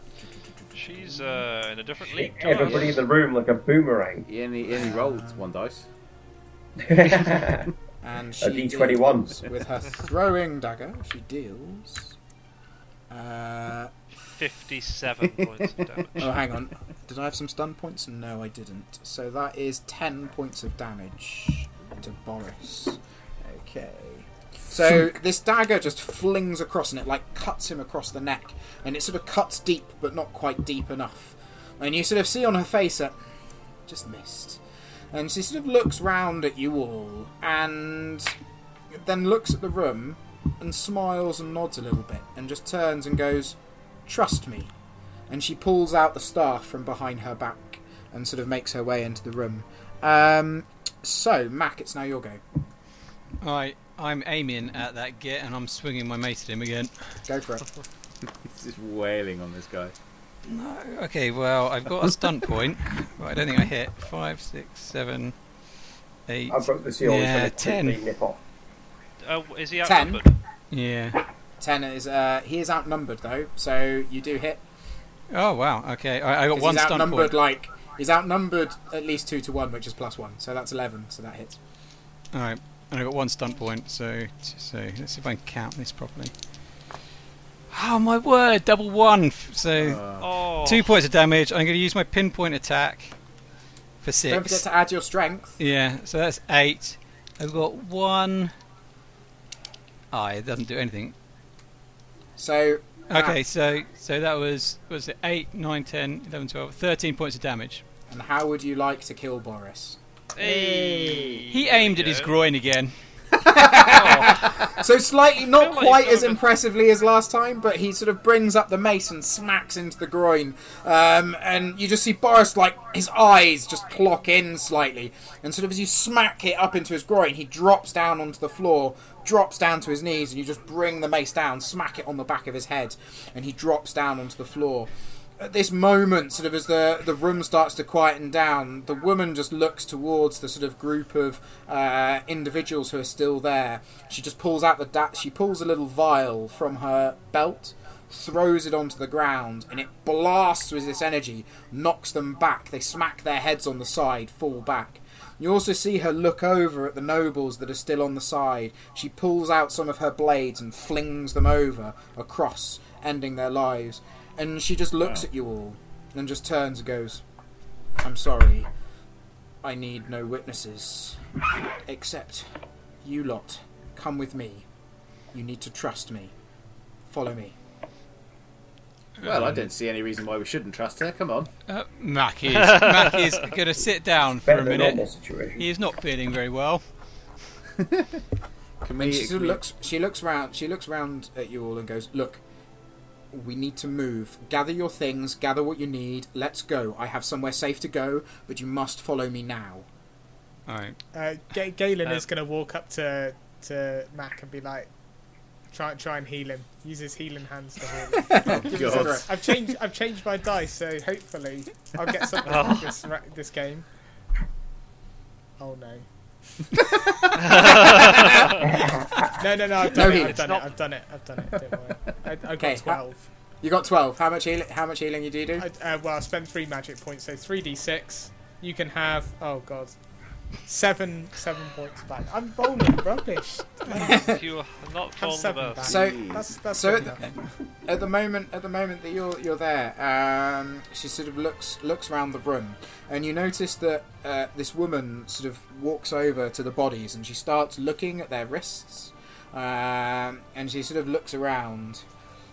S4: She's uh, in a different league. to us.
S5: Everybody in the room like a boomerang.
S3: He only, he only rolled one dice.
S2: and she
S5: A D21.
S2: deals with her throwing dagger. She deals. Uh,
S4: [LAUGHS] 57 points of damage.
S2: oh, hang on. Did I have some stun points? No, I didn't. So that is ten points of damage to Boris. Okay. So this dagger just flings across, and it like cuts him across the neck, and it sort of cuts deep, but not quite deep enough. And you sort of see on her face that just missed. And she sort of looks round at you all, and then looks at the room, and smiles and nods a little bit, and just turns and goes, "Trust me." and she pulls out the staff from behind her back and sort of makes her way into the room. Um, so, Mac, it's now your go.
S7: Right, I'm aiming at that git and I'm swinging my mace at him again.
S2: Go for it.
S3: He's just wailing on this guy.
S7: No. Okay, well, I've got a stunt point. Right, I don't think I hit. Five, six, seven, eight.
S5: I broke the seal.
S7: Yeah,
S5: Yeah,
S7: ten.
S5: Nip off.
S4: Uh, is he
S2: Ten.
S4: outnumbered?
S7: Yeah.
S2: Ten is uh, he is outnumbered though, so you do hit.
S7: Oh, wow. Okay, I, I got
S2: 'cause
S7: one
S2: he's
S7: stunt
S2: outnumbered
S7: point.
S2: like he's outnumbered at least two to one, which is plus one, so that's eleven. So that hits.
S7: Alright, and I got one stunt point, so, so let's see if I can count this properly. Oh, my word, double one. f- So,
S3: Uh,
S4: Oh,
S7: two points of damage. I'm going to use my pinpoint attack for 6
S2: Don't forget to add your strength.
S7: Yeah, so that's eight. I've got one. Ah, it doesn't do anything.
S2: So
S7: Okay, so so that was was it 8, 9, 10, 11, 12, 13 points of damage.
S2: And how would you like to kill Boris?
S7: He aimed at his groin again.
S2: So
S4: [LAUGHS]
S2: slightly, not
S4: feel like
S2: quite
S4: he's
S2: as
S4: sort of-
S2: impressively as last time, but he sort of brings up the mace and smacks into the groin, um, and you just see Boris like his eyes just clock in slightly, and sort of as you smack it up into his groin, he drops down onto the floor, drops down to his knees, and you just bring the mace down, smack it on the back of his head, and he drops down onto the floor. At this moment, sort of as the, the room starts to quieten down, the woman just looks towards the sort of group of uh, individuals who are still there. She just pulls out the da- she pulls a little vial from her belt, throws it onto the ground, and it blasts with this energy, knocks them back. They smack their heads on the side, fall back. You also see her look over at the nobles that are still on the side. She pulls out some of her blades and flings them over across, ending their lives. And she just looks at you all and just turns and goes, I'm sorry. I need no witnesses. Except you lot. Come with me. You need to trust me. Follow me.
S3: Well, I don't see any reason why we shouldn't trust her. Come on.
S7: Uh, Mac [LAUGHS] is Mac is going to sit down for
S5: Better
S7: a
S5: than
S7: minute.
S5: normal situation.
S7: He is not feeling very well.
S3: Can
S2: And
S3: we?
S2: she
S3: can
S2: sort of
S3: we-
S2: looks. She looks round. She looks round at you all and goes, "Look, we need to move. Gather your things. Gather what you need. Let's go. I have somewhere safe to go, but you must follow me now."
S7: All right.
S6: Uh, Ga- Galen
S4: Uh,
S6: is going to walk up to to Mac and be like, try try and heal him. Use his healing hands to heal. Him.
S2: Give us a
S3: God.
S2: throw.
S6: I've changed I've changed my dice, so hopefully I'll get something out of this ra- this game. Oh
S2: [LAUGHS]
S6: no. no, no, no! I've
S2: No
S6: done, it,
S2: healing.
S6: I've done it. I've done it. I've done it. Don't worry. I, I got
S2: Okay, ha-
S6: twelve.
S2: You got twelve. How much healing? How much healing you do do?
S6: I, uh, well, I spent three magic points, so three d six. You can have oh god, seven seven points back. I'm rolling rubbish.
S4: You are not
S6: Have seven
S4: vulnerable.
S6: back.
S2: So-
S6: that's that's
S2: so
S6: good
S2: at
S6: enough.
S2: At the moment, at the moment that you're you're there, um, she sort of looks looks round the room, and you notice that uh, this woman sort of walks over to the bodies, and she starts looking at their wrists, um, and she sort of looks around,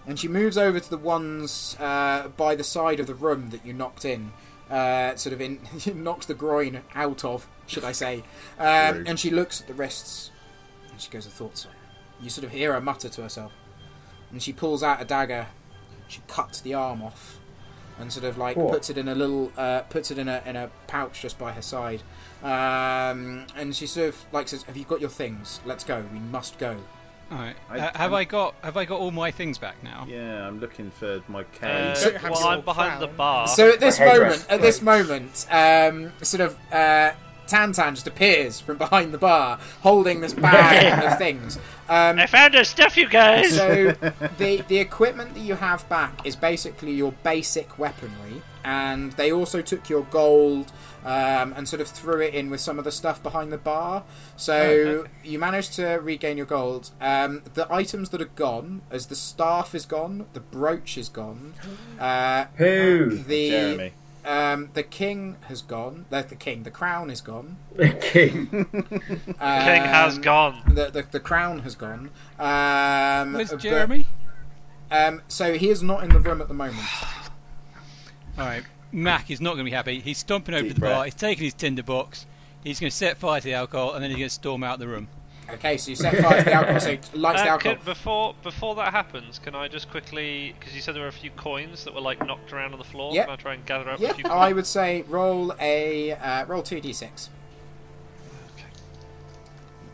S2: and she moves over to the ones uh, by the side of the room that you knocked in, uh, sort of in [LAUGHS] knocked the groin out of, should I say, um,
S3: Rude.
S2: and she looks at the wrists, and she goes, "I thought so." You sort of hear her mutter to herself and she pulls out a dagger. She cuts the arm off, and sort of like
S5: Cool.
S2: puts it in a little, uh, puts it in a in a pouch just by her side. Um, and she sort of like says, "Have you got your things? Let's go. We must go."
S7: All right.
S3: I-
S7: Uh, have I got have I got all my things back now?
S3: Yeah, I'm looking for my
S4: Uh,
S3: cave.
S6: don't have
S4: well,
S6: your
S4: I'm behind the
S6: crown.
S4: bar.
S2: So at this
S5: My headdress.
S2: moment, at this moment, um, sort of uh, Tantan just appears from behind the bar, holding this
S5: [LAUGHS]
S2: bag of things. Um,
S8: I found her stuff, you guys.
S2: [LAUGHS] so the the equipment that you have back is basically your basic weaponry, and they also took your gold um, and sort of threw it in with some of the stuff behind the bar. So you managed to regain your gold. Um, the items that are gone, as the staff is gone, the brooch is gone, uh,
S5: Who?
S2: the
S3: Jeremy.
S2: um, the king has gone. The, the king, the crown is gone.
S5: The king.
S2: Um,
S4: King has gone.
S2: The, the, the crown has gone. Um,
S7: Where's
S2: but-
S7: Jeremy?
S2: Um, so he is not in the room at the moment.
S7: All right. Mac is not going to be happy. He's stomping over
S3: Deep
S7: the bar.
S3: breath.
S7: He's taking his tinder box. He's going to set fire to the alcohol, and then he's going to storm out the room.
S2: Okay, so you set fire to the alcohol. So lights the
S4: Uh,
S2: alcohol.
S4: could, before before that happens, can I just quickly? Because you said there were a few coins that were like knocked around on the floor.
S2: Yep.
S4: Can I try and gather up a
S2: Yeah,
S4: few?
S2: I would say roll a uh, roll two d six.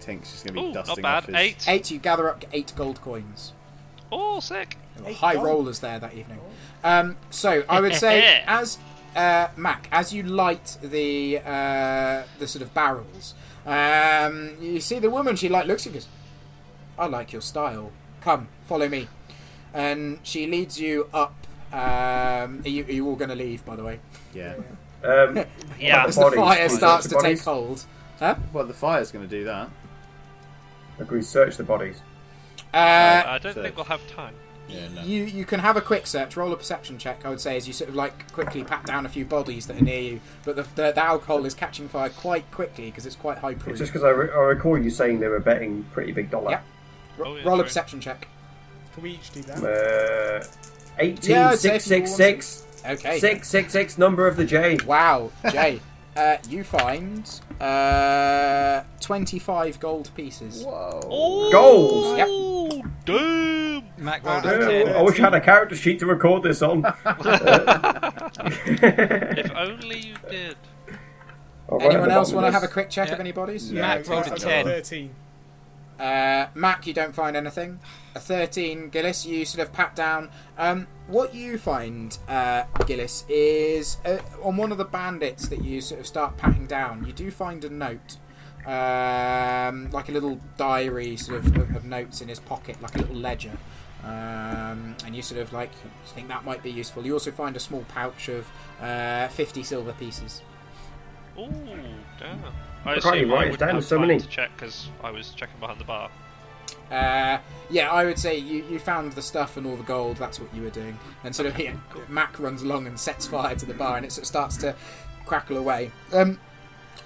S3: Tink's just gonna be
S4: Ooh, not
S3: dusting
S4: bad.
S3: off his.
S4: Eight.
S2: Eight. You gather up eight gold coins.
S4: Oh, sick.
S2: There were high rollers there that evening. Um, so I would say as uh, Mac, as you light the uh, the sort of barrels, um, you see the woman. She like looks at you. and goes, I like your style. Come, follow me. And she leads you up. Um, are, you, are you all going to leave? By the way.
S3: Yeah.
S5: Um,
S4: Yeah.
S2: As the
S5: Bodies,
S2: fire
S5: bodies,
S2: starts to
S5: bodies.
S2: take hold.
S3: Well, the fire's gonna do that.
S5: [LAUGHS] look, we search the bodies.
S2: Uh,
S4: I don't
S3: so-
S4: think we'll have time.
S3: Yeah, no.
S2: you you can have a quick search, roll a perception check. I would say as you sort of like quickly pat down a few bodies that are near you, but the, the, the alcohol is catching fire quite quickly because it's quite high proof.
S5: It's just because I, re- I recall you saying they were betting pretty big dollar.
S2: Yeah.
S4: Oh, yeah,
S2: roll a
S4: sorry.
S2: perception check.
S6: Can we each do that?
S5: Uh,
S2: Yeah,
S5: 18,
S2: I'd say if you
S5: 666,
S2: Okay.
S5: 666, number of the J.
S2: Wow, Jay. uh, you find uh, 25 gold pieces.
S3: Whoa.
S5: Goals!
S2: Yep.
S4: Oh, damn!
S7: Mac, well
S6: Uh,
S7: done.
S5: Yeah,
S6: Okay.
S5: I wish I had a character sheet to record this on.
S4: If only you did.
S2: Anyone else want to have a quick check
S7: Yeah.
S2: of anybody's?
S7: Yeah. Mac
S6: it's
S7: rolled a
S6: got
S7: 10.
S6: 13.
S2: Uh, Mac, you don't find anything. A 13, Gillis, you sort of pat down. Um, what you find, uh, Gillis, is uh, on one of the bandits that you sort of start patting down, you do find a note. Um, like a little diary sort of, of, of notes in his pocket, like a little ledger. Um, and you sort of like you think that might be useful. You also find a small pouch of uh, 50 silver pieces.
S4: Ooh, damn. I
S5: can't even
S4: assume
S5: write
S4: I
S5: it
S4: would
S5: down,
S4: have
S5: there's so
S4: time
S5: many.
S4: to check because I was checking behind the bar.
S2: Uh, yeah, I would say you, you found the stuff and all the gold. That's what you were doing. And sort of yeah, Mac runs along and sets fire to the bar, and it sort of starts to crackle away. Um,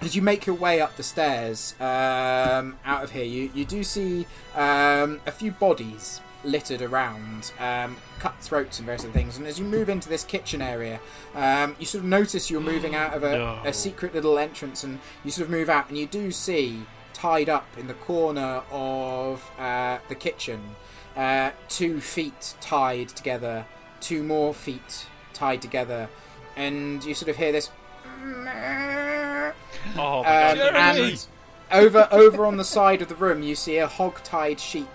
S2: as you make your way up the stairs um, out of here, you, you do see um, a few bodies littered around, um, cut throats and various other things. And as you move into this kitchen area, um, you sort of notice you're moving out of a,
S4: No.
S2: a secret little entrance, and you sort of move out, and you do see tied up in the corner of uh, the kitchen uh, two feet tied together, two more feet tied together, and you sort of hear this.
S4: Oh, my
S2: Um,
S4: God.
S7: Jeremy!
S2: and over over on the side of the room, you see a hog-tied sheep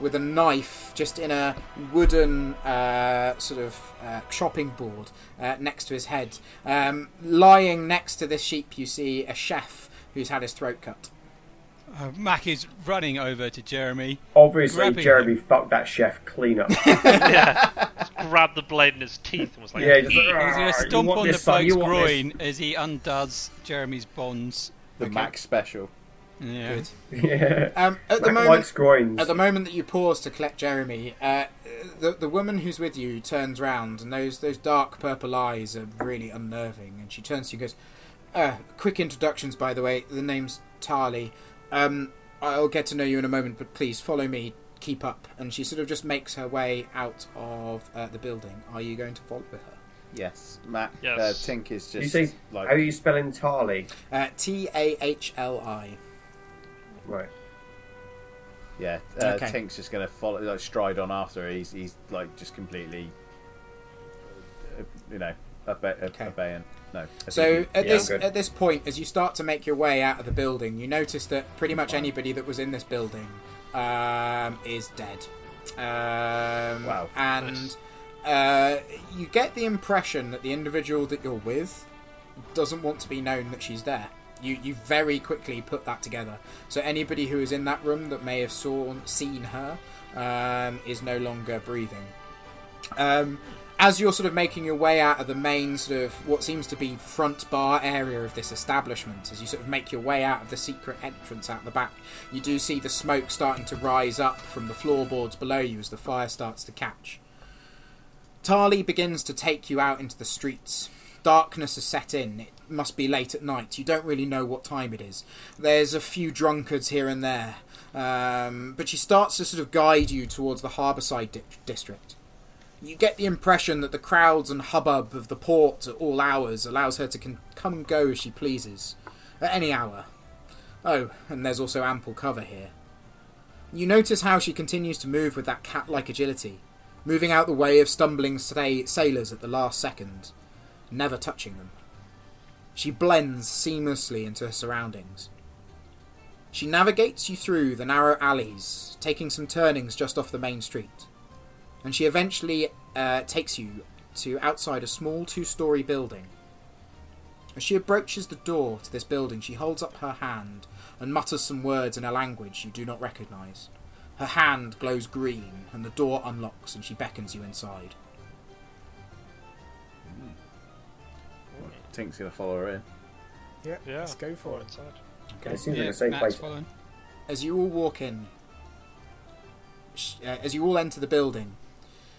S2: with a knife, just in a wooden uh, sort of uh, chopping board uh, next to his head. Um, lying next to this sheep, you see a chef who's had his throat cut.
S7: Oh, Mac is running over to Jeremy.
S5: Obviously,
S7: Grabbing
S5: Jeremy fucked that chef clean up.
S4: grabbed the blade in his teeth and was like,
S5: Yeah, he's
S4: "Eat."
S7: He's
S5: going to
S7: stomp on the bloke's groin as he undoes Jeremy's bonds.
S3: The Mac special.
S7: Yeah.
S5: Yeah.
S2: Um, at the
S5: Mac
S2: moment,
S5: likes groins.
S2: At the moment that you pause to collect Jeremy, uh, the the woman who's with you turns round, and those those dark purple eyes are really unnerving. And she turns to you and goes, uh, "Quick introductions, by the way. The name's Tarly. Um, I'll get to know you in a moment, but please follow me. Keep up." And she sort of just makes her way out of uh, the building. Are you going to follow her?
S3: Yes, Mac.
S4: Yes.
S3: Uh, Tink is
S5: you
S3: just
S5: say,
S3: like
S5: how are you spelling Tarly?
S2: Uh, T A H L I.
S5: Right.
S3: yeah. Uh,
S2: Okay.
S3: Tink's just gonna follow like stride on after. He's he's like just completely, uh, you know, obe- ob-
S2: Okay.
S3: obeying. No.
S2: So uh,
S3: obedient.
S2: at
S5: Yeah,
S2: this
S5: I'm good.
S2: at this point, as you start to make your way out of the building, you notice that pretty much anybody that was in this building um, is dead. Um,
S3: Wow.
S2: And uh, you get the impression that the individual that you're with doesn't want to be known that she's there. You you very quickly put that together. So anybody who is in that room that may have saw seen her um, is no longer breathing. Um, as you're sort of making your way out of the main sort of what seems to be front bar area of this establishment, as you sort of make your way out of the secret entrance out the back, you do see the smoke starting to rise up from the floorboards below you as the fire starts to catch. Tarly begins to take you out into the streets. Darkness has set in. It must be late at night. You don't really know what time it is. There's a few drunkards here and there. Um, but she starts to sort of guide you towards the harbourside di- district. You get the impression that the crowds and hubbub of the port at all hours allows her to con- come and go as she pleases, at any hour. Oh, and there's also ample cover here. You notice how she continues to move with that cat like agility, moving out the way of stumbling sa- sailors at the last second, never touching them. She blends seamlessly into her surroundings. She navigates you through the narrow alleys, taking some turnings just off the main street and she eventually uh, takes you to outside a small two story building. As she approaches the door to this building, she holds up her hand and mutters some words in a language you do not recognize. Her hand glows green, and the door unlocks, and she beckons you inside.
S3: Tink's gonna follow her in.
S6: Yeah,
S4: Yeah.
S6: let's go for it.
S5: It seems
S7: Yeah,
S5: like a safe
S7: Mac's
S5: place.
S7: following.
S2: as you all walk in, sh- uh, as you all enter the building,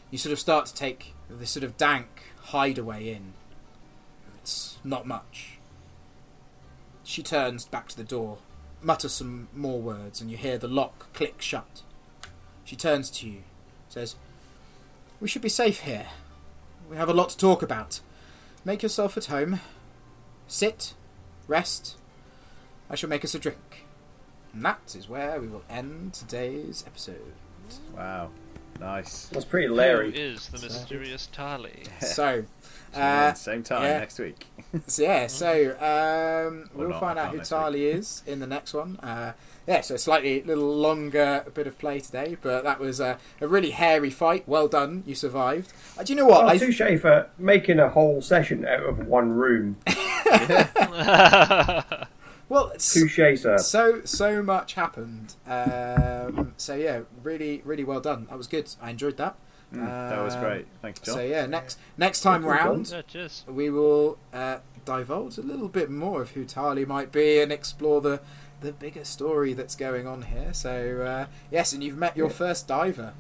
S2: you sort of start to take this sort of dank hideaway in. It's not much. She turns back to the door, mutters some more words, and you hear the lock click shut. She turns to you, says, We should be safe here. We have a lot to talk about. Make yourself at home. Sit. Rest. I shall make us a drink. And that is where we will end today's
S3: [LAUGHS]
S2: episode.
S3: Wow. Nice.
S5: That's pretty Larry.
S4: Who is the mysterious Tali?
S2: So,
S3: Uh,
S2: uh,
S3: Same time
S2: yeah.
S3: next week. [LAUGHS]
S2: so yeah, so um,
S3: Or
S2: we'll
S3: not,
S2: find
S3: not
S2: out who
S3: next week.
S2: Tali is in the next one. Uh, yeah, so slightly little longer bit of play today, but that was uh, a really hairy fight. Well done, you survived. Uh, do you know what?
S5: Oh,
S2: I-
S5: touche for making a whole session out of one room.
S2: well, s-
S5: Touche,
S2: [LAUGHS]
S5: sir.
S2: so so much happened. Um, so yeah, really really well done. That was good. I enjoyed that.
S3: Mm,
S2: Uh,
S3: that
S2: Um,
S3: was great. Thank you, John.
S2: So yeah, next next time round,
S4: Yeah, cheers.
S2: we will uh, divulge a little bit more of who Tali might be and explore the the bigger story that's going on here. So uh, yes, and you've met your first diver.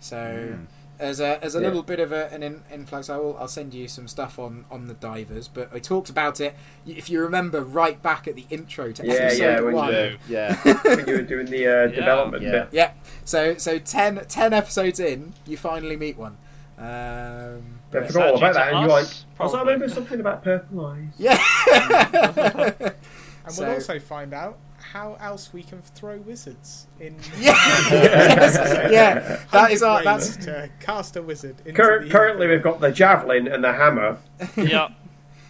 S2: So as a as a
S5: Hmm. Yeah.
S2: little bit of a, an in, influx, I will I'll send you some stuff on on the divers. But I talked about it. y- If you remember, right back at the intro to
S5: Yeah,
S2: episode
S5: yeah, when
S2: one.
S5: you-
S3: Yeah.
S5: when you were doing the uh, development
S3: Yeah.
S5: bit.
S2: Yeah. So so 10, 10 episodes in, you finally meet one.
S5: [LAUGHS]
S2: Um, [LAUGHS]
S5: I
S4: Is
S5: forgot all
S4: due
S5: about
S4: to
S5: that, and you're like,
S4: us?
S5: also I
S4: Probably.
S5: remember something about purple eyes.
S2: yeah.
S6: And
S2: So-
S6: we'll also find out how else we can throw wizards
S5: [LAUGHS]
S6: in.
S2: Yeah, yeah. That is our.
S6: Hundred ways
S2: That's
S6: to cast a wizard. Into
S5: Cur-
S6: the
S5: currently, we've
S6: infinite.
S5: got the javelin and the hammer.
S4: yeah.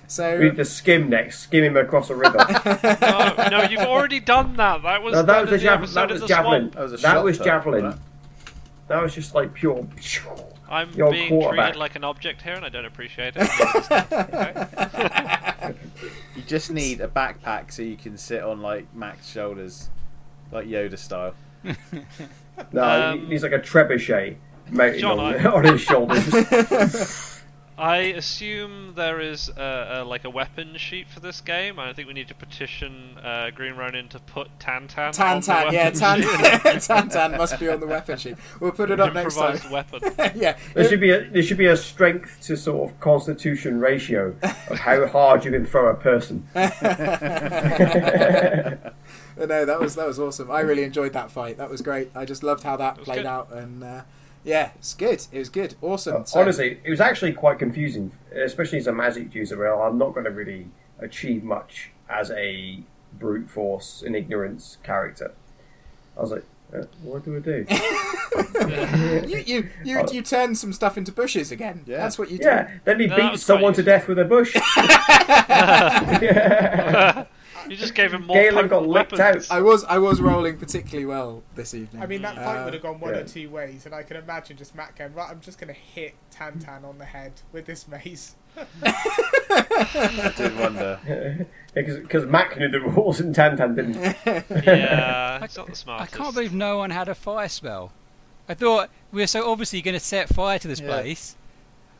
S2: so.
S5: We need to skim next, skim him across a river.
S4: No, no, you've already done that. That was
S5: No, that
S4: done
S5: was
S4: in
S5: the javelin.
S4: episode
S5: That
S4: of
S5: was
S4: the
S5: javelin.
S4: swamp.
S3: That was a
S5: That
S3: shot
S5: was
S3: though,
S5: javelin.
S3: wasn't
S5: That was just like pure.
S4: I'm
S5: You're
S4: being
S5: quarterback.
S4: treated like an object here, and I don't appreciate
S5: [LAUGHS]
S4: it.
S3: You just need a backpack so you can sit on like Mac's shoulders, like Yoda style.
S5: No,
S4: Um,
S5: he's like a trebuchet mounted
S4: John,
S5: on,
S4: I-
S5: [LAUGHS] on his shoulders.
S4: I assume there is a, a, like a weapon sheet for this game. and I think we need to petition uh, Green Ronin to put Tantan.
S2: Tan
S4: on the
S2: Tan,
S4: weapon
S2: yeah, Tan
S4: [LAUGHS] sheet.
S2: [LAUGHS] Tan Tan must be on the weapon sheet. We'll put it up next time. [LAUGHS]
S4: improvised weapon. [LAUGHS]
S2: yeah,
S5: There should be a there should be a strength to sort of constitution ratio of how hard you can throw a person.
S2: no, that was that was awesome. I really enjoyed that fight. That was great. I just loved how that
S4: was
S2: played
S4: good.
S2: out, and uh, yeah, it's good. It was good. Awesome. So-
S5: Uh, Honestly, it was actually quite confusing, especially as a magic user. Where I'm not going to really achieve much as a brute force and ignorance character. I was like, uh, what do I do?
S2: you you you, you turned some stuff into bushes again.
S3: Yeah.
S2: That's what you did.
S5: uh, yeah, then he
S4: No, that
S5: beats
S4: was quite
S5: someone to death with a bush.
S4: [LAUGHS]
S5: [LAUGHS]
S4: You just gave him more
S5: Galen got
S4: potent
S5: licked
S4: weapons.
S5: out.
S2: I was I was rolling particularly well this evening.
S6: I mean, that fight
S2: Uh,
S6: would have gone one
S5: yeah.
S6: or two ways, and I can imagine just Matt going, right, I'm just going to hit Tantan on the head with this mace.
S3: I did wonder.
S5: Because Mac knew the rules and Tantan didn't.
S2: Oh,
S4: Yeah, it's not the
S7: I
S4: smartest.
S7: can't believe no one had a fire spell. I thought we were so obviously going to set fire to this place.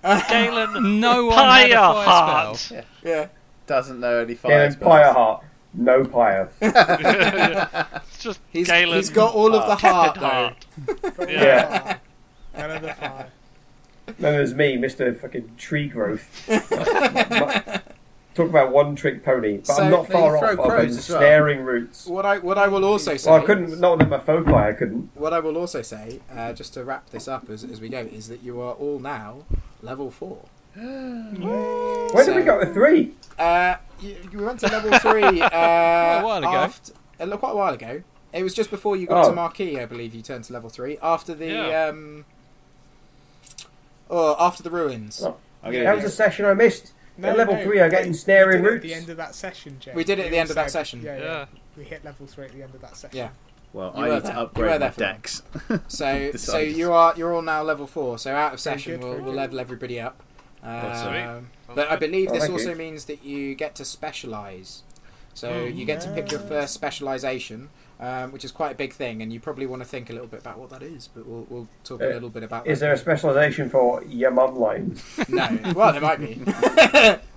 S4: Galen,
S7: No one
S4: pie
S7: had a
S4: your
S7: fire
S4: heart.
S7: spell.
S2: Yeah.
S3: Doesn't know any fire.
S5: And Pyre Heart, no [LAUGHS] Pyre.
S4: [LAUGHS] It's just
S2: He's,
S4: Galen.
S2: he's got all of the heart,
S4: tepid
S2: though.
S4: heart.
S5: [LAUGHS]
S6: Got
S5: Yeah.
S6: [LAUGHS] fire. None of the fire.
S5: Then there's me, Mr. Fucking Tree Growth. Talk about one trick pony, but
S2: So
S5: I'm not
S3: they
S5: far
S3: throw
S5: off of
S3: crows
S5: those
S3: as well.
S5: snaring roots.
S2: What I what I will also say.
S5: Well, I couldn't, not with my foci, I couldn't.
S2: What I will also say, uh, just to wrap this up as, as we go, is that you are all now level four.
S5: Where did we go to three?
S2: Uh, you, you went to level three uh, quite
S7: a while ago.
S2: uh, quite a while ago. It was just before you got
S5: Oh.
S2: to Marquee, I believe. You turned to level three after the
S4: Yeah.
S2: um, oh, after the ruins.
S5: Oh.
S3: I'm
S5: That
S3: gonna
S5: was
S3: do
S5: a session I missed.
S6: No,
S5: At level
S6: no,
S5: three, I get
S6: we-
S5: ensnaring
S6: we did it
S5: roots.
S6: At the end of that session, Jay.
S2: We did it at
S6: They
S2: the
S6: all
S2: end of that
S6: said-
S2: session.
S6: Yeah, yeah.
S4: Yeah.
S6: We hit level three at the end of that session.
S2: Yeah.
S3: Well,
S2: You
S3: I
S2: were
S3: need
S2: there.
S3: to
S2: You
S3: upgrade
S2: were
S3: my
S2: there for that.
S3: decks.
S2: So
S5: [LAUGHS]
S2: so
S3: Decided.
S2: you are you're all now level four. So out of session,
S6: good,
S2: we'll,
S6: very
S2: we'll
S6: good.
S1: [LAUGHS]
S2: level everybody up.
S7: Uh,
S4: sweet.
S2: Um,
S4: Sounds
S2: but I
S4: good.
S2: believe
S5: Oh,
S2: this
S5: thank
S2: also
S5: you. Oh,
S2: means that you get to specialise. So you get to pick your first specialisation, um, which is quite a big thing, and you probably want to think a little bit about what that is. But we'll, we'll talk a
S5: Uh,
S2: little bit about
S5: Is
S2: that.
S5: there a specialisation for your mum lines?
S2: No, well there might be.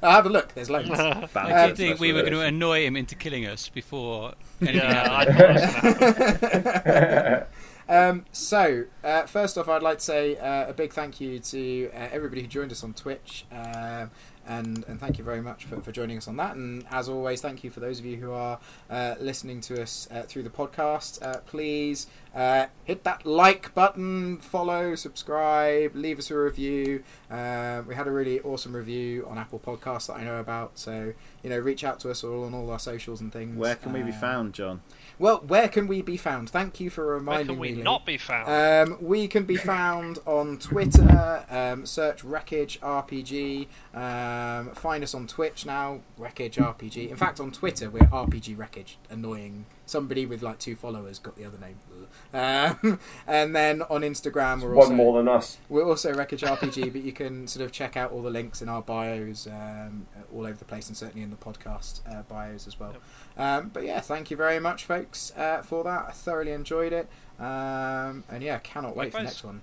S2: I'll have a look. There's loads.
S7: I
S3: Bounty
S7: did think we were going to
S3: specialist.
S7: annoy him into killing us before anything
S4: Yeah, I
S7: happened.
S4: thought that was gonna happen.
S2: Um, so, uh, first off, I'd like to say uh, a big thank you to uh, everybody who joined us on Twitch. Um, and and thank you very much for, for joining us on that. And as always, thank you for those of you who are uh, listening to us uh, through the podcast. Uh, please uh, hit that like button, follow, subscribe, leave us a review. Uh, we had a really awesome review on Apple Podcasts that I know about, so you know, reach out to us all on all our socials and things.
S3: Where can we be
S2: Uh,
S3: found, John?
S2: Well, where can we be found? Thank you for
S4: Where
S2: reminding
S4: can we
S2: me. Lee.
S4: not be found?
S2: Um, we can be found on Twitter. Um, search Wreckage RPG. Um, find us on Twitch now, Wreckage RPG. In fact, on Twitter we're RPG Wreckage. Annoying. Somebody with like two followers got the other name. [LAUGHS] Um, and then on Instagram we're
S5: [LAUGHS] One
S2: also
S5: more than us.
S2: we're also Wreckage RPG, but you can sort of check out all the links in our bios um, all over the place, and certainly in the podcast uh, bios as well. Um, but yeah, thank you very much, folks, uh, for that. I thoroughly enjoyed it, um, and yeah, cannot wait for the next
S4: Likewise.
S2: one.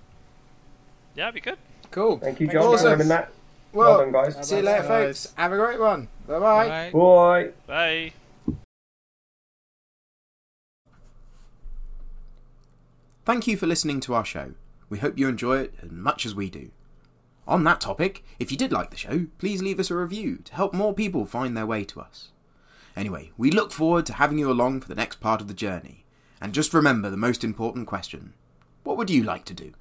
S4: Yeah, it'd be good.
S2: Cool.
S5: Thank you,
S6: Thank
S5: John,
S2: you.
S5: for having that.
S2: Well,
S5: well done, guys.
S2: see you later,
S3: Guys.
S2: folks. Have a great one. Bye-bye.
S7: Right.
S5: Bye.
S4: Bye.
S1: Thank you for listening to our show. We hope you enjoy it as much as we do. On that topic, if you did like the show, please leave us a review to help more people find their way to us. Anyway, we look forward to having you along for the next part of the journey. And just remember the most important question What would you like to do?